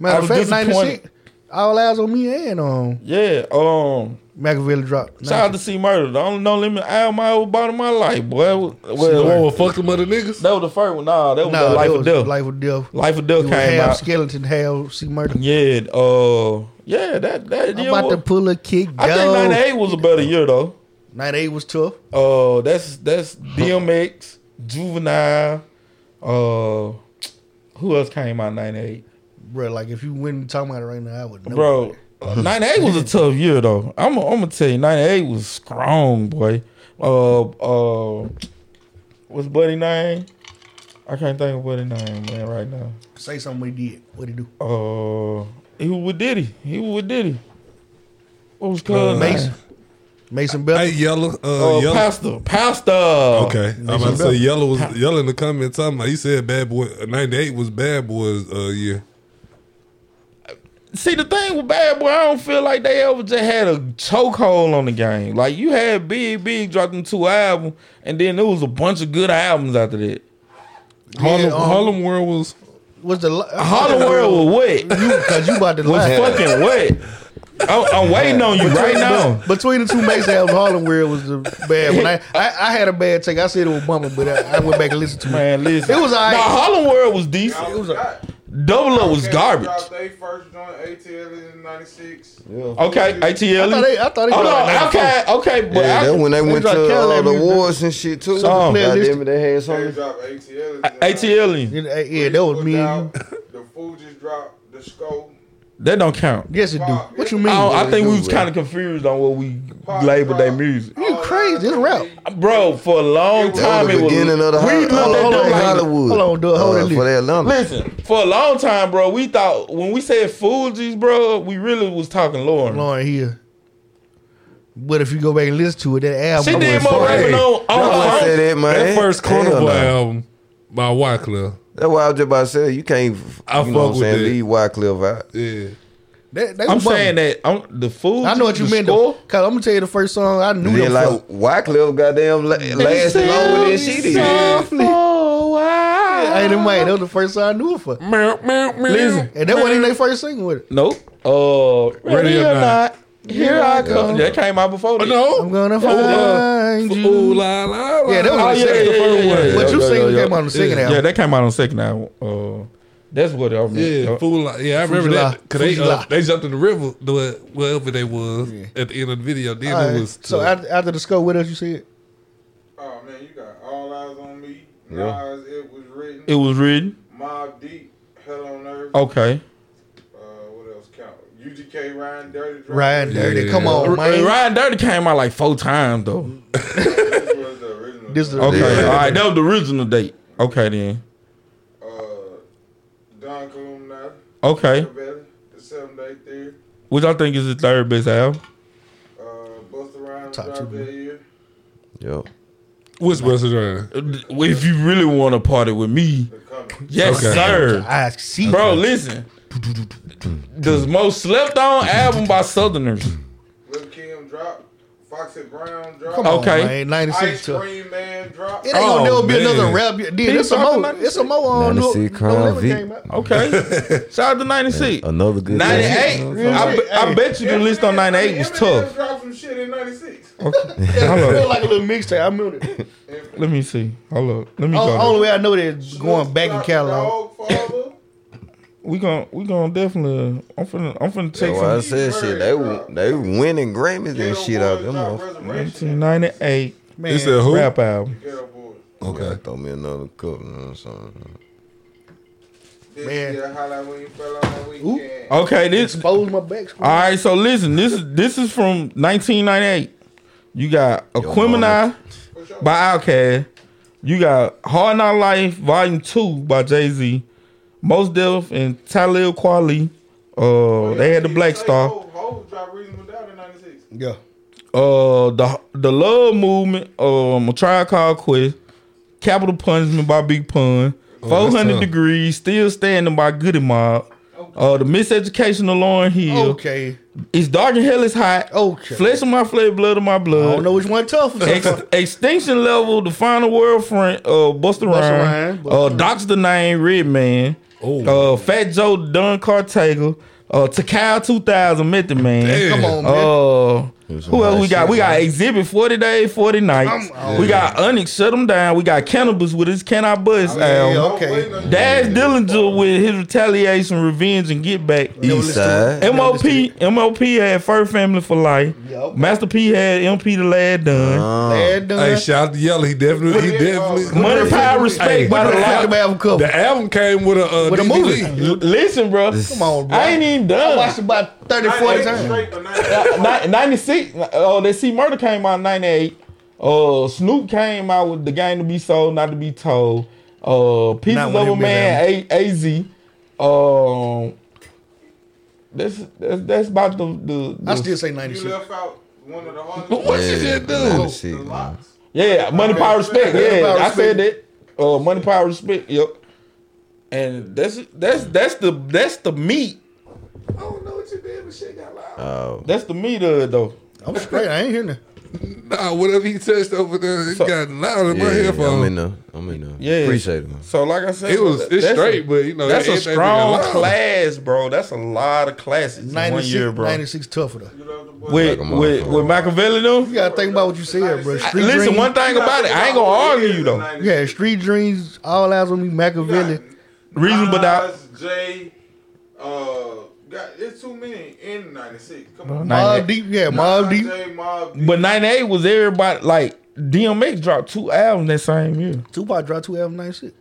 A: Matter of
D: was
A: fact, '96,
D: disappointed.
A: all eyes on me and um
D: Yeah. Um.
A: Machiavelli dropped.
D: Shout out to C Murder. The only no limit album I ever bought in my life, boy. Well,
B: The one
D: well
B: with fuck the mother niggas.
D: that was the first one. Nah, that was
A: no,
D: the Life
A: that
D: of
A: was
D: Death.
A: Life or Death.
D: Life of Death
A: You
D: came
A: half
D: out.
A: skeleton, half sea murder.
D: Yeah. Uh. Yeah. That
A: I'm
D: that. yeah,
A: about to
D: was,
A: pull a kick.
D: I think
A: '98
D: '98 was a better year though.
A: was tough.
D: Uh, that's that's DMX, Juvenile. Uh, who else came out in '98?
A: Bro, like if you wouldn't be talking about it right now, I would know.
D: Bro, '98 was a tough year though. I'm I'm gonna tell you, '98 was strong, boy. Uh, uh, what's Buddy name? I can't think of Buddy name, man, right now.
A: Say something we did. What he do?
D: Uh, he was with Diddy. He was with Diddy. What was called
A: Mason.
D: Mason?
A: Mason Bell.
B: Hey, yellow. Uh,
D: Uh,
B: yellow.
D: Pastor. Pastor.
B: Okay, I'm about to say yellow was yellow in the comments. Talking about he said bad boy '98 was bad boys uh, year.
D: See the thing with Bad Boy, I don't feel like they ever just had a chokehold on the game. Like you had Big Big dropped them two albums, and then there was a bunch of good albums after that.
B: Harlem,
A: um,
B: Harlem World was
A: Was the li-
D: Harlem World was wet,
A: Because you about to
D: was
A: lie.
D: fucking wet. I'm, I'm waiting on you right now.
A: Between the two Mason albums, Harlem World was the bad one. I, I, I had a bad take. I said it was bummer, but I, I went back and listened to it.
D: Man, listen.
A: It was alright.
D: Nah, Harlem World was
C: Y'all
D: decent.
C: was hot.
D: Double Up was
C: Cats
D: garbage.
C: dropped They first joint ATL in '96.
D: Okay,
A: I thought
D: ATL.
A: they, I thought they
D: Hold
A: dropped
D: on.
A: like
D: Okay, okay, but
E: Yeah,
D: I,
E: that when they went to
A: dropped
E: uh,
A: Cadillac
E: the
A: Music.
E: awards and shit too.
D: Song.
E: God damn it, they had
C: They
E: something.
C: dropped ATL. in
D: ATL. in.
A: 94. Yeah, that was me. and
C: Out, the fool just dropped the scope.
D: That don't count.
A: you. Yes, it do. What you mean?
D: I, don't- Oh, I think we was
E: Bro.
D: kind of confused on what we
C: Pop
D: labeled their
C: dropped.
D: music.
A: You
C: All
A: crazy. It's
C: eyes
A: rap.
C: on me.
D: Bro, for a long
C: It was
D: time
E: the
D: it was.
E: beginning of the
D: we
E: Hol-
D: looked at
E: Hol-
D: them like-
E: Hollywood.
A: Hold on, dude, hold
E: uh,
A: that
E: for
A: list.
E: that Atlanta.
D: Listen, for a long time, bro, we thought when we said Fugees, bro, we really was talking Lauren.
A: Lauren Hill. But if you go back and listen to it, that
D: She
A: album.
D: did
E: wouldn't
D: more
E: say-
D: rapping on
E: I
D: on
E: wouldn't
D: her
E: say
D: own.
E: that, man.
B: that first
E: Hell
B: Carnival
E: no.
B: album by Wyclef
E: That's why I was just about to say you can't. f-
B: I
E: you know
B: fuck
E: what I'm
B: with
E: saying?
B: that.
E: Leave Wycliffe out.
B: Yeah.
A: That, that's
D: I'm
A: what
D: saying that I'm, the food.
A: I know what you
D: the
A: meant though.
D: score-
A: Cause I'm gonna tell you the first song I knew.
E: And
A: Them
E: then
A: like,
E: like Wycliffe, goddamn, la- lasted longer than she did.
A: I ain't them man. That was the first song I knew it for.
B: Listen,
A: And that wasn't even their first single with it.
D: Nope. Uh, ready or
B: or
D: not,
B: not.
D: here I come. That came out before. that.
A: I'm
B: no.
A: gonna find
B: F-
A: you.
B: Ooh la la. la.
A: Yeah, that was
B: Oh,
A: the
B: yeah,
A: second-
B: yeah, yeah, yeah,
A: But
B: yeah.
A: you
E: yo,
A: singing
E: yo, yo.
A: came on the second
D: Yeah,
A: album.
D: that came out on second album. Uh, that's what I Uh, mean.
B: Yeah, fool. like- Yeah, I remember
A: July.
B: that. Cause they,
A: Fool
B: uh,
A: July.
B: they jumped in the river, the- wherever they was at the end of the video. Then
A: All
B: it
A: right.
B: was
A: So
B: to-
A: after, after the score, what else you said?
C: Oh man, you got all eyes on me.
E: Yeah.
C: Nas, it was written.
D: It was written.
C: Mob Deep, Hell on Earth.
A: Oh.
D: Okay.
C: Uh, what else count? UGK, Ryan Dirty. Drake.
A: Ryan Dirty, come on,
D: Ryan,
A: Oh, man.
D: Dirty came out like four times though.
C: This
A: (laughs)
C: was the original.
A: This is
D: Okay.
E: Yeah.
D: All right. That was the original date. Okay then.
C: Uh, Don Columna.
D: Okay.
C: The Seven Day Theory.
D: Which I think is the third best album.
C: Uh, Busta Rhymes
A: Top two,
C: dropped
A: man.
C: that year.
E: Yo,
B: What's Buster Rhymes?
D: If you really want to party with me,
C: The Coming.
D: yes
B: Okay.
D: sir.
A: I see.
D: Bro, listen. The most slept on album by Southerners.
C: Lil Kim dropped. Foxy Brown dropped.
A: Come on,
D: okay.
A: man. 96
C: Ice
A: to. It
C: Cream Man dropped.
A: ain't
B: Oh,
A: gonna never be
B: man.
A: another rap. Dude, it's a
D: talking
A: mo.
D: about
A: It's a mo on. No,
E: 96
A: no
E: Crown
A: Limit
E: Vic.
A: came out.
D: (laughs) Okay. Shout out to 96.
E: another good.
D: 98.
E: album.
D: I, be- I bet you the list on 98 was
C: Eminem
D: tough.
C: dropped some shit in 96.
A: It felt like a little mixtape. I remember it.
D: Let me see. Hold up. Let me
A: Oh,
D: go.
A: only
D: there.
A: way I know that is going back in catalog.
C: Dogfather.
D: We gon' we gon' definitely. I'm finna I'm finna take
E: That's why I
D: from
E: said shit. They were- they were winning Grammys and shit out
C: Ghetto
E: them.
C: Boys dropped
E: motherfuckers.
C: Resurrection.
D: 1998
A: Man,
B: He said who?
D: rap album.
C: Ghetto Boys.
E: Yeah,
B: Okay.
E: throw me another cup or something.
C: This
A: Man.
C: year, highlight when you fell on my weekend.
D: Okay, this. All
A: expose my back.
D: right, so listen. This is this is from 1998. You got Aquemini
C: What's your-
D: by Outkast. You got Hard Knock Life Volume Two by Jay Z. Most Def and Talib Kweli. Uh, they had the Black Star.
C: Ho- Ho dropped Reasonable Doubt in 96.
A: Yeah.
D: uh the the love movement um a trial called quest capital punishment by big pun 400
B: tough.
D: degrees still standing by goody mob uh the miseducation of lauren hill
A: Okay.
D: it's dark and hell is hot
A: Okay.
D: flesh of my flesh blood of my
A: I
D: blood
A: don't know which one tough.
D: Ex- extinction level the final world friend uh buster
A: Rhymes,
D: rhymes uh
A: Busta
D: doctor the name red man
B: Oh.
D: uh fat joe dunn cartago uh takal 2000 method man
B: Damn.
A: Come on, man.
D: uh,
E: There's some
D: who else
E: hot
D: we got?
E: shit,
D: We got Exhibit 40 Days, 40 Nights. We got Onyx Shut 'Em Down. We got Cannabis with his Can I Buzz
A: Yeah,
D: album.
A: okay.
C: Waiting on you.
D: Daz Dillinger with his Retaliation, Revenge, and Get Back.
E: East side.
D: MOP, MOP had Fur Family for Life.
A: Yeah, okay.
D: Master P had MP the Lad Done.
A: Uh-huh.
E: Uh,
A: Bad done.
B: Hey, shout out to Yellow. He definitely, he
C: What is-
B: definitely.
D: Money, Power, Respect
B: Hey,
D: by the
A: Look
D: Light.
A: at the album cover.
B: The album came with a uh,
A: With a
B: DVD.
A: movie.
D: L- Listen, bro.
A: Come on, bro.
D: I ain't even
A: I
D: done.
A: watched it about 30, 40
C: 98
A: times.
C: straight, but 96.
D: (laughs) Ni- 96. Oh, they see Murder came out in 98. Uh, Snoop came out with The Game to Be Sold, Not to Be Told. Uh, Pieces
A: Not
D: of
A: one
D: a
A: of them
D: Man, a- AZ. Um, that's, that's, that's about the. the, the
A: I still say
C: You
A: 96.
C: left out one of the hardest.
B: What
E: Yeah,
B: you did
E: man,
B: do?
E: that shit,
C: The
E: man.
C: locks.
D: Yeah, Money, Power, Respect.
A: Money,
D: Yeah,
A: Power,
D: I
A: Respect.
D: said that. Uh, money, Power, Respect. Yep. And that's that's that's the that's the meat.
B: I don't know what you did, but shit got loud.
E: Oh,
D: That's the meat of it though.
A: I'm straight. I ain't hearing that.
B: Nah, whatever he touched over there, it
D: So-
B: got loud in
E: yeah,
B: my
E: I'm in
B: headphones.
E: there. I'm in there.
D: Yeah.
E: appreciate it. Man.
D: So like I said,
B: It was it's
D: that's a-
B: straight, but you know
D: That's a
B: everything got
D: strong
B: loud.
D: class, bro. That's a lot of classes in one
A: 96,
D: year, bro.
A: 96 tougher though.
C: You left the boy.
D: With
E: Like a
D: with
E: motherfucker.
D: with Machiavelli
A: You
D: though.
A: gotta think about what you said, bro. Street
D: Listen,
A: Dreams,
D: one thing about it, I ain't gonna argue you though.
A: Yeah, Street Dreams, All Eyes on Me, Machiavelli.
D: Reason but doubt.
C: Nas, Jay, uh, got, it's too many in 96. Come on.
A: Mob Deep, yeah, Mob Deep.
C: Jay, Mob Deep.
D: But ninety eight was everybody like DMX dropped two albums that same year.
A: Tupac dropped two albums, 96.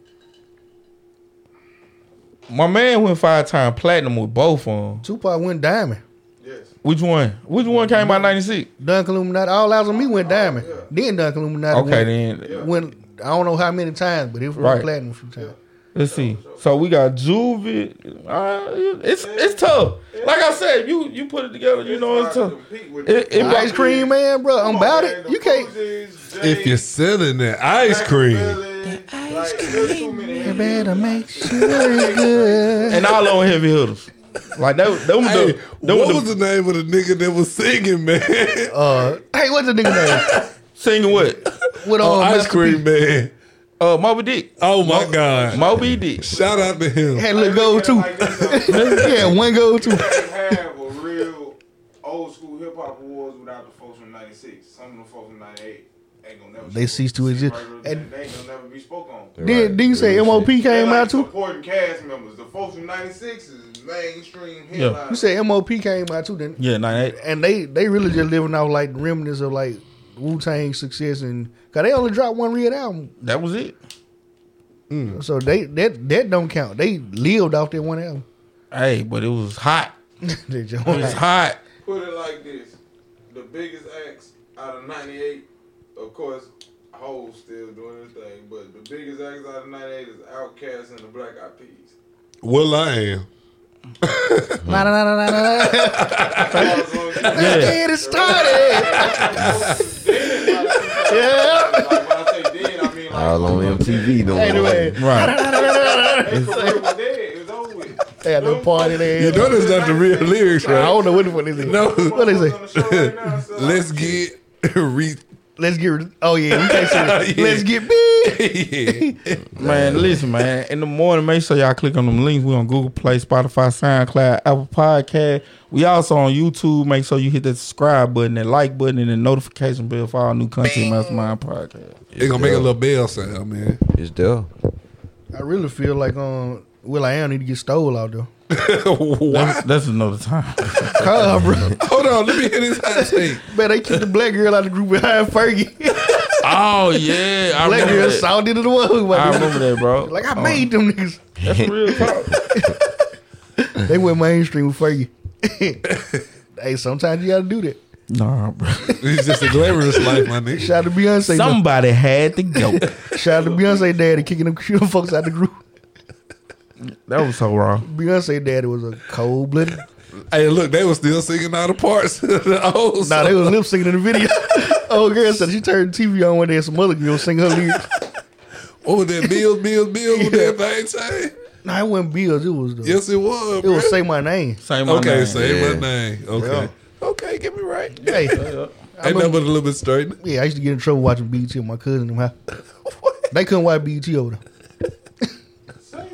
D: My man went five time platinum with both of them.
A: Tupac went diamond.
C: Yes.
D: Which one? Which one came out ninety six?
A: Dunk Illuminati, All Eyes on Me went diamond.
C: Oh,
A: Then Dunk Illuminati
D: Okay
A: went,
D: then.
A: went, I don't know how many times, but it was
D: Right.
A: platinum a few times.
D: Let's see. So we got Juvie. Uh, it's it's tough. Like I said, you you put it together. You know it's tough. It- it-
A: Ice Cream Man, bro, I'm about it. You can't.
B: If you're selling that ice cream,
C: man. Like, there's too many heavy
A: Better make sure it's good.
D: and all on heavy hitters. Like that, that was
B: Hey,
D: the, that
B: what
D: was,
B: was
D: the,
B: the name of the nigga that was singing, (laughs) man?
A: Uh, hey, what's the nigga
D: singing what?
A: name? With uh, all
B: Oh, ice cream man.
D: Uh, Moby Dick,
B: Oh my god!
D: Moby Dick.
B: Shout out to him.
A: Had a little gold too. (laughs)
C: Like this, though,
A: yeah, one gold too.
C: they have a real old school hip hop awards without the folks from '96. Some of the folks from '98 ain't gonna never.
A: They cease to exist. And-
C: And they ain't gonna never be spoke on.
A: Then then you say MOP
C: They
A: came
C: like
A: out too.
C: Supporting cast members. The folks from '96 is mainstream
D: Yeah.
C: headline.
A: You say MOP came out too. Then
D: Yeah, nah, that,
A: and they they really just living off like remnants of like Wu Tang success and cause they only dropped one real album,
D: that was it.
A: so they that that don't count. They lived off that one album. (laughs)
D: Hey, but it was hot.
A: They just- (laughs)
D: It was hot.
C: Put it like this: the biggest acts out of '98, of course, Hole's still doing his thing, but the biggest acts out of '98 is Outkast and the Black Eyed Peas.
B: Well, I am.
A: La, la, la, la, la, la. Get it started. (laughs) Yeah.
C: Like, when I say dead, I mean like
E: All on MTV though.
A: Anyway,
D: Right.
C: they career was dead. It was over with.
A: they had no party there.
B: You know that's not the real lyrics,
A: I
B: right?
A: don't know what the fuck this is.
B: No,
A: What is
C: Motherfuckers
A: it?
C: on the show right now, so like,
B: let's get re.
A: Let's get. rid- Oh yeah, we can't say.
B: Yeah.
A: Let's get big.
B: Yeah.
D: Man, listen, man. In the morning, make sure y'all click on them links. We on Google Play, Spotify, SoundCloud, Apple Podcast. We also on YouTube. Make sure you hit that subscribe button, that like button, and the notification bell for all new Country Mastermind podcast.
B: They gonna make a little bell sound, man.
E: It's there.
A: I really feel like um, Will I am need to get stole out there.
B: Why?
D: That's, that's another time.
A: Cause bro,
B: (laughs) Hold on, let me hear this hot take.
A: man, they kicked the black girl out of the group behind Fergie. (laughs)
D: oh yeah, I
A: black
D: remember
A: girl
D: that.
A: sounded in the world.
D: I remember that, bro.
A: Like I made them niggas.
D: That's real
A: (laughs)
D: talk.
A: They went mainstream with Fergie. (laughs) hey, sometimes you gotta do that.
D: nah, bro.
B: It's just a (laughs) glamorous life, my nigga.
A: Shout out to Beyonce.
D: (laughs) Somebody had to go.
A: Shout out to Beyonce daddy kicking them (laughs) shooting folks out the group.
D: That was so raw.
A: Beyonce daddy was a cold blooded.
B: Hey, look, they were still singing all the parts. of the old
A: Nah,
B: song.
A: they was lip syncing in the (laughs) video. Old girl said she turned the TV on one day and some other girl sing her lyrics.
B: What was that? Bill, Bill, Bill with (laughs) that thing say?
A: Nah, it wasn't Bills. It was the,
B: Yes, it was.
A: it was say my name.
D: Same
B: okay,
D: okay,
B: say
E: Yeah.
B: my name. Okay. Okay, get me right.
A: Hey,
B: Ain't nothing but a little bit straight.
A: yeah, I used to get in trouble watching BT with my cousin. and my- They couldn't watch BT over there.
D: (laughs)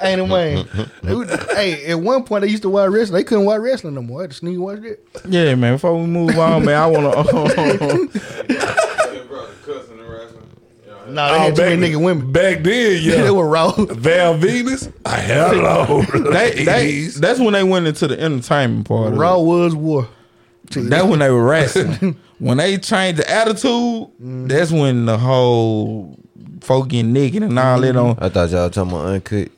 A: Ain't it, man? They would- hey, at one point they used to watch wrestling. They couldn't watch wrestling no more. I had to sneak and watch it.
D: Yeah, man. Before we move on, man, I wanna. (laughs)
C: they brought the cussing and rapping. Y'all had-
A: Nah, they had too many nigga women.
B: Back then, yeah.
A: they were raw.
B: Val Venus. Ah, Hello.
D: (laughs) they, they,
B: ladies.
D: that's when they went into the entertainment part. Of it.
A: raw was war.
D: That's when they were wrestling. (laughs) when they changed the attitude,
A: Mm-hmm.
D: that's when the whole folk getting naked and all that on.
E: I thought y'all talking about uncut.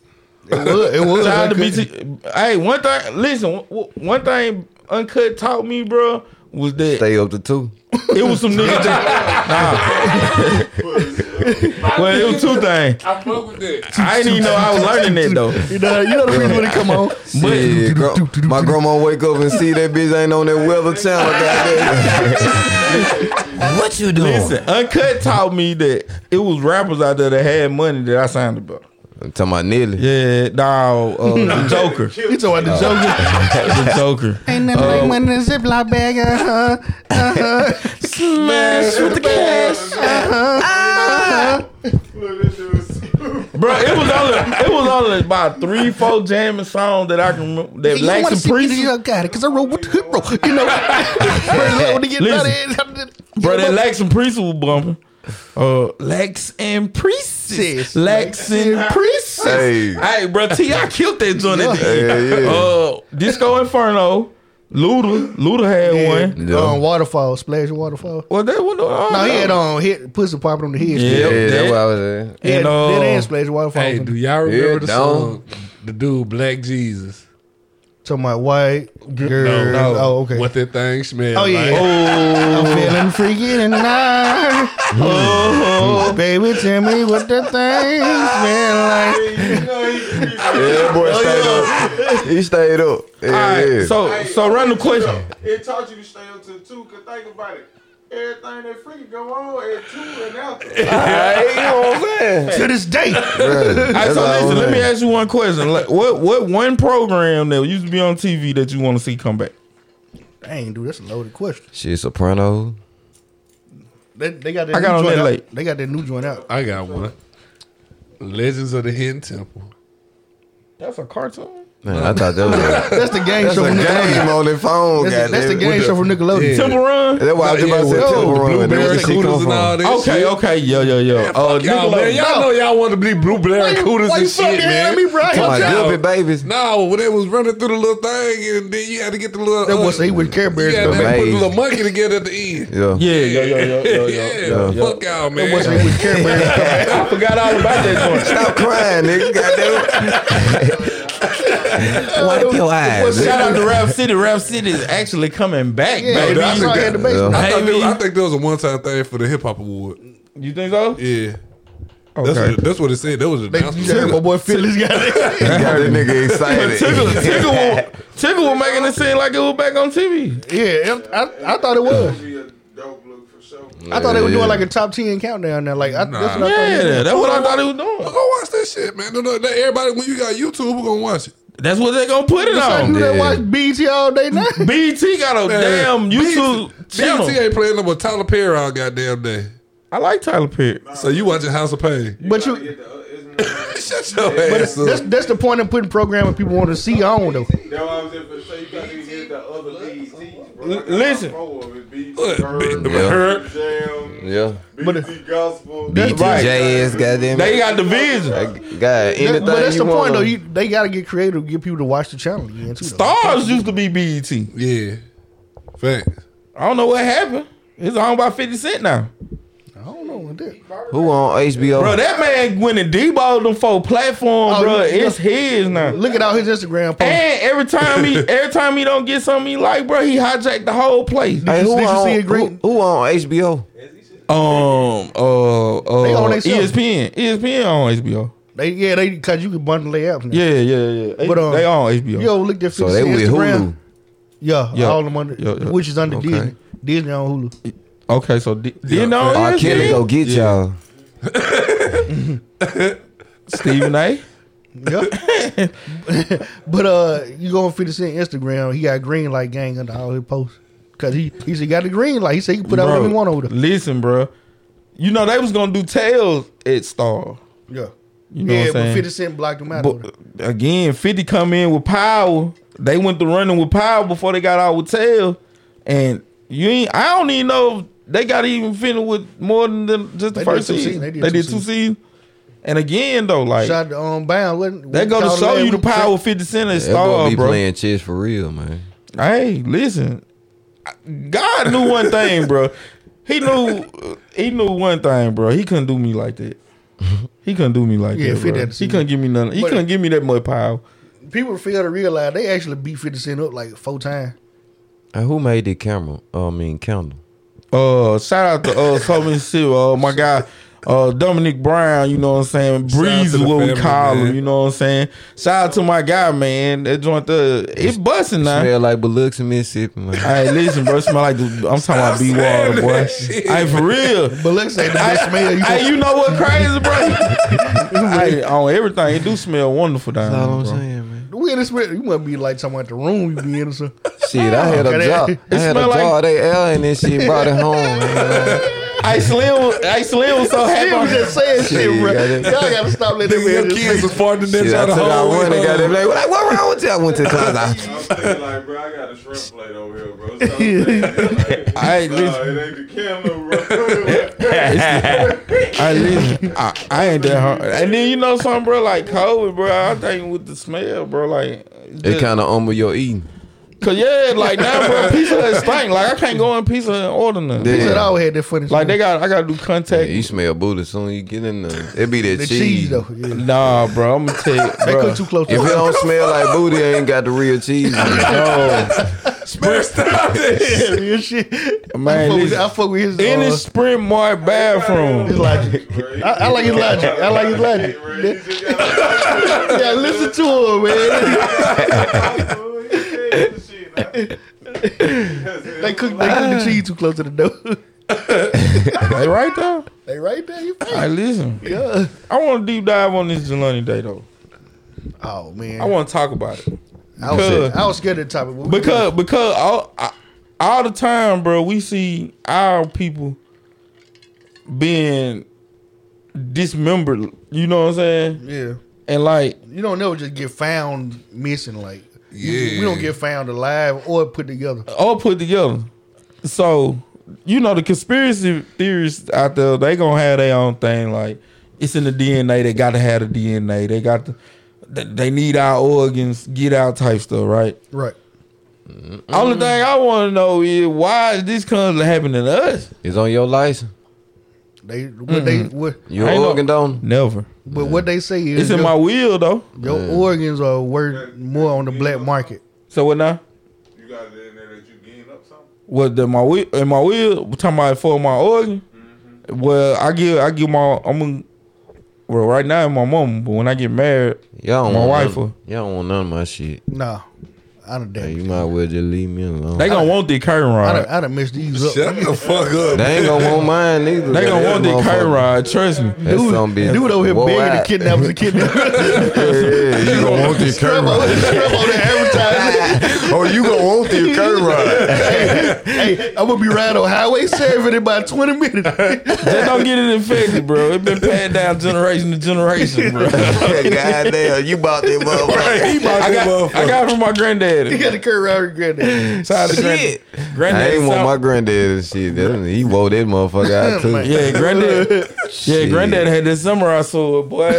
A: It was. Mm-hmm. It was.
D: Shout out to
A: uncut.
D: BT. Hey, one thing. Listen, w- w- one thing Uncut taught me, bro, was that
E: Stay up to two.
D: it was some niggas.
A: (laughs)
D: That, nah. (laughs) well, it was two things.
B: I fuck with that.
D: I didn't even know I was learning that though.
A: You know, you know the reason when it come on.
E: Shit, gro- my grandma wake up and see that bitch ain't on that weather channel. Goddamn. what you doing?
D: Listen, Uncut taught me that it was rappers out there that had money that I signed about.
E: I'm talking about Nelly.
D: Yeah, dog, (laughs) uh, the Joker,
A: You talking about the Joker?
D: the Joker.
A: Ain't nothing
D: Oh.
A: like money in a Ziploc bag. Uh huh. Uh huh.
D: Smash with the cash,
C: Look, this dude is-
D: Ah. bro. It was only it was only about three, four jamming songs that I can remember. That
A: You don't want to
D: Langston
A: see
D: Priest,
A: me, I got it, cause I rode with the hood, bro. You
D: (laughs)
A: know, bro, when they get out of it,
D: bro. That Langston Priest was bumping. Uh, Lex and Priest,
A: Sis.
D: Lex and Priest.
E: Hey.
D: hey, bro. Ti killed that joint. at the
E: Yeah,
D: end.
E: yeah.
D: Uh, Disco Inferno. Luda, Luda had one.
E: Yeah.
A: um, waterfall, splash of waterfall.
D: Well, that one. uh,
A: No, he had on hit pussy popping on the head.
D: Yeah.
A: Yeah,
E: yeah,
D: that-
E: that's what I was at.
A: yeah,
D: And, uh,
A: that is splash of waterfall.
B: um, Hey, do y'all remember
E: Yeah,
B: the
E: dog.
B: song? The dude, Black Jesus.
A: Talking about white girls.
B: no.
A: Oh, okay.
B: What Oh. that thing smell
A: Oh
B: like.
A: yeah. I'm feeling freaky
B: (laughs)
A: tonight. oh, baby, tell me what the things
B: (laughs)
A: smell like.
C: You know, he- he-
E: Yeah, that boy stayed up. He stayed up. Yeah,
D: All right,
E: yeah.
D: so so run the question.
C: It taught you to stay up to two. Cause think about it. everything that freaking go on at two and after.
E: Hey, you know what I'm saying?
A: to this day.
E: Bruh, that's
D: so
E: all I'm
D: listen, let me
E: saying.
D: ask you one question. Like, what what one program that used to be on TV that you want to see come back?
A: Dang, dude, that's a loaded question.
E: Shit, Soprano.
A: They, they got that
D: I got
A: new
D: on
A: joint
D: that
A: out.
D: late.
A: They got that new joint out.
B: I got one. Legends of the Hidden Temple.
D: That's a cartoon.
E: Man, I thought that was a,
A: That's the game
E: that's
A: show.
E: a
A: from Nickelodeon.
E: game on their phone.
A: That's, the- that's the
E: goddamn it.
A: game show from Nickelodeon.
B: Yeah.
D: Temple Run.
E: That's why I was just about to say
B: with
E: Temple
B: the
E: Run. That's where
B: Blueberry
E: she come
B: Cooters and
E: from.
B: all that
D: Okay,
B: shit.
D: okay, yo, yo, yo. Uh,
B: Fuck y'all, man.
D: Nickelodeon.
B: Y'all know y'all want to be blueberry cooters
A: why you
B: and shit,
A: fucking
B: man.
A: at me, bro? I ain't
B: Fuck
E: My
B: y'all.
E: Guppy babies.
B: No, when they was running through the little thing, and then you had to get the little.
A: That
B: uh,
A: was he with Care Bears.
B: Yeah,
A: though.
E: the
B: they put the
E: maze.
B: little monkey together at the end.
E: Yeah.
D: Yeah, yo, yo, yo, yo, yo, yo,
B: (laughs) Yeah,
D: yo.
B: fuck y'all, man.
A: That was he with Care Bears.
D: I forgot all about that joint.
E: Stop crying, nigga. Goddamn. (laughs) Wipe your eyes. (laughs)
D: Shout out to Rap City. Rap City is actually coming back,
A: Yeah,
D: baby.
A: that's why I had the basement.
B: I, thought
D: Hey,
B: that-
D: man.
B: I think that was a one time thing for the hip hop award.
D: You think so?
B: Yeah. That's,
D: Okay.
B: what, that's what it said. That was an
A: They- You heard my
B: announcement.
A: boy Phillies got
D: (laughs)
A: it.
E: Got that nigga
D: But (laughs) Tigger,
E: excited.
D: Tigger, was, Tigger was making it seem like it was back on TV.
A: Yeah, I, I thought it
C: That
A: was.
C: would be a dope look for sure.
A: I thought they were
E: Yeah.
A: doing like a top ten countdown. There, like I, that's what I thought. they
D: Yeah,
A: were doing.
D: that's what I thought he was doing.
B: Go watch that shit, man. No, no, that- everybody, when you got YouTube, we're gonna watch it.
D: That's what they gonna put it
A: It's like you
D: on.
A: that
E: Yeah.
A: watch BT all day now.
D: BT got a damn YouTube channel.
B: BT ain't playing number Tyler Perry all goddamn day.
D: I like Tyler Perry.
B: So you watching House of Pain?
A: But
C: Try to
A: you,
C: get the, uh, isn't it-
B: Shut your ass up.
A: that's that's the point of putting programming people want to see on though.
C: That's what I was just gonna say. You gotta get the other BETs, bro. I got
D: Listen.
C: four of it. BET
B: Look,
C: Bird,
B: B-
C: BET
B: Bird.
C: Jam,
E: Yeah.
C: BET Gospel,
A: That's
C: BET
A: right.
E: Jazz,
D: (laughs)
E: goddamn.
D: They got division.
E: God, anything
A: That- but that's
E: you
A: the point
E: wanna-
A: though. You, they got to get creative, get people to watch the channel again too. though.
D: Stars used to be BET.
B: Yeah. Facts.
D: I don't know what happened. It's owned by 50 Cent now.
A: I don't know what that.
E: Who on HBO?
D: Bro, that man went and deballed them four platforms,
A: Oh,
D: bro.
A: yeah.
D: It's his now.
A: Look at all his Instagram posts.
D: And every time (laughs) he every time he don't get something he like, bro, he hijacked the whole place.
E: hey,
A: Did you-
E: who,
A: did you
E: on,
A: see it, Green?
E: who, who on HBO?
D: Um, uh,
A: They on
D: uh,
A: they self.
D: ESPN, ESPN on HBO.
A: They yeah they because you can bundle their apps. Now.
D: Yeah, yeah, yeah. They,
A: But, um,
D: they on HBO.
A: Yo, look at
E: So
A: 50
E: they with
A: Instagram.
E: Hulu.
A: Yeah,
D: Yeah.
A: all them under
D: Yeah, yeah.
A: which is under
D: Okay.
A: Disney. Disney on Hulu.
D: okay, so D-
B: Yeah,
D: you
A: Oh,
D: know E
E: R. Kelly go get y'all.
D: Stephen A.
A: Yeah. (laughs) but uh, you go on 50 Cent Instagram, he got green light gang under all his posts. Cause he he said he got the green light. He said he can (laughs) put out
D: Bro,
A: whatever he want over there.
D: Listen, bro. You know they was gonna do tails at Star.
A: Yeah.
D: You know
A: yeah,
D: what
A: but
D: I'm
A: 50
D: saying?
A: Cent blocked him out. over there.
D: But uh, again, Fifty come in with power. They went to running with power before they got out with tail, and you ain't. I don't even know if they got even finished with more than the, just
A: They
D: the
A: did
D: first
A: two
D: season.
A: seasons.
D: They did, two seasons. And again, though, like
A: Shot the um, bound. Wasn't,
D: They go to
A: called
D: show
A: last
D: you the
A: week.
D: power of 50 Cent and
E: That boy
D: Star,
E: be
D: bro.
E: playing chess for real, man.
D: Hey, listen. God knew one thing, bro. He knew he knew one thing, bro. He couldn't do me like that. He couldn't do me like
A: Yeah,
D: that.
A: 50
D: bro.
A: had to see
D: He couldn't give me nothing. He
A: But-
D: couldn't give me that much power.
A: People fail to realize they actually beat 50 Cent up like four times.
E: And who made the camera? Uh, I mean, candle.
D: Uh shout out to uh Southern City, uh my guy uh Dominic Brown, you know what I'm saying? Breeze
B: to
D: is
B: the
D: what we
B: family,
D: call
B: man.
D: him, you know what I'm saying? Shout out to my guy, man. That joint uh it's busting now.
E: Smell like Biloxi, Mississippi, man.
D: Hey, listen, bro. it Smell like the, I'm talking about B water, boy. Hey, for real.
A: But let's (laughs) say that they smell you.
D: Hey, you know what crazy,
E: (laughs)
D: bro? hey, on everything, it do smell wonderful down
E: That's all I'm
D: there, bro.
E: saying, man.
A: We in this, you must be like talking about the room you be in or something.
E: Shit, I had a
A: Okay,
E: jar.
A: it
E: I had a
D: smell like-
E: jar of they L and then shit brought it
D: (laughs)
E: home. man.
D: Hey, Slim, was- hey, Slim was so happy.
A: They was
D: on-
A: just saying shit,
E: Shit,
A: bro.
E: got
A: Y'all
E: it.
A: gotta stop letting
B: Them
A: them
B: young kids
A: kids.
B: was farting them
E: Shit, I
B: down the
E: took out
B: whole
E: one and got it.
B: way.
E: Like, like, what wrong with you? I went to the closet. (laughs)
D: (laughs)
C: I was thinking like, bro, I got a shrimp plate over here, bro. So I'm saying, like,
D: Hey,
C: nah,
D: listen.
C: it ain't the camera, bro. (laughs)
E: (laughs)
D: Hey, listen, I, I ain't that hard. And then you know something, bro, like COVID, bro. I think with the smell, bro, like it's
E: It
D: just-
E: kind of humble your eating.
D: cause yeah, like now, bro,
E: (laughs)
D: pizza Hut stink. Like I can't go in pizza Hut and order nothing.
A: They
E: Yeah.
A: always had that funny.
D: Like they
A: smell.
D: got, I gotta do
E: Yeah,
D: contact.
E: you smell booty soon as you get in there. It be that
A: the
E: cheese.
A: cheese though. Yeah.
D: Nah, bro, I'm gonna tell you,
A: (laughs) They
D: bro.
A: cook too close. to
E: If it
A: it.
E: don't smell like booty, it ain't got the real
D: (laughs)
E: cheese. in it.
B: Bro, stop
A: (laughs)
B: this.
A: Yeah, shit.
D: Man,
A: I fuck, with,
D: listen.
A: I fuck with his.
D: in
A: uh,
D: the Sprint Mart bathroom.
A: his logic. I, I like his logic. I like his logic.
C: You just
E: (laughs)
C: gotta
A: Yeah, listen to him, man.
C: Shit, nah.
A: They cook, they cook the cheese too close to the dough.
D: They right there.
A: They right there. You
D: All right, listen.
A: yeah.
D: I want to deep dive on this Jelani day though.
A: Oh man.
D: I want to talk about it
A: I was,
D: because-
A: I was scared of the topic. but we-
D: because because all I- all the time, bro, we see our people being dismembered. You know what I'm saying?
A: yeah,
D: And like,
A: you don't never just get found missing. Like you-
B: Yeah.
A: we don't get found alive or put together.
D: all put together. So, you know, the conspiracy theorists out there, they gonna have their own thing. Like, it's in the DNA. They gotta have the DNA. They got the. They they need our organs, get out type stuff, right?
A: Right.
D: Only thing I want to know is why is this constantly happening to us?
E: (laughs) It's on your license.
A: They what they what
E: Your
D: Ain't no-
E: organ donor.
D: Never.
A: but what they say is
D: Mm-hmm. It's in
A: your,
D: my will though.
A: your organs are worth more on the black market.
D: So what now?
C: You got it in there that you gain up something?
D: What the my will in my will? we talking about for my organ. Well, I give I give my I'm gonna, well right now it's my mom, but when I get married,
E: Y'all don't
D: My
E: want
D: wife
E: none-
D: will.
E: Y'all don't want none of my shit.
A: Nah, I done
E: Hey,
A: damn.
E: you might well just leave me alone.
D: they gonna want the curtain
A: I done,
D: rod.
A: I done messed these up.
B: Shut the fuck up.
E: They ain't gonna want mine either.
D: They gonna want the curtain rod. Trust me.
E: That's
A: Dude,
E: gonna be
A: dude over here
E: Whoa,
A: begging the
E: I-
A: kidnappers to
E: (laughs)
A: kidnap. (laughs)
B: Yeah, you gonna want this curtain rod.
A: Strap on the advertisement.
B: Oh, you gonna want this curtain
E: (laughs)
B: rod.
A: hey, I'm gonna be riding on Highway 7 in about 20 minutes. (laughs)
D: Just don't get it infected, bro. It been passed down generation to generation, bro.
E: God damn, you bought that motherfucker.
B: He bought
D: I
B: that
D: got, I
B: motherfucker.
D: got it from my granddaddy.
A: you got to curve around and grab that.
D: Shout out to granddaddy.
E: I
D: Granddaddy
E: ain't want
D: sound-
E: my granddad and shit. That- He wore that motherfucker out too.
D: yeah,
A: (laughs)
D: granddad. Yeah,
E: Shit.
D: granddad had that samurai sword, boy.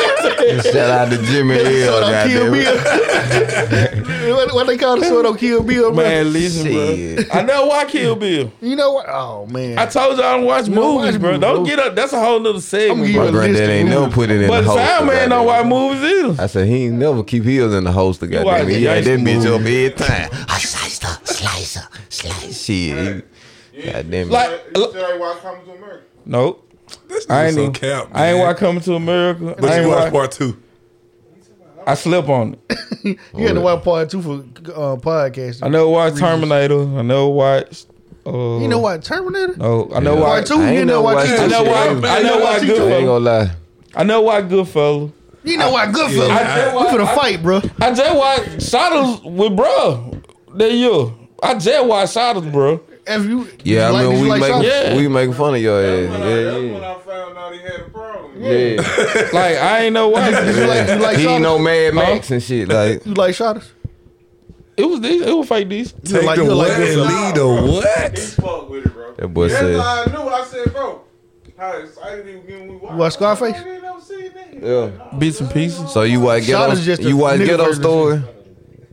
E: Shout out to Jimmy Hill.
A: Sword on Kill
E: goddamn it.
A: Bill. (laughs) what, what they call the sword on Kill Bill, man?
D: Man, listen,
E: Shit.
D: bro. I never watch Kill Bill.
A: You know what? Oh, man.
D: I told you I don't watch
A: You don't
D: movies,
A: watch
D: bro.
A: movies,
D: Don't
A: bro.
D: get up. That's a whole little
A: I'ma
D: segment.
A: give
D: bro.
E: My granddad ain't never put it in
D: But
E: the
D: the
E: holster.
D: sound man don't
E: goddamn it.
D: watch movies either.
E: I said he ain't never keep his in the holster. Goddamn,
D: watch
E: it. he had that
D: gangsta
E: bitch up
D: movies.
E: every time. Slicer, slicer, slicer. Shit, he, goddamn.
D: Like-
E: Like,
C: Hey, You still ain't watch Coming to America?
D: Nope.
B: This
D: I ain't
B: nigga so
D: even-
B: cap,
D: I ain't
B: man.
D: watch Coming to America. I
B: But
D: ain't
B: you watch
D: watch.
B: part two.
D: I slept on it.
A: you had to watch part two for uh, podcasting.
D: I never watched Terminator. I never watched. Uh,
A: You know what? Terminator?
D: No, I know
E: Yeah.
D: why.
A: Part two?
E: I ain't
A: You know
E: never
A: why?
E: watched
A: two-
E: that
D: I know
E: shit.
D: why. I
E: Man,
D: know why.
A: I ain't
E: I ain't
D: Goodfellas.
E: gonna lie.
D: I know why. Goodfellas.
A: You know why? Good for
B: Yeah.
D: I-
A: We finna fight, bro.
D: I just watched Shadows with bro. That you. I just watched Shadows, bro.
A: If you,
E: Yeah,
A: you
E: I mean,
A: you
E: we making
A: Shaw?
D: Yeah.
E: we making fun of your ass.
C: When I-
E: Yeah,
C: That's when
E: yeah,
C: I found out he had a problem.
E: yeah.
D: Like I ain't know why.
A: You
E: (laughs)
A: like, you like
E: he
A: Shaw?
E: ain't no Mad Max and shit. Like,
A: You like Shotters?
D: It was this. It was fake this.
A: You
B: Take
A: like-
B: the
A: you
B: what
A: like
B: and
A: Goodfellas.
B: lead the
C: He
B: what?
C: fucked with it, bro.
E: That boy
C: That's
E: said-
C: how I knew. I said, bro, how excited he was getting we watched.
A: You watch Scarface?
C: I ain't never seen that.
E: yeah.
D: Bits and pieces.
E: So you watch
A: Shaw
E: ghetto?
A: is just a
E: You watch
A: nigga
E: ghetto
A: version.
E: story?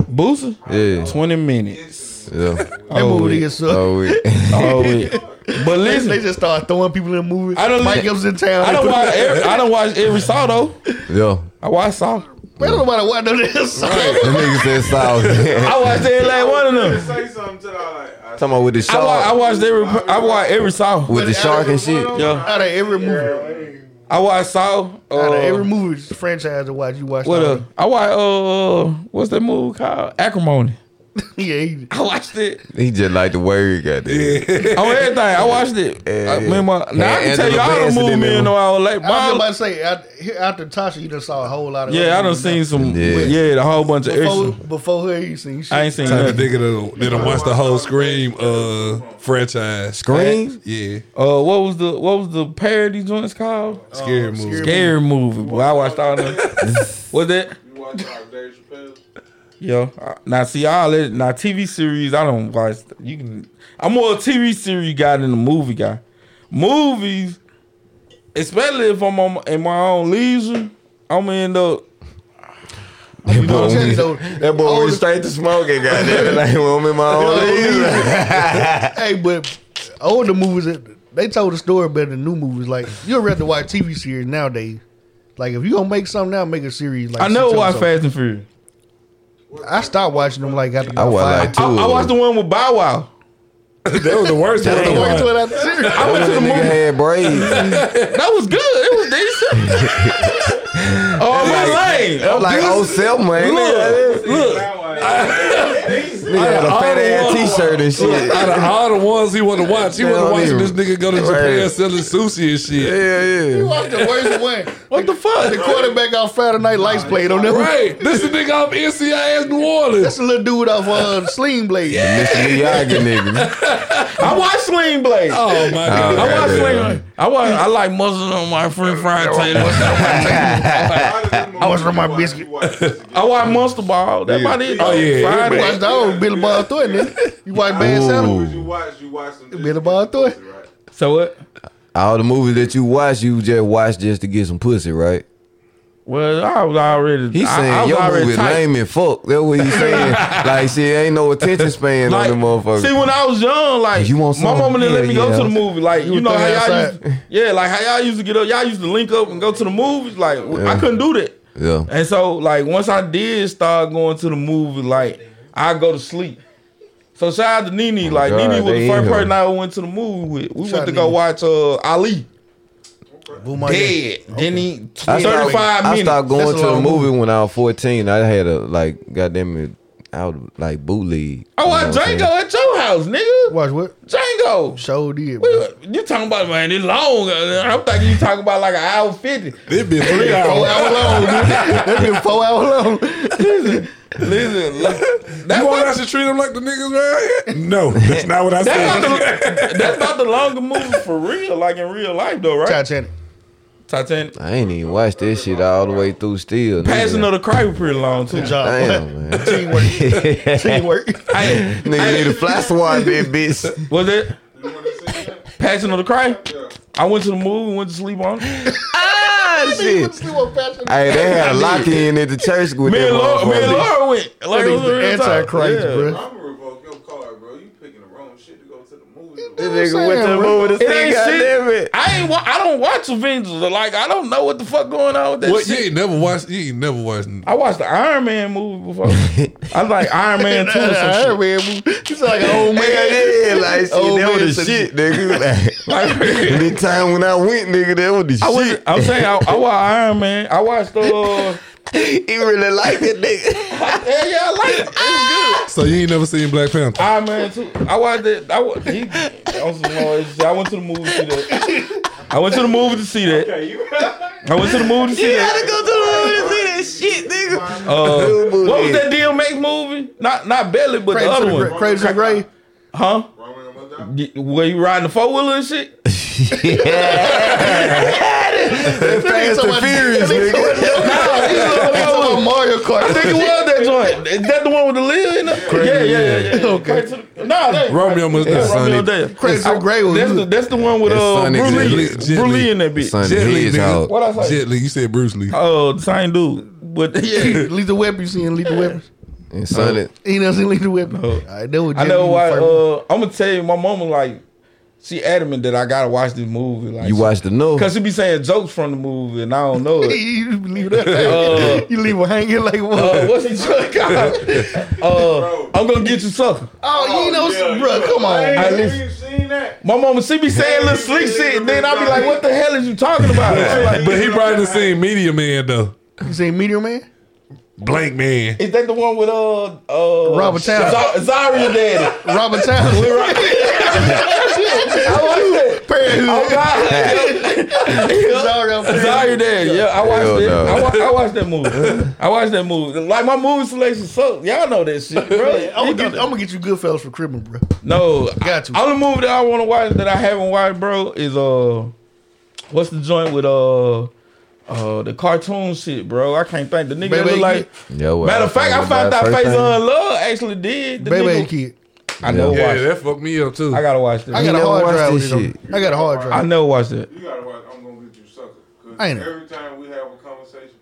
D: Booster.
E: Yeah,
D: Twenty minutes.
A: (laughs)
E: yeah.
A: That
D: Oh,
A: movie
D: yeah.
A: is up.
E: Oh, we-
D: Oh, yeah.
E: (laughs)
A: They,
D: But listen,
A: they just start throwing people in the movie.
D: I don't
A: Mike
D: li-
A: Epps in town.
D: I
A: They
D: don't
A: put-
D: watch. Every, I don't watch every Saw though.
E: yeah.
D: I watch Saw.
A: Man, don't nobody watch no damn song.
E: That nigga said South.
D: I watched every last one of them.
C: Say something to I like. "Ah,
E: (laughs)
C: I
E: Talking about with the
D: I watch. I
E: shark,
D: watched every. I watched every Saw.
E: with the shark and shit.
D: Yeah.
A: (laughs) Out of every movie,
D: I watched Saw. Uh,
A: out of every movie franchise to watch, you watch.
D: What
A: all
D: uh, I watched. Uh, what's that movie called? Acrimony.
A: of them. (laughs) Yeah, he,
D: I watched it
E: He just like the word, goddamn.
D: on Oh, everything. I watched it.
E: Yeah,
D: I,
E: yeah.
D: me and my, now I
E: Yeah,
D: can tell you
E: Angela
D: all the
E: Bassett
D: movie
E: in
D: me
E: that
D: and
E: one.
D: know I was
A: I
D: like.
A: was about
D: my-
A: to say out- here- after Tasha, you done saw a whole lot of.
D: Yeah,
A: other
D: I done
A: movies
D: seen some. Yeah,
E: Yeah.
D: the whole bunch of
A: Before,
D: extra.
A: before her, you seen shit.
D: I ain't seen
B: Type of
D: nothing.
B: nigga that that watch the whole Scream uh franchise.
E: Scream?
B: Yeah,
D: Uh, what was the what was the parody joints called?
B: Oh, scary movie.
A: Scary
D: Scary movie. Boy, I watched all (laughs) them. was that?
C: You watch like Dave Chappelle?
D: Yo, I- now see all that. Now TV series, I don't watch. You can. I'm more a TV series guy than a movie guy. Movies, especially if I'm on, in my own leisure, I'm gonna end up.
E: That boy,
A: I'm telling you though,
E: that boy
A: all
E: went
A: the-
E: straight
D: (laughs)
E: to smoking, goddamn. Like, well, I'm in my own league.
A: Hey, but older movies, they told the story better than new movies. Like you'd rather watch TV series nowadays. Like if you gonna make something now, make a series. Like
D: I never
A: six
D: watched
A: episodes.
D: Fast and Furious.
A: I stopped watching them like after
E: I
A: about
E: watch
A: five.
E: like two.
D: I, I watched the one with Bow Wow.
B: That was
D: (laughs)
B: the worst one.
A: Don't wait till it after the series.
D: I went to
E: That
D: the movie.
E: nigga had braids.
D: That was good. It was decent. oh, my lane.
E: I'm like, oh, self, man.
D: Look,
E: Look,
D: look.
E: nigga had a fat
D: I
E: ass
D: don't
E: t t-shirt and shit.
B: Out of all the ones he wanted to watch, he
E: Yeah,
B: wanted to
E: I
B: watch
E: don't
B: this
E: even-
B: nigga go to Japan selling sushi and shit.
E: Yeah, yeah.
A: Watch the worst
B: (laughs)
A: one.
E: What the
A: The
E: fuck?
A: quarterback off Friday Night Lights played on that one. (laughs)
B: Right, this is nigga off NCIS New Orleans.
A: That's a little dude off uh, Sling Blade.
E: Mr. Miyagi
D: (laughs)
E: nigga.
D: I watch Sling Blade.
B: Oh my god,
E: Oh,
B: I watched
E: goddamn.
B: Sling.
D: I watch. I like mussels on my French fried potatoes.
C: I
A: was from my biscuit.
D: (laughs) I watch Monster Ball. That about it.
B: Oh, yeah.
A: You
D: Friday.
A: watch the old Billy Bob Thornton. nigga. You watch Bad
E: Ooh.
A: Santa.
C: You watch, you watch some.
A: Been about three.
C: Right?
D: So what?
E: All the movies that you watch, you just watch just to get some pussy, right?
D: Well, I was already.
E: He
D: I,
E: saying
D: I was
E: your
D: already
E: movie
D: tight.
E: lame and fuck. That's what he
D: (laughs)
E: saying. like, see, ain't no attention span
D: Like,
E: on the motherfucker.
D: see, when I was young, like
E: You want
D: my
E: some?
D: mama didn't let
E: Yeah,
D: me go
E: yeah.
D: to the movie. Like you,
A: would
D: know how
A: throw
D: y'all
A: outside.
D: used, yeah, like how y'all used to get up. Y'all used to link up and go to the movies. Like I couldn't do that.
E: yeah.
D: And so, like, once I did start going to the movie, like, I go to sleep. So shout out to
B: Oh
D: Nene. Like,
E: God,
D: Nene was
E: they
D: the
E: in
D: first
E: here.
D: person I went to the movie with. We
A: Shout
D: went to
A: out
D: go
A: Nene.
D: watch uh, Ali.
A: Boom,
B: Oh,
A: I did.
D: Dead. Then he
E: I started,
D: 35
E: I
D: minutes.
E: started
A: That's
E: going
A: a
E: to the
A: long
E: movie when I was 14. I had a, like, goddamn it, out like bootleg.
D: oh, I
E: You know what I'm saying?
D: Django at your house, nigga.
A: Watch what?
D: Django.
A: Show did.
D: What
A: bro.
D: you- You talking about man? It's long. uh, I'm thinking you talking about like an hour
B: (laughs)
D: fifty.
B: It been three
A: Four hour (laughs)
B: hours.
A: long. dude. That been four hour long.
D: Listen, look, that's
B: You want
D: about,
B: us to treat him like the niggas around here? No, (laughs) that's not what I
D: that's,
B: said.
D: about
B: (laughs)
D: the, that's about the longer movie for real, like in real life though, right?
A: Titanic.
D: Titanic.
E: I ain't even watched this shit all the way through still. nigga.
D: Passion of the Christ was pretty long too.
A: Good job.
D: (laughs)
E: Damn, man.
A: Teamwork.
E: (laughs)
A: Teamwork.
D: Hey,
E: Nigga need a fly swat, that
D: (laughs)
E: bitch.
D: was it
C: You want to see that?
D: Passion of the Christ?
C: Yeah.
D: I went to the movie, went to sleep on.
E: (laughs)
D: it.
E: Ah, shit.
A: Antichrist.
E: Hey, they had a lock in at the church with
D: Me
E: that
D: and Laura, me and
E: motherfucker.
D: Laura went. Like, it was a real time. Yeah.
A: bro.
C: I'm gonna revoke your card, bro. You picking the wrong shit to go to the movies.
E: This
C: bro.
E: nigga went to the
A: It
E: movie to
D: It
E: see
D: ain't
E: goddamn
D: shit.
E: it.
D: I ain't. Wa- I don't watch Avengers. Like I don't know what the fuck going on with that
B: What you
D: shit.
B: ain't never watched? You ain't never watched.
D: I watched the Iron Man movie
E: (laughs)
D: before. I was like Iron Man two or some shit.
A: He's like an old man.
E: Nigga, yeah, like shit,
A: Old
E: that
A: man
E: was
A: said-
E: the shit, nigga.
D: (laughs)
E: Like,
D: Like,
E: any time when I went, nigga, that was the
D: I was.
E: shit.
D: I'm saying I, I watched Iron Man. I watched
E: (laughs)
D: uh.
E: he really liked it, nigga.
D: Hell yeah, I like it. It was good.
B: So you ain't never seen Black Panther?
D: Iron Ah, Man too. I watched that. I, wa- he, on some noise. I went to the movie to see that. I went to the movie to see that.
C: Hey, you
D: I went to the movie to see that.
E: go to the movie to see that shit, nigga.
D: Uh,
E: Dude,
D: what was
E: yeah.
D: that DMX movie? Not not Belly, but the other one,
A: Crazy to the
C: (laughs)
A: grave.
D: huh?
C: wrong with your mother?
D: Y- Where you riding the four wheeler and shit?
E: (laughs) That Fast and Furious, nigga.
A: It's on Mario
D: I think it
A: Kart.
E: (laughs)
D: was that joint. Is that the one with the lid in it? Yeah, yeah, yeah. yeah. Okay. Nah, that ain't
B: Romeo
D: Crazy-
B: must
D: yeah,
B: die.
D: Romeo
E: Sonny-
D: Day.
A: Crazy to the grave was
D: That's the
A: good.
D: that's the one with
E: That's
D: uh
E: Sonic
D: Bruce Lee,
B: Lee.
D: Bruce Lee in that bitch.
E: Son, the
B: Jet Li,
E: hedgehog.
B: nigga.
D: What I say?
B: Jet Li, you said Bruce Lee.
D: Oh, the same dude. But (laughs) (laughs) yeah,
A: Lethal Weapon. You seen Lethal Weapon?
E: And son,
D: Oh,
E: it.
A: You never seen Lethal Weapon? All right, that was
D: I know
A: Jimmy
D: why.
A: first.
D: Uh, I'm gonna tell you, my mama like she adamant that I gotta watch this movie. Like
E: You watched the new.
D: because she be saying jokes from the movie, and I don't know
A: (laughs)
D: it.
A: you leave that.
D: Uh,
A: (laughs) you leave her hanging like what?
D: (laughs) Uh, what's he joke called? (laughs) Uh, I'm gonna get you sucker.
A: oh, you know,
C: yeah,
A: bro,
C: yeah.
A: come on.
D: I
C: Hey,
D: listen-
C: you seen that?
D: My mama, she be saying (laughs) little slick shit, and then I be like, "What the hell is you talking (laughs) about?" She like,
B: But he probably done seen Media Man though.
A: You seen Meteor Man?
B: Blank Man.
D: Is that the one with uh uh
A: Robert Townsend.
D: Z- Zaria (laughs) daddy?
A: Robert Townsend.
D: Right. (laughs) I watched that. Oh
A: Parenthood.
D: God.
A: Sorry, I'm
D: Zaria
A: parenthood.
D: daddy. Yeah, I watched
E: Hell
D: that.
E: no.
D: I, wa- I watched that movie. (laughs) I watched that movie. Like my movie selection sucks. Y'all know that shit, bro.
A: I'm
D: You
A: gonna, get,
D: know-
A: I'm gonna get you Goodfellas for criminal, bro.
D: No,
A: Got you.
D: I, only movie that I want to watch that I haven't watched, bro, is uh, what's the joint with uh, uh, the cartoon shit, bro? I can't think. The nigga that
A: Baby
D: look like.
E: Yo, well,
D: Matter of fact, I found out
E: first
D: Face
E: thing-
D: Love actually did. The
A: Baby
D: nigga,
A: kid.
D: I know.
B: Yeah,
D: watch it.
B: that fucked me up too.
D: I gotta watch that.
A: I
D: I,
A: got a
E: never
A: hard
E: watched
A: drive.
E: this
A: With it on- I got a hard drive.
D: never watched that.
C: You gotta watch. I'm gonna get you sucker. Cause
A: I ain't know.
C: every time we have a conversation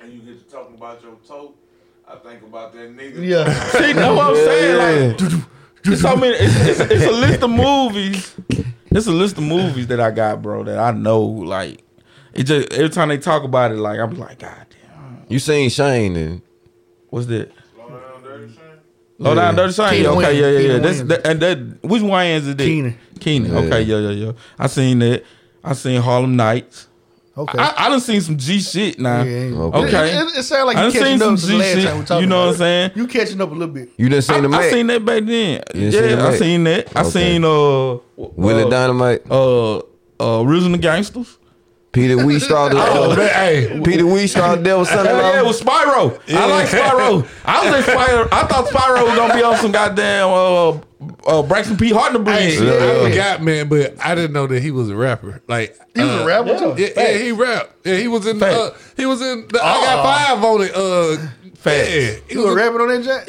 C: and you get to talking about your toe, I think about that nigga.
A: Yeah.
D: See, know what I'm saying? Like,
E: Yeah.
D: it's, so many, it's, it's, it's a list of movies. It's a list of movies that I got, bro. That I know. Like, it just every time they talk about it, like I'm like, God damn,
E: You seen Shane and
D: what's Oh, that?
C: Slow down, dirty shit.
D: Low down dirty Saint.
A: Keenan
D: Okay,
A: Wayans.
D: yeah, yeah, yeah.
A: Keenan
D: That's
A: Wayans.
D: that, and that which Wayans is it?
A: Keenan.
D: Keenan. Okay, yeah, yeah, yeah. I seen that. I seen Harlem Nights.
A: Okay.
D: I, I done seen some G shit now.
A: Yeah.
D: Okay.
A: It, it, it sounds like
D: I done
A: you
D: seen
A: catching
D: some
A: up since
D: G
A: the last
D: shit.
A: time we talked
D: You know
A: about
D: what I'm
A: it.
D: saying?
A: You catching up a little bit.
E: You done seen the
D: I, I
E: Mac?
D: seen that back then.
E: You seen
D: yeah, I
E: that?
D: seen that. I
E: Okay.
D: seen uh
E: Willie
D: uh,
E: Dynamite,
D: uh uh Original Gangsters.
E: Peter Weestraw,
D: (laughs)
E: the
B: Oh,
E: uh,
B: man, hey,
E: Peter Weestraw, the Devil Son in
D: Hell yeah, it
E: Law.
D: was Spyro. I like Spyro. I was in Spyro. I thought Spyro was gonna be on some goddamn uh, uh Braxton P. Hartnett bridge.
B: hey, shit, I forgot, man, but I didn't know that he was a rapper. Like
A: He was
B: uh,
A: a rapper too.
B: Yeah, yeah, he rapped. Yeah, he was in. The,
D: Fact.
B: uh, he was in. The, I got five on it. Uh,
D: Facts.
B: Yeah, Uh-uh. he
A: You was
B: was. A,
A: rapping on that jack?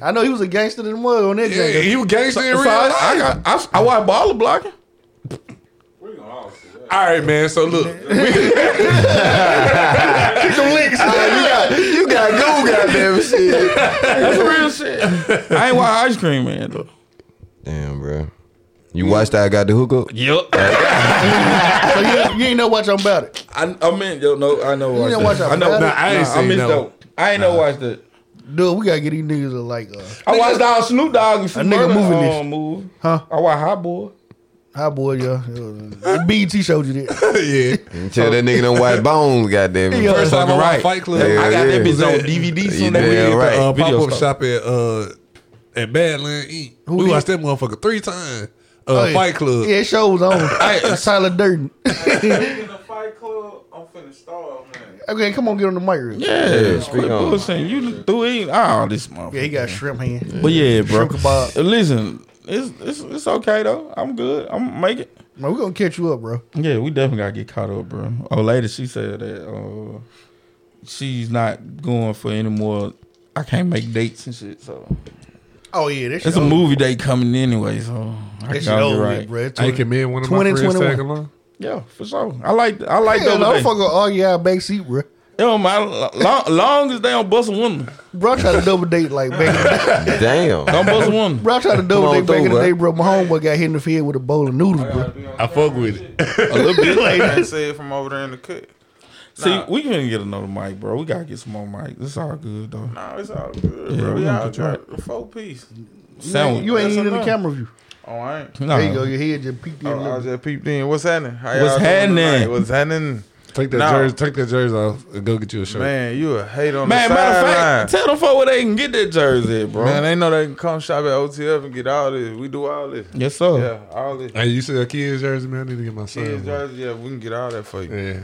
B: yeah,
A: I know he was a gangster in the mud on that
B: yeah,
A: jack.
B: he was gangster in real
D: So
B: life.
D: I, I got I, I watched baller blocking.
C: We gonna all see that.
B: All right, man. So (laughs) look,
E: You got Google goddamn shit.
D: That's real shit. I ain't watch ice cream man though.
E: Damn, bro. You watched that? I got the hookup.
D: Yep.
A: So you, ain't- you ain't know what I'm about it.
D: I, I mean, yo, no, I know.
A: didn't watch
D: I know.
A: Outback?
B: Nah, I ain't
D: I
B: seen
D: missed
B: no-
D: though. I ain't know watched that.
A: Dude, we gotta get these niggas a, like uh
D: I watched all Snoop Dogg and Snoop
A: nigga
D: Dogg
A: moving
D: um,
A: this.
D: move.
A: Huh?
D: I watched Hot Boy.
A: high boy, yeah. Uh, BT showed you that.
B: yeah.
E: You Tell that nigga
D: (laughs)
E: them white bones, goddamn it.
A: Yeah.
B: First time I
D: Fucking
B: watched
D: right.
B: Fight Club.
E: Yeah,
D: I got
E: yeah.
D: that bitch on
B: Yeah.
D: DVD
E: You
D: soon. That
E: damn
D: we
E: right.
B: uh,
D: Video
B: pop up
D: store.
B: shop at uh at Badland Inc. we
A: did?
B: watched that motherfucker three times. Uh,
A: Oh, yeah.
B: Fight Club.
A: Yeah, it shows on. Tyler Durden. (laughs)
C: In the fight club, I'm finna starve, man.
A: okay, come on, get on the mic real.
D: Yeah,
E: Yeah,
D: yeah
E: speak
D: quit
E: on.
D: bullshitting. You do it. Oh, this
A: Yeah, he
D: motherfucker.
A: got shrimp hand.
D: But yeah, bro. Uh,
A: Shrimp kebab.
D: Listen, it's, it's it's okay though. I'm good. I'm gonna make it.
A: Man, we gonna catch you up, bro.
D: Yeah, we definitely gotta get caught up, bro. Oh, later she said that uh, she's not going for any more. I can't make dates and shit. So
A: Oh yeah, that's
D: it's a movie date coming anyway. So I
A: That shit
D: gotta be
A: over with,
D: right.
A: bro. It's
B: Hey, can me and one of my
A: 20,
B: friends
A: 21.
B: tag along?
D: Yeah, for sure. I like I like
A: Hell,
D: those.
A: no, I'm
D: dates.
A: fucking all y'all backseat, bro.
D: It don't matter. Long, long as they don't bust a woman,
A: Bro, I tried to double date like back. In the day.
E: Damn.
D: don't bust a woman.
A: Bro, I tried to double
E: on
A: date back
E: through,
A: in the
E: bro.
A: day, bro. My homeboy got hit in the head with a bowl of noodles,
C: I
A: bro.
C: gotta be on
B: I
C: camera
B: fuck
C: and
B: with
C: shit.
B: it.
D: a little bit.
C: Can't say it from over there in the cut.
D: (laughs) See,
C: Nah.
D: we can get another mic, bro. We gotta get some more mics. It's all good though.
C: Nah, it's all good,
D: Yeah,
C: bro.
D: we
C: We
D: gonna
C: all
D: get right.
C: got the four piece.
D: Sound.
A: You ain't
C: Yes, I
A: even in the
C: know.
A: camera view.
C: Oh, I ain't.
D: Nah.
A: There you go. Your head just peeked in. a
C: Oh,
A: little
C: I
A: bit.
C: just peeped in. What's happening? How
D: What's
C: y'all doing
D: happening?
C: tonight? What's happening?
B: Take that
C: No.
B: jersey. Take that jersey off and go get you a shirt.
C: Man, you a hate on
D: Man,
C: the
D: matter of
C: sideline.
D: fact, tell them folk where they can get that jersey, at, bro.
C: Man, they know they can come shop at OTF and get all this. We do all this.
D: yes, sir.
C: Yeah, all this.
B: Hey, you said a kid's jersey, man. I need to get my son.
C: Kids
B: one.
C: jersey, yeah, we can get all that for you.
B: Yeah.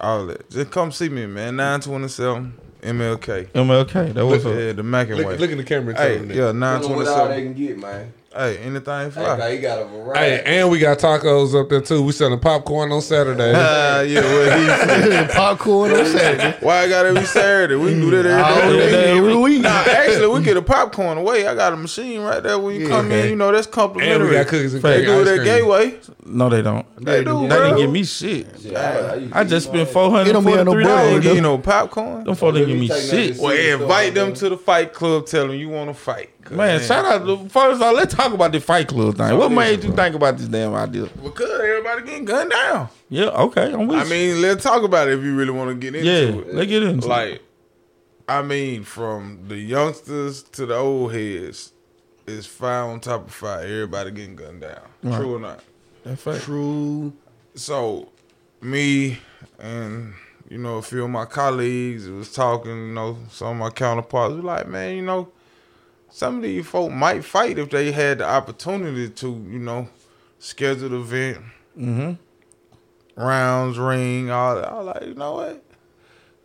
C: All that. Just come see me, man. 927 MLK.
D: MLK. That was
C: Look,
D: a
C: yeah, the Mac and
B: Look,
C: Way.
B: look in the camera.
C: Hey,
B: And
C: yeah,
B: tell them that.
E: can get, man.
C: 927. Hey, anything fly.
E: he got a
B: Hey,
E: variety.
B: and we got tacos up there too. We selling popcorn on
C: (laughs)
B: Saturday.
C: (laughs) Ah, yeah, what he said.
A: popcorn on Saturday.
C: Why I got every Saturday? We can do that
D: Mm,
C: every
A: All
C: day.
A: day, every week.
C: Nah, actually, we get a popcorn away. I got a machine right there when you come in.
B: Okay.
C: You know, that's complimentary.
B: and we got cookies and
C: They
B: cake
C: do
B: ice
C: it
B: cream.
C: at Gateway.
D: no. They don't.
C: They do,
D: They didn't give
C: bro.
D: me shit.
E: Hey,
D: I just spent four
A: It
D: hundred
A: don't be on no board.
D: forty-three
C: They
D: dollars.
C: ain't give you
D: Them
C: no popcorn.
D: folk didn't give me shit.
C: Well, invite them to the fight club. Tell them you want to fight. 'Cause,
D: Man, shout out. to- First of all, let's talk about the Fight Club thing. What made you think about this damn idea?
C: Because everybody getting gunned down.
D: Yeah, okay, I'm with
C: I
D: you.
C: mean, let's talk about it if you really want to get into
D: yeah,
C: it.
D: let's get into it.
C: like I mean, from the youngsters to the old heads, it's fire on top of fire. Everybody getting gunned down. True or not?
D: That's fact.
A: True.
C: So, me and you know a few of my colleagues was talking. You know, some of my counterparts were like, "Man, you know, some of these folk might fight if they had the opportunity to. You know, scheduled event, rounds, ring, all that." I was like, "You know what?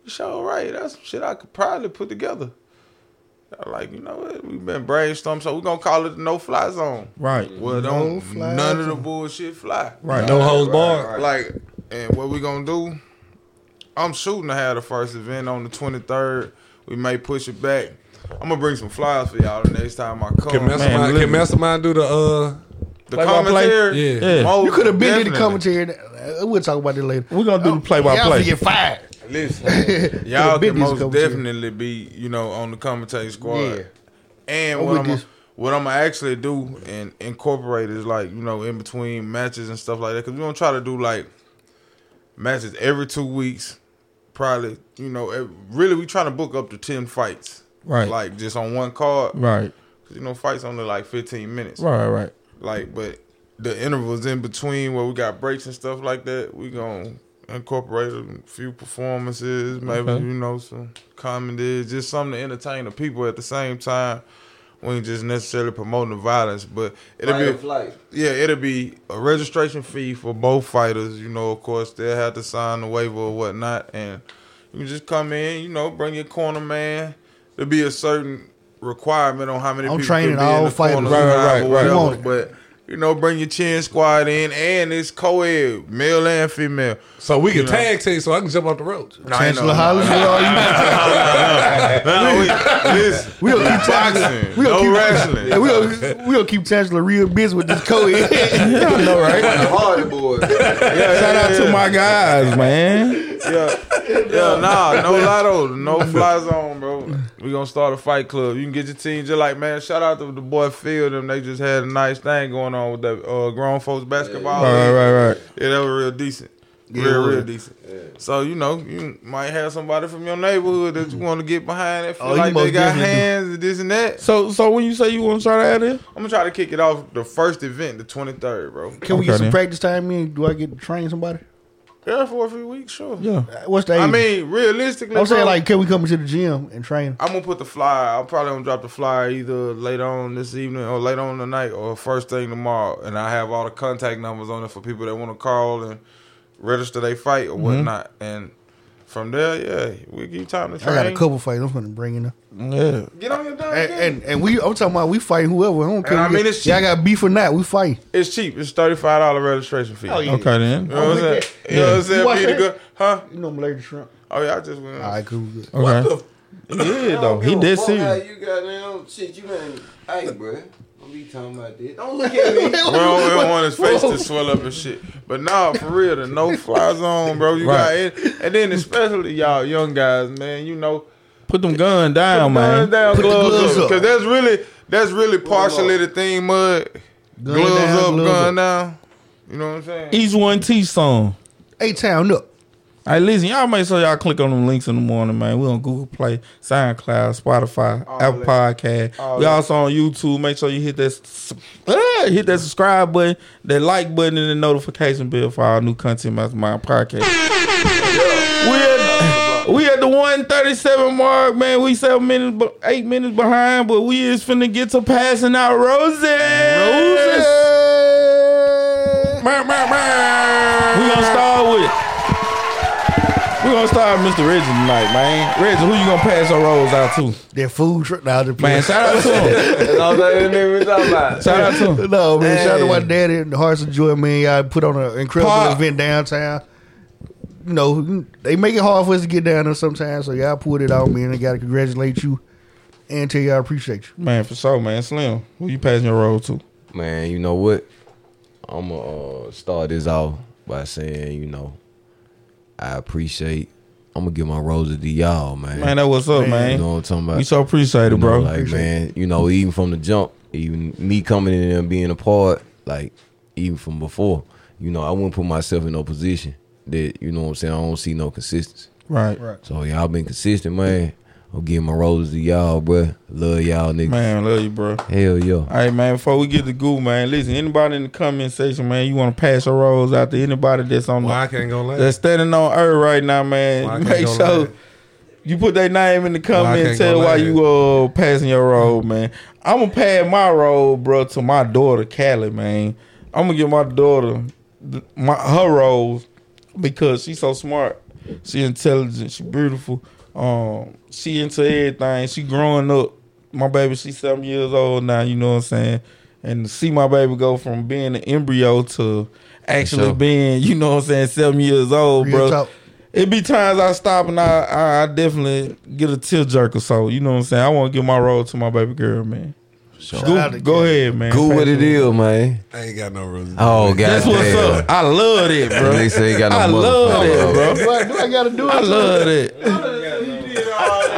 C: You sure right. That's some shit I could probably put together." I like, you know what? We've been brainstorming, so we're gonna call it the no fly zone.
D: Right,
C: Well, don't
A: No-fly
C: none of the bullshit fly.
D: right.
B: No hoes bar.
C: Like, and what we gonna do? I'm shooting to have the first event on the 23rd. We may push it back. I'm gonna bring some flyers for y'all the next time I come.
B: Can mastermind,
D: literally.
B: can mastermind do the uh?
C: the
D: play by play?
C: commentary,
B: Yeah.
D: Yeah.
C: most
A: You could have been in the
C: definitely.
A: commentary. Uh, We'll talk about that later. Oh,
D: We're gonna do the
A: Y'all
D: play-by-play.
A: finna get fired.
C: Listen, (laughs)
A: (laughs)
C: y'all
A: Could've been
C: can
A: in the
C: most
A: commentary.
C: definitely be, you know, on the commentary squad.
A: Yeah.
C: And
A: I'm
C: what
A: with
C: I'm
A: this.
C: what I'm gonna actually do and incorporate is like you know in between matches and stuff like that because we're gonna try to do like matches every two weeks, probably you know ev really we trying to book up to ten fights,
D: Right.
C: Like just on one card,
D: Right,
C: 'Cause, you know fights only like fifteen minutes,
D: right, right.
C: Like but the intervals in between where we got breaks and stuff like that, we gonna incorporated a few performances, maybe
D: Okay.
C: you know some comedies, just something to entertain the people at the same time. We ain't just necessarily promoting the violence, but it'll be
E: (laughs)
C: yeah, it'll be a registration fee for both fighters. You know, of course, they'll have to sign the waiver or whatnot, and you just come in. You know, bring your corner man. There'll be a certain requirement on how many
A: I'm
C: people
A: training
C: can be in
A: all
C: the
A: fighters.
C: corner
A: Right, right,
C: live or
A: right, right.
C: whatever,
A: Want it.
C: But you know, bring your chin squad in, and it's co-ed, male and female.
B: So we can
C: You know.
B: tag team, so I can jump off the ropes.
C: No, I ain't
A: Chancellor
C: no- (laughs)
A: Hollis, where are you?
C: No, we, listen,
A: (laughs) We don't keep
C: boxing,
A: We
C: no
A: don't keep
C: wrestling.
A: Hey, we gonna, we gonna keep Chancellor real busy with this
D: (laughs)
A: COVID.
E: Hardy (laughs) boys.
D: Shout out to my guys, man.
C: yeah, yeah, nah, no lotto,
A: (laughs)
C: no fly zone, bro. We gonna start a fight club. You can get your team just like man. Shout out to the boy Field, them they just had a nice thing going on with that uh, grown folks
D: All
C: basketball.
D: right, right, right.
C: Yeah, that was real decent. Real, real decent. So you know, you might have somebody from your neighborhood that you want to get behind that feel
A: Oh, you
C: like they
A: most
C: got
A: definitely do.
C: hands and this and that.
D: So, so when you say you want to try that out there,
C: I'm gonna try to kick it off the first event, the 23rd, bro.
A: Can we
D: Okay,
A: get some
D: then.
A: practice time in? Do I get to train somebody?
C: Yeah, for a few weeks, sure.
D: yeah,
A: Uh, What's the age?
C: I mean, realistically,
A: I'm saying
C: bro,
A: like, can we come into the gym and train?
C: I'm gonna put the flyer. I'm probably gonna drop the flyer either later on this evening or later on tonight or first thing tomorrow. And I have all the contact numbers on it for people that want to call and register their fight
A: Mm-hmm.
C: or whatnot. And from there, yeah, we give you time to
A: I
C: train.
A: got a couple fights I'm gonna bring in. there.
D: yeah.
C: Get on your damn
A: And,
C: game.
A: and and we, I'm talking about we fighting whoever. I don't care.
C: I
A: who-
C: mean, it's
A: y'all
C: cheap.
A: got beef or not? We fighting.
C: it's cheap. It's thirty five dollar registration fee.
A: yeah.
D: Okay
C: You
A: (laughs)
D: then.
C: know what I'm saying? You know what I'm saying?
A: What?
C: For you to go, huh?
A: You know, I'm allergic to shrimp.
C: Oh yeah, I just went.
A: All right, cool. Good.
D: Okay. Yeah, though he did see.
E: How
D: you.
E: you got down? Shit, you ain't. Hey, bro. Don't be talking about this. Don't look (laughs) at me.
C: We don't,
A: (laughs)
C: we don't want his face to swell up and shit. But nah, for real, the no fly zone, bro. You got it. And then especially y'all young guys, man, you know,
D: Put them gun down, man.
C: guns down,
A: Put the
C: gloves,
A: gloves
C: up.
A: up.
C: Cause that's really that's really partially the thing, mud.
A: Gun
C: gloves
A: down,
C: up,
A: gloves up.
C: gun down. You know what I'm saying?
D: Each one teach song.
A: Hey, town up.
D: Hey, listen, y'all make sure y'all click on them links in the morning, man. We on Google Play, SoundCloud, Spotify, Apple Podcast.
C: All
D: we
C: that.
D: also on YouTube. Make sure you hit that s- ah, hit that subscribe button, that like button, and the notification bell for our new content mastermind podcast. we at, (laughs) we at the one thirty seven mark, man. We seven minutes, be- eight minutes behind, but we is finna get to passing out roses. Roses. We gonna start with. We gonna start with Mr. Reggie tonight, man. Reggie, who you gonna pass your rolls out to?
A: That food truck. Nah, just playing.
D: Man, shout out to him.
E: That's all that nigga was talking about.
D: Shout out to
A: (laughs)
D: him.
A: No man, shout out to my
D: Hey.
A: daddy and the Hearts of Joy. Man, y'all put on an incredible
D: Pa.
A: event downtown. You know, they make it hard for us to get down there sometimes. So y'all pulled it out, man. I gotta congratulate you and tell y'all I appreciate you.
D: Man, for sure, man. Slim, who you passing your roll to?
E: Man, you know what? I'm gonna uh, start this off by saying, you know, I appreciate. I'm gonna give my roses to y'all, man.
D: Man, that what's up,
E: you
D: man.
E: know what I'm talking about.
D: We so appreciate it,
E: You know,
D: bro.
E: Like man, you know, even from the jump, even me coming in and being a part, like even from before, you know, I wouldn't put myself in no position that you know what I'm saying. I don't see no consistency.
D: right.
E: So y'all been consistent, man. I'm giving my roses to y'all, bruh. Love y'all, niggas.
D: Man, love you, bro.
E: Hell yeah.
D: All right, man. Before we get to goo, man, listen. Anybody in the comment section, man, you want to pass your rolls out to anybody that's on
B: Why I
D: the,
B: can't go last?
D: that's standing on earth right now,
B: Why I
D: man.
B: can't
D: Make
B: go
D: sure
B: last?
D: you put their name in the
B: Why I
D: comment.
B: can't
D: Tell
B: go
D: why
B: last?
D: you uh passing your roll, man. I'm gonna pass my roll, bro, to my daughter Callie, man. I'm gonna give my daughter th- my her roles because she's so smart, she intelligent, she beautiful. Um, she into everything. She growing up. My baby, she's seven years old now. You know what I'm saying? And to see my baby go from being an embryo to actually
E: sure.
D: being, you know what I'm saying, seven years old,
A: Real
D: bro.
A: talk.
D: It be times I stop and I I, I definitely get a tear jerk or so. You know what I'm saying? I want to give my role to my baby girl, man.
A: Shout
D: Go,
A: out to
D: go
A: Kelly.
D: ahead, man.
E: Cool what it is, man.
B: I ain't got no roses.
E: Oh, God.
D: That's what's
E: damn.
D: up. I love it, bro. (laughs)
E: They say you got no
D: I love
E: motherfucker.
D: it, bro.
A: Do I, do I gotta do
D: I
A: it?
D: love it.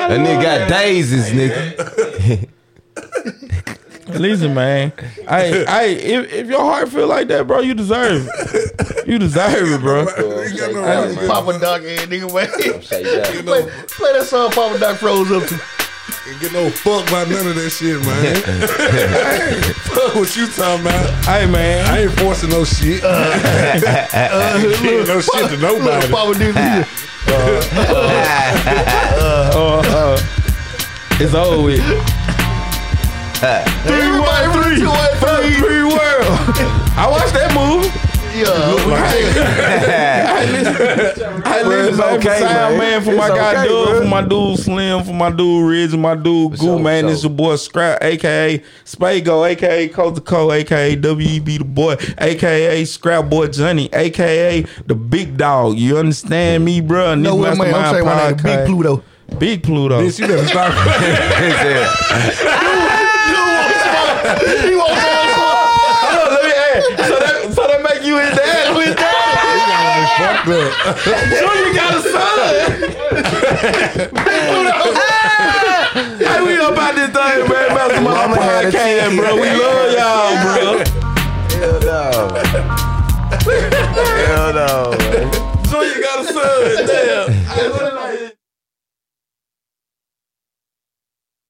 E: That nigga got daisies, nigga.
D: (laughs) Listen, man. I I if, if your heart feel like that, bro, you deserve it. You deserve
A: (laughs)
D: it, bro.
B: ain't got no
E: I
B: roses.
E: just-
A: Papa Doc and eh, nigga, man. (laughs)
E: Say that.
A: play, play that song Papa Doc froze up to.
B: Ain't get no fuck by none of that shit,
C: (laughs)
B: man. fuck (laughs) what you talking about.
D: Hey man,
B: I ain't forcing no
C: (laughs)
B: shit. (laughs) ain't getting no shit to nobody.
A: Papa did it.
D: it's over with.
A: Three white, three, two white, three.
D: Free world. I watched that movie.
A: Yeah,
D: I listen
E: it's
D: back
E: okay,
D: to Sound
E: man.
D: Man for
E: It's
D: my guy
E: okay,
D: Doug,
E: bro.
D: for my dude Slim, for my dude Ridge, and my dude Goo,
E: sure,
D: man.
E: for
D: This
E: sure.
D: your boy Scrap, aka Spago, aka Coast to Coast, aka WEB E the boy, aka Scrap Boy Johnny, aka the big dog. You understand me, bro? And this
A: no way, man. I'm
D: Mastermind
A: saying my name, Big
D: podcast.
A: Pluto.
D: Big Pluto.
B: Bitch, you better stop.
A: You want some?
D: Hold on, let me ask. So that, so that make you his dad who his dad?
B: fuck up.
D: Junior got a son. hey, we up out this thing, man. About my
E: Mama had a
D: podcast, bro. We love y'all, bro.
E: Hell no. Hell no.
D: Junior got a son. Damn.